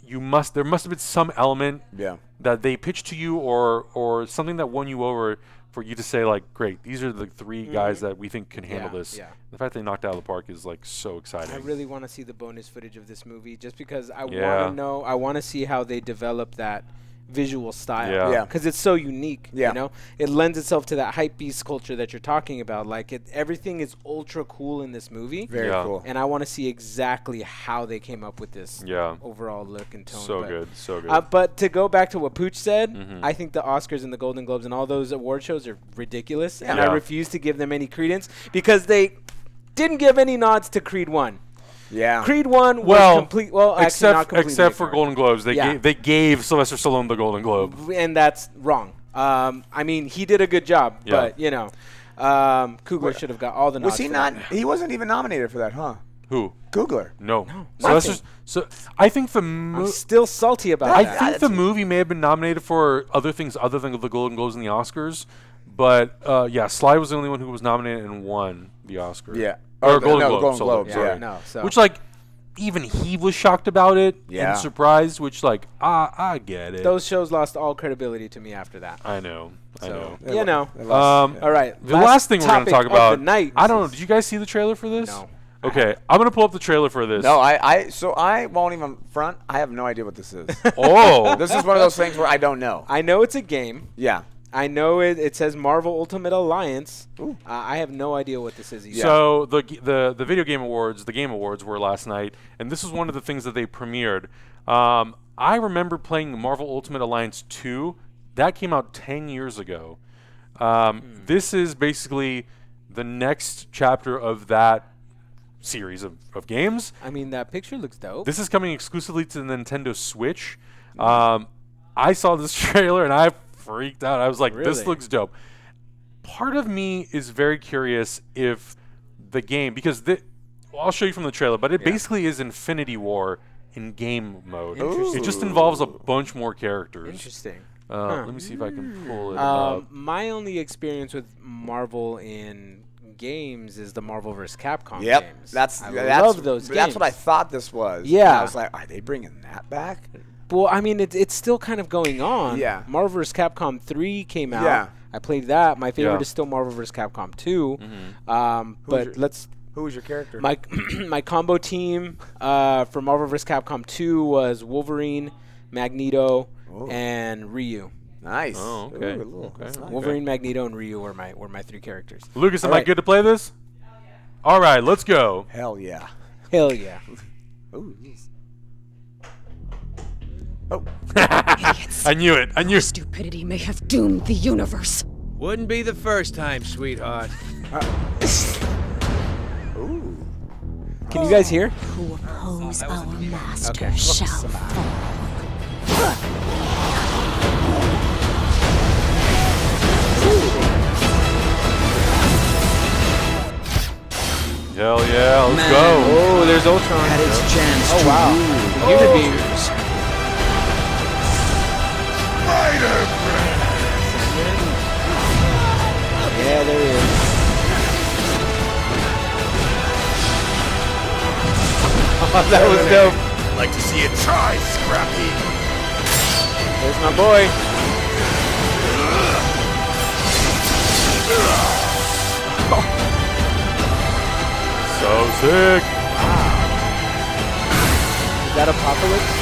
Speaker 1: you must there must have been some element
Speaker 2: Yeah.
Speaker 1: that they pitched to you or or something that won you over for you to say like great these are the 3 guys that we think can handle
Speaker 3: Mm-hmm. Yeah,
Speaker 1: this
Speaker 3: yeah.
Speaker 1: the fact they knocked it out of the park is like so exciting
Speaker 3: I really want to see the bonus footage of this movie just because I
Speaker 1: Yeah.
Speaker 3: want to know. I want to see how they develop that visual style.
Speaker 1: Yeah.
Speaker 2: Yeah.
Speaker 3: Because it's so unique.
Speaker 2: Yeah.
Speaker 3: You know, it lends itself to that hype beast culture that you're talking about. Like it, everything is ultra cool in this movie.
Speaker 2: Very
Speaker 1: Yeah.
Speaker 2: cool.
Speaker 3: And I want to see exactly how they came up with this
Speaker 1: yeah
Speaker 3: overall look and tone.
Speaker 1: so
Speaker 3: but-
Speaker 1: good so good Mm-hmm.
Speaker 3: Uh, but to go back to what Pooch said, I think the Oscars and the Golden Globes and all those award shows are ridiculous, and I
Speaker 1: Yeah.
Speaker 3: refuse to give them any credence because they didn't give any nods to Creed One.
Speaker 2: Yeah.
Speaker 3: Creed one was
Speaker 1: Well,
Speaker 3: complete. Well, actually not
Speaker 1: except
Speaker 3: completely
Speaker 1: except for
Speaker 3: ignorant.
Speaker 1: Golden Globes, they
Speaker 3: Yeah.
Speaker 1: gave, they gave Sylvester Stallone the Golden Globe.
Speaker 3: and that's wrong. Um, I mean, he did a good job,
Speaker 1: Yeah.
Speaker 3: but you know, um, Kugler should have got all the nods.
Speaker 2: Was he
Speaker 3: for that.
Speaker 2: not? He wasn't even nominated for that, huh?
Speaker 1: Who?
Speaker 2: Googler.
Speaker 1: No.
Speaker 3: nothing.
Speaker 1: Sylvester. So I think the mo-
Speaker 3: I'm still salty about
Speaker 1: I
Speaker 3: that.
Speaker 1: think the movie may have been nominated for other things other than the Golden Globes and the Oscars, but uh, yeah, Sly was the only one who was nominated and won the Oscar.
Speaker 2: Yeah.
Speaker 1: or
Speaker 2: Oh,
Speaker 1: Golden
Speaker 2: no,
Speaker 1: Globe.
Speaker 2: Golden
Speaker 1: sorry,
Speaker 2: Globes,
Speaker 1: sorry.
Speaker 2: yeah.
Speaker 3: No, so-
Speaker 1: which like even he was shocked about it
Speaker 2: Yeah.
Speaker 1: and surprised. Which like I I get it.
Speaker 3: Those shows lost all credibility to me after that.
Speaker 1: I know. I know.
Speaker 3: You know.
Speaker 2: They lost.
Speaker 1: Um,
Speaker 3: All right.
Speaker 1: The last, thing we're going to
Speaker 3: topic
Speaker 1: talk
Speaker 3: of
Speaker 1: about.
Speaker 3: the night.
Speaker 1: I don't know. Did you guys see the trailer for this?
Speaker 3: No.
Speaker 1: Okay, I'm going to pull up the trailer for this.
Speaker 2: No, I, I. So I won't even front. I have no idea what this is.
Speaker 1: Oh.
Speaker 2: this is one of those things where I don't know.
Speaker 3: I know it's a game.
Speaker 2: Yeah.
Speaker 3: I know it. It says Marvel Ultimate Alliance. Uh,
Speaker 2: Ooh.
Speaker 3: I have no idea what this is. Either.
Speaker 1: So the g- the the video game awards, the game awards were last night, and this is one of the things that they premiered. Um, I remember playing Marvel Ultimate Alliance 2. That came out 10 years ago. Um, This is basically the next chapter of that series of, of games.
Speaker 3: I mean, that picture looks dope.
Speaker 1: This is coming exclusively to the Nintendo Switch. Um, I saw this trailer and I freaked out. I was like,
Speaker 3: Really?
Speaker 1: this looks dope. Part of me is very curious if the game, because thi- well, I'll show you from the trailer, but it basically is Infinity War in game mode. It just involves a bunch more characters.
Speaker 3: Interesting.
Speaker 1: Uh, Let me see if I can pull it up.
Speaker 3: Um, my only experience with Marvel in games is the Marvel vs. Capcom
Speaker 2: Yep.
Speaker 3: games.
Speaker 2: That's.
Speaker 3: I
Speaker 2: that's,
Speaker 3: love those.
Speaker 2: That's what I
Speaker 3: games.
Speaker 2: thought this was.
Speaker 3: Yeah.
Speaker 2: I was like, are they bringing that back?
Speaker 3: Well, I mean, it's it's still kind of going on.
Speaker 2: Yeah.
Speaker 3: Marvel vs. Capcom three came out.
Speaker 2: Yeah.
Speaker 3: I played that. My favorite
Speaker 1: Yeah. Mm-hmm.
Speaker 3: is still Marvel vs. Capcom 2 Um, but
Speaker 2: your-
Speaker 3: let's
Speaker 2: Who was your character?
Speaker 3: my my combo team uh, for Marvel vs. Capcom 2 was Wolverine, Magneto,
Speaker 2: Oh.
Speaker 3: and Ryu.
Speaker 2: Nice.
Speaker 1: Oh, okay.
Speaker 2: Ooh, a little-
Speaker 1: Okay.
Speaker 2: that's nice.
Speaker 3: Wolverine, Magneto, and Ryu were my were my three characters.
Speaker 1: Lucas, am I
Speaker 3: alright.
Speaker 1: good to play this? All right, let's go.
Speaker 2: Hell yeah.
Speaker 3: Hell yeah!
Speaker 2: Ooh. yes. Oh.
Speaker 1: I knew it. I knew it.
Speaker 4: Stupidity may have doomed the universe.
Speaker 5: Wouldn't be the first time, sweetheart.
Speaker 2: Ooh.
Speaker 3: Can you guys hear?
Speaker 4: Who oppose our master shall fall.
Speaker 1: Hell yeah, let's go.
Speaker 3: Oh, there's Ultron.
Speaker 6: his chance
Speaker 3: Oh
Speaker 6: to
Speaker 3: wow! Unibeam.
Speaker 5: Oh.
Speaker 6: lose.
Speaker 3: Yeah, there he is. that was dope.
Speaker 7: Like to see it try, Scrappy.
Speaker 3: There's my boy.
Speaker 1: So sick.
Speaker 3: Is that Apocalypse?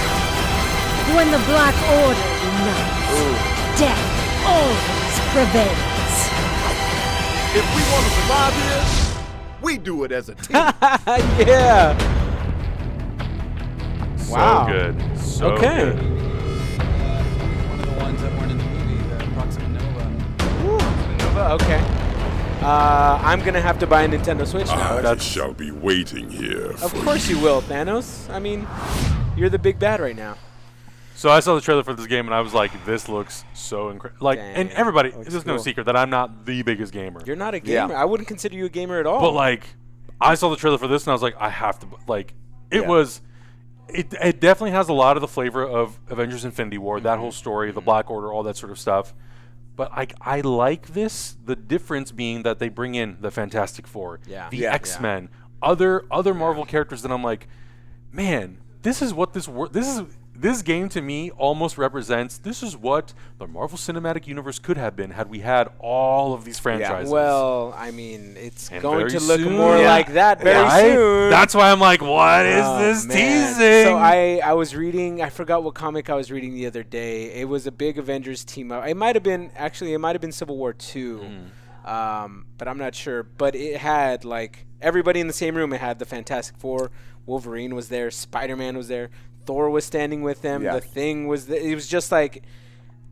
Speaker 4: When the Black Order unites, death always prevails.
Speaker 7: If we want to survive this, we do it as a team.
Speaker 3: yeah. Wow.
Speaker 1: So good. So
Speaker 3: Okay.
Speaker 1: good.
Speaker 8: One of the ones that weren't in the movie, the Proxima Nova.
Speaker 3: Okay. Uh, I'm gonna have to buy a Nintendo Switch now.
Speaker 7: I shall be waiting here
Speaker 3: Of course you will, Thanos. I mean, you're the big bad right now.
Speaker 1: So I saw the trailer for this game and I was like, this looks so incredible. Like, and
Speaker 3: Damn.
Speaker 1: everybody,
Speaker 2: Looks
Speaker 1: there's no
Speaker 2: cool.
Speaker 1: secret that I'm not the biggest gamer.
Speaker 3: You're not a
Speaker 2: Yeah.
Speaker 3: gamer. I wouldn't consider you a gamer at all.
Speaker 1: but like, I saw the trailer for this and I was like, I have to. bu- Like, it
Speaker 2: Yeah.
Speaker 1: was. It, it definitely has a lot of the flavor of Avengers Infinity War, that
Speaker 3: Mm-hmm.
Speaker 1: whole story, the Black Order, all that sort of stuff. But I, I like this. The difference being that they bring in the Fantastic Four,
Speaker 3: Yeah.
Speaker 1: the
Speaker 2: Yeah.
Speaker 1: X Men, other other Marvel characters that I'm like, man, this is what this wor- this is this game to me almost represents. This is what the Marvel Cinematic Universe could have been had we had all of these franchises.
Speaker 3: well, I mean, it's
Speaker 1: And
Speaker 3: going
Speaker 1: very
Speaker 3: to look
Speaker 1: soon.
Speaker 3: more
Speaker 1: Yeah.
Speaker 3: like that very
Speaker 1: Right?
Speaker 3: soon.
Speaker 1: That's why I'm like, what is
Speaker 3: Oh,
Speaker 1: this
Speaker 3: man.
Speaker 1: teasing?
Speaker 3: So I, I was reading, I forgot what comic I was reading the other day. It was a big Avengers team up. It might have been, actually, it might have been Civil War 2,
Speaker 1: Hmm.
Speaker 3: um, but I'm not sure. But it had, like, everybody in the same room. It had the Fantastic Four, Wolverine was there, Spider Man was there, Thor was standing with them,
Speaker 2: Yeah.
Speaker 3: The Thing was there. It was just like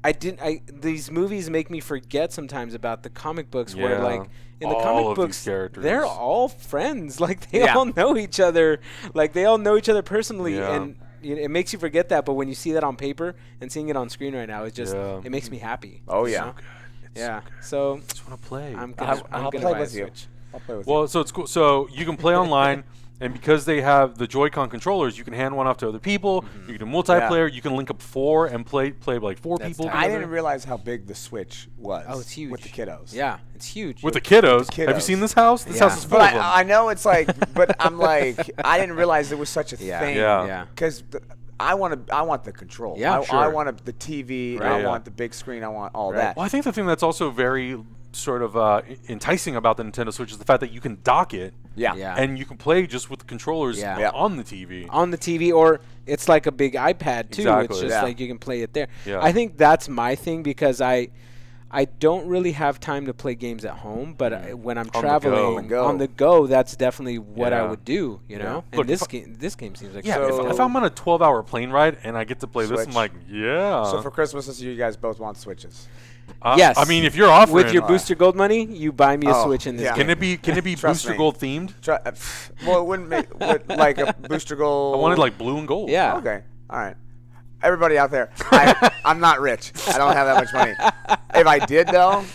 Speaker 3: I didn't. I these movies make me forget sometimes about the comic books where
Speaker 1: Yeah.
Speaker 3: like in the
Speaker 1: All
Speaker 3: comic
Speaker 1: of these
Speaker 3: books they're
Speaker 1: characters.
Speaker 3: all friends. Like they
Speaker 5: Yeah.
Speaker 3: all know each other. Like they all know each other personally,
Speaker 1: Yeah.
Speaker 3: and you know, it makes you forget that. But when you see that on paper and seeing it on screen right now, it just
Speaker 1: Yeah.
Speaker 3: it makes me happy.
Speaker 2: Oh,
Speaker 3: you
Speaker 2: yeah.
Speaker 3: know? yeah. So
Speaker 1: I just want to play.
Speaker 3: I'm gonna,
Speaker 2: I'll,
Speaker 3: I'm
Speaker 2: I'll
Speaker 3: gonna
Speaker 2: play
Speaker 3: buy
Speaker 2: with
Speaker 3: a
Speaker 2: you.
Speaker 3: Switch.
Speaker 2: I'll play with you.
Speaker 1: Well, so it's cool. So you can play online, and because they have the Joy-Con controllers, you can hand one off to other people.
Speaker 3: Mm-hmm.
Speaker 1: You can do multiplayer. You can link up four and play play like four people.
Speaker 2: I
Speaker 1: together.
Speaker 2: didn't realize how big the Switch was.
Speaker 3: Oh, it's huge
Speaker 2: with the kiddos.
Speaker 3: Yeah, it's huge.
Speaker 1: with the kiddos. Have you
Speaker 2: kiddos.
Speaker 1: seen this house? This
Speaker 3: Yeah.
Speaker 1: house is full
Speaker 2: But
Speaker 1: of them.
Speaker 2: I, I know it's like, but I'm like, I didn't realize there was such a
Speaker 3: Yeah.
Speaker 2: thing.
Speaker 1: Yeah.
Speaker 3: yeah.
Speaker 2: Because I want to, I want the control.
Speaker 3: Yeah,
Speaker 2: I, I
Speaker 3: sure.
Speaker 2: want a, the TV.
Speaker 1: Right,
Speaker 2: I
Speaker 1: yeah.
Speaker 2: want the big screen. I want all that.
Speaker 1: Well, I think the thing that's also very sort of uh, e- enticing about the Nintendo Switch is the fact that you can dock it.
Speaker 2: Yeah.
Speaker 3: Yeah.
Speaker 1: And you can play just with the controllers
Speaker 3: Yeah.
Speaker 2: Yeah.
Speaker 1: on the TV.
Speaker 3: on the TV, or it's like a big iPad too.
Speaker 1: Exactly.
Speaker 3: It's just
Speaker 2: Yeah.
Speaker 3: like you can play it there.
Speaker 1: Yeah.
Speaker 3: I think that's my thing because I, I don't really have time to play games at home, but I, when I'm
Speaker 1: go.
Speaker 3: traveling
Speaker 1: Mm. On the
Speaker 2: go.
Speaker 3: on the go, that's definitely what I
Speaker 1: Yeah.
Speaker 3: would do. You know,
Speaker 1: Look,
Speaker 3: and this
Speaker 1: if I-
Speaker 3: game, this game seems like
Speaker 1: Yeah,
Speaker 3: so
Speaker 1: if,
Speaker 2: So-
Speaker 1: if I'm on a 12-hour plane ride and I get to play this, I'm
Speaker 2: Switch.
Speaker 1: like, yeah.
Speaker 2: So for Christmas this year, you guys both want Switches.
Speaker 1: Uh,
Speaker 3: yes.
Speaker 1: I mean, if you're offering, uh,
Speaker 3: with your booster gold money, you buy me a
Speaker 2: Oh,
Speaker 3: Switch in this
Speaker 2: yeah.
Speaker 1: can
Speaker 3: game.
Speaker 1: it be can it be
Speaker 2: Trust
Speaker 1: booster
Speaker 2: me.
Speaker 1: gold themed?
Speaker 2: Try, uh, pff, well, it wouldn't make would, like a booster goal.
Speaker 1: I wanted like blue and gold.
Speaker 3: Yeah.
Speaker 2: Okay. All right. Everybody out there, I, I'm not rich. I don't have that much money. If I did though,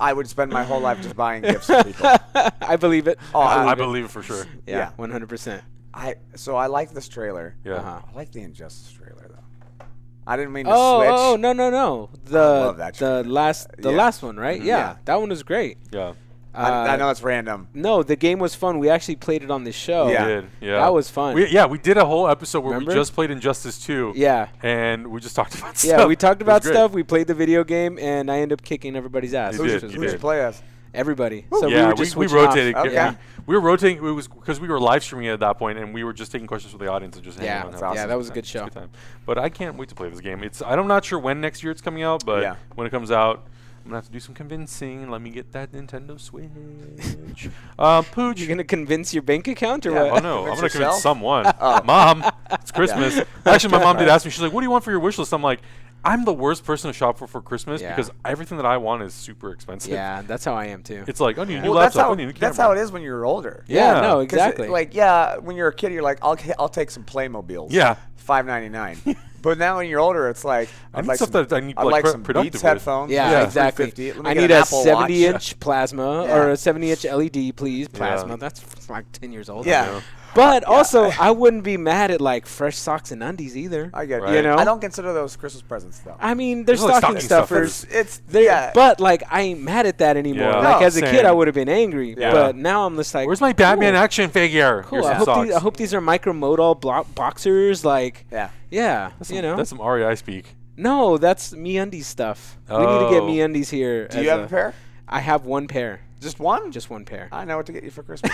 Speaker 2: I would spend my whole life just buying gifts for people.
Speaker 3: I believe it.
Speaker 2: Oh,
Speaker 1: I, I
Speaker 2: I,
Speaker 1: believe it for sure.
Speaker 3: yeah,
Speaker 2: yeah.
Speaker 3: one hundred percent.
Speaker 2: I so I like this trailer.
Speaker 1: Yeah.
Speaker 3: Uh-huh.
Speaker 2: I like the Injustice trailer though. I didn't mean to
Speaker 3: Oh,
Speaker 2: switch.
Speaker 3: oh, no, no, no. The
Speaker 2: love that
Speaker 3: the
Speaker 2: trailer.
Speaker 3: last the
Speaker 2: Yeah.
Speaker 3: last one,
Speaker 1: Mm-hmm.
Speaker 3: right? Yeah,
Speaker 2: Yeah.
Speaker 3: that one was great.
Speaker 1: Yeah.
Speaker 2: I,
Speaker 3: Uh,
Speaker 2: I know it's random.
Speaker 3: No, the game was fun. We actually played it on this show.
Speaker 1: We
Speaker 2: Yeah.
Speaker 1: did. Yeah.
Speaker 3: That was fun.
Speaker 1: We, yeah, we did a whole episode where
Speaker 3: Remember?
Speaker 1: we just played Injustice 2.
Speaker 3: Yeah.
Speaker 1: And we just talked about
Speaker 3: Yeah,
Speaker 1: stuff.
Speaker 3: we talked
Speaker 1: It was
Speaker 3: about
Speaker 1: great.
Speaker 3: stuff. We played the video game, and I end up kicking everybody's ass.
Speaker 1: You
Speaker 3: which
Speaker 1: did,
Speaker 3: was
Speaker 1: you
Speaker 2: Who'd
Speaker 3: great.
Speaker 2: you
Speaker 1: did.
Speaker 2: play us?
Speaker 3: Everybody. So
Speaker 1: yeah,
Speaker 3: we were just switching
Speaker 1: rotated.
Speaker 3: Off.
Speaker 1: yeah,
Speaker 2: Okay.
Speaker 1: we, we were rotating. It was because we were live streaming at that point, and we were just taking questions from the audience and just hanging
Speaker 3: Yeah,
Speaker 1: out. and
Speaker 3: that's
Speaker 1: having a
Speaker 3: awesome. Yeah, that was a
Speaker 1: time.
Speaker 3: good
Speaker 1: It's
Speaker 3: show.
Speaker 1: time. But I can't wait to play this game. It's I'm not sure when next year it's coming out, but
Speaker 2: Yeah.
Speaker 1: when it comes out, I'm gonna have to do some convincing. Let me get that Nintendo Switch. um, Pooch.
Speaker 3: You're gonna convince your bank account or
Speaker 2: Yeah.
Speaker 1: Oh
Speaker 3: what?
Speaker 1: no! I'm
Speaker 2: Convince
Speaker 1: gonna convince
Speaker 2: yourself?
Speaker 1: someone.
Speaker 3: Oh.
Speaker 1: Mom, it's Christmas. Actually, my mom did ask me. She's like, "What do you want for your wish list?" I'm like, "I'm the worst person to shop for for Christmas
Speaker 3: Yeah.
Speaker 1: because everything that I want is super expensive.
Speaker 3: yeah, that's how I am too.
Speaker 1: It's like I need a new
Speaker 2: Well, that's
Speaker 1: laptop.
Speaker 2: how
Speaker 1: I need a new
Speaker 2: that's
Speaker 1: camera."
Speaker 2: how it is when you're older.
Speaker 3: yeah,
Speaker 1: yeah.
Speaker 3: no,
Speaker 2: 'Cause it-
Speaker 3: exactly.
Speaker 2: like yeah, when you're a kid, you're like, I'll ca- I'll take some Playmobiles.
Speaker 1: Yeah.
Speaker 2: Five ninety nine. but now when you're older, it's like
Speaker 1: I
Speaker 2: I'd
Speaker 1: need
Speaker 2: like
Speaker 1: stuff
Speaker 2: some,
Speaker 1: that I need,
Speaker 2: I'd
Speaker 1: like,
Speaker 2: like
Speaker 1: pro-
Speaker 2: some
Speaker 1: productive
Speaker 2: Beats
Speaker 1: with.
Speaker 2: headphones.
Speaker 3: yeah,
Speaker 1: Yeah.
Speaker 3: exactly.
Speaker 2: 350. Let me
Speaker 3: I
Speaker 2: get
Speaker 3: need
Speaker 2: an
Speaker 3: a
Speaker 2: Apple Watch.
Speaker 3: 70-inch plasma
Speaker 2: Yeah.
Speaker 3: or a 70-inch LED, E please. Plasma. That's like 10 years old.
Speaker 2: Yeah.
Speaker 3: But also, I wouldn't be mad at like fresh socks and undies either.
Speaker 2: I get it.
Speaker 1: Right. You
Speaker 3: know?
Speaker 2: I don't consider those Christmas presents though.
Speaker 3: I mean, they're
Speaker 1: There's, like,
Speaker 3: stocking,
Speaker 1: stocking
Speaker 3: stuffers.
Speaker 1: stuffers.
Speaker 2: it's it's
Speaker 3: They-
Speaker 2: yeah.
Speaker 3: But like, I ain't mad at that anymore.
Speaker 1: Yeah.
Speaker 3: Like
Speaker 2: No,
Speaker 3: as a kid,
Speaker 1: same.
Speaker 3: I would have been angry.
Speaker 2: Yeah.
Speaker 3: But now I'm just like,
Speaker 1: Where's my Batman
Speaker 3: Cool.
Speaker 1: action figure?
Speaker 3: Cool. I hope, these, I hope these are micromodal blo- boxers. Like,
Speaker 2: yeah.
Speaker 3: yeah,
Speaker 1: that's
Speaker 3: you
Speaker 1: some,
Speaker 3: know.
Speaker 1: that's some REI speak.
Speaker 3: no, that's me undies stuff. We need to get
Speaker 1: Oh.
Speaker 3: me undies here.
Speaker 2: Do you have a pair? Uh,
Speaker 3: I have one pair,
Speaker 2: Just one?
Speaker 3: just one pair.
Speaker 2: I know what to get you for Christmas.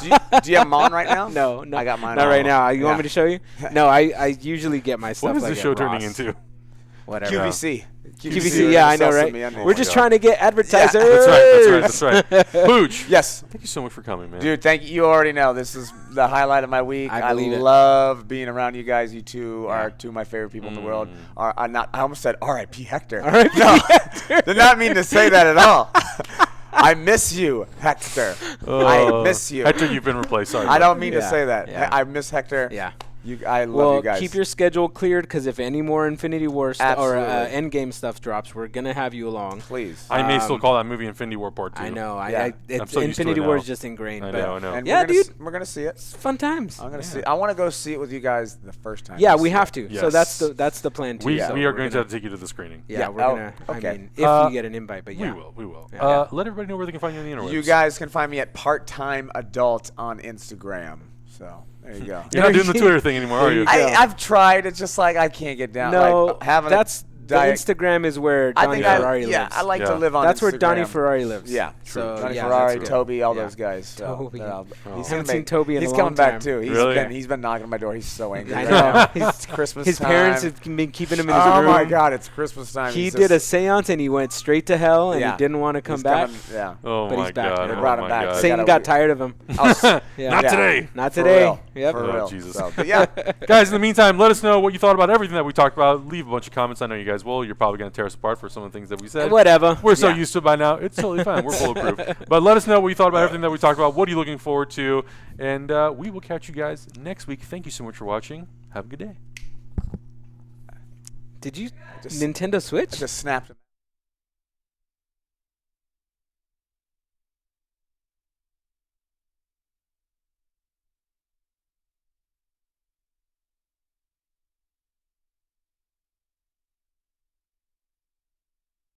Speaker 2: do, you, do you have mine right now?
Speaker 3: no, no,
Speaker 2: I got mine.
Speaker 3: Not right now. You want
Speaker 2: Yeah.
Speaker 3: me to show you? No, I, I usually get my stuff.
Speaker 1: What is
Speaker 3: like
Speaker 1: this
Speaker 3: at
Speaker 1: show
Speaker 3: Ross.
Speaker 1: turning into?
Speaker 3: Whatever.
Speaker 2: QVC.
Speaker 3: QVC, yeah, I know, right? We're just trying to get advertisers.
Speaker 1: That's right. That's right. That's right. Pooch.
Speaker 2: Yes.
Speaker 1: Thank you so much for coming, man.
Speaker 2: Dude, thank you. You already know this is the highlight of my week.
Speaker 3: I
Speaker 2: I,
Speaker 3: believe it.
Speaker 2: love being around you guys. You two are two of my favorite people in the
Speaker 3: Mm.
Speaker 2: world. Are I not? I almost said R.I.P. Hector.
Speaker 3: R.I.P.
Speaker 2: No, did not mean to say that at all. I miss you, Hector. I
Speaker 1: Uh,
Speaker 2: miss you.
Speaker 1: Hector, you've been replaced. Sorry.
Speaker 2: I
Speaker 1: bud.
Speaker 2: don't mean to
Speaker 3: Oh. Yeah,
Speaker 2: say that.
Speaker 3: yeah.
Speaker 2: I I miss Hector.
Speaker 3: Yeah.
Speaker 2: You, I love
Speaker 3: Well,
Speaker 2: you guys.
Speaker 3: keep your schedule cleared because if any more Infinity War stu- or uh,
Speaker 2: Absolutely.
Speaker 3: Endgame stuff drops, we're gonna have you along.
Speaker 2: please.
Speaker 1: I may still call that movie Infinity War Part Two.
Speaker 3: um, I know. I,
Speaker 2: Yeah.
Speaker 3: I it's,
Speaker 1: so used to it
Speaker 3: Infinity War
Speaker 1: now.
Speaker 3: is just ingrained.
Speaker 1: I
Speaker 3: but
Speaker 1: know. I know.
Speaker 2: and
Speaker 3: Yeah,
Speaker 2: we're gonna s-
Speaker 3: dude.
Speaker 2: we're gonna see it.
Speaker 3: It's fun times.
Speaker 2: I'm gonna see. I want to go see it with you guys the first time.
Speaker 3: yeah,
Speaker 2: we
Speaker 3: we
Speaker 2: see
Speaker 3: have
Speaker 2: it.
Speaker 3: to. So that's
Speaker 1: Yes.
Speaker 3: the that's the plan too.
Speaker 1: We,
Speaker 3: so
Speaker 1: we are
Speaker 3: we're
Speaker 1: going to
Speaker 3: gonna-
Speaker 1: have to take you to the screening.
Speaker 3: Yeah,
Speaker 2: Yeah,
Speaker 3: we're
Speaker 2: oh,
Speaker 3: gonna. I
Speaker 2: okay.
Speaker 3: mean, if
Speaker 1: Uh,
Speaker 3: you get an invite, but yeah,
Speaker 1: We will. We will.
Speaker 3: Yeah.
Speaker 1: Uh, Let everybody know where they can find you on the internet.
Speaker 2: You guys can find me at part time adult on Instagram. So there you go.
Speaker 1: You're not doing the Twitter thing anymore, are you?
Speaker 2: I, I've tried. It's just like I can't get down.
Speaker 3: No,
Speaker 2: like, uh, having
Speaker 3: that's
Speaker 2: a
Speaker 3: the
Speaker 2: diet-
Speaker 3: Instagram is where
Speaker 2: I
Speaker 3: Donnie
Speaker 2: think
Speaker 3: Ferrari
Speaker 2: I,
Speaker 3: lives.
Speaker 2: yeah, I like
Speaker 1: Yeah.
Speaker 2: to live on.
Speaker 3: that's where Donnie
Speaker 2: Instagram.
Speaker 3: Ferrari lives.
Speaker 2: Yeah,
Speaker 3: so
Speaker 2: Donnie
Speaker 3: yeah,
Speaker 2: Ferrari,
Speaker 3: that's good.
Speaker 2: Toby, all
Speaker 3: Yeah.
Speaker 2: those guys. So,
Speaker 3: Toby.
Speaker 2: they're all- he's
Speaker 3: Haven't
Speaker 2: gonna
Speaker 3: seen
Speaker 2: make-
Speaker 3: Toby in a
Speaker 2: he's
Speaker 3: long
Speaker 2: coming
Speaker 3: time.
Speaker 2: back too. He's
Speaker 1: Really?
Speaker 2: been he's been knocking on my door. He's so angry.
Speaker 3: I
Speaker 2: right
Speaker 3: know.
Speaker 2: now.
Speaker 3: His-
Speaker 2: it's Christmas.
Speaker 3: His parents
Speaker 2: time.
Speaker 3: have been keeping him in his
Speaker 2: Oh
Speaker 3: room.
Speaker 2: my God! It's Christmas time.
Speaker 3: He
Speaker 2: He's
Speaker 3: did a
Speaker 2: just-
Speaker 3: séance and he went straight to hell and
Speaker 2: Yeah.
Speaker 3: he didn't want to come
Speaker 2: he's
Speaker 3: back.
Speaker 2: coming- Yeah.
Speaker 1: Oh
Speaker 3: But
Speaker 1: my
Speaker 3: he's back.
Speaker 1: god.
Speaker 3: They
Speaker 1: oh
Speaker 2: brought
Speaker 1: my
Speaker 2: him back.
Speaker 1: God.
Speaker 2: I
Speaker 3: Satan
Speaker 2: gotta-
Speaker 3: got tired of him.
Speaker 2: I'll-
Speaker 3: Yeah.
Speaker 1: Not
Speaker 2: Yeah.
Speaker 1: today.
Speaker 3: Not
Speaker 2: For
Speaker 3: today.
Speaker 2: real.
Speaker 3: Yep.
Speaker 2: For
Speaker 1: Oh,
Speaker 2: real.
Speaker 1: Jesus.
Speaker 2: So, but yeah.
Speaker 1: guys, in the meantime, let us know what you thought about everything that we talked about. Leave a bunch of comments. I know you guys as well. You're probably going to tear us apart for some of the things that we said.
Speaker 3: Whatever.
Speaker 1: We're so
Speaker 3: Yeah.
Speaker 1: used to it by now. It's totally fine. We're bulletproof. But let us know what you thought about everything that we talked about. What are you looking forward to? And uh, we will catch you guys next week. Thank you so much for watching. Have a good day.
Speaker 3: Did you
Speaker 2: just-
Speaker 3: Nintendo Switch?
Speaker 2: Just snapped.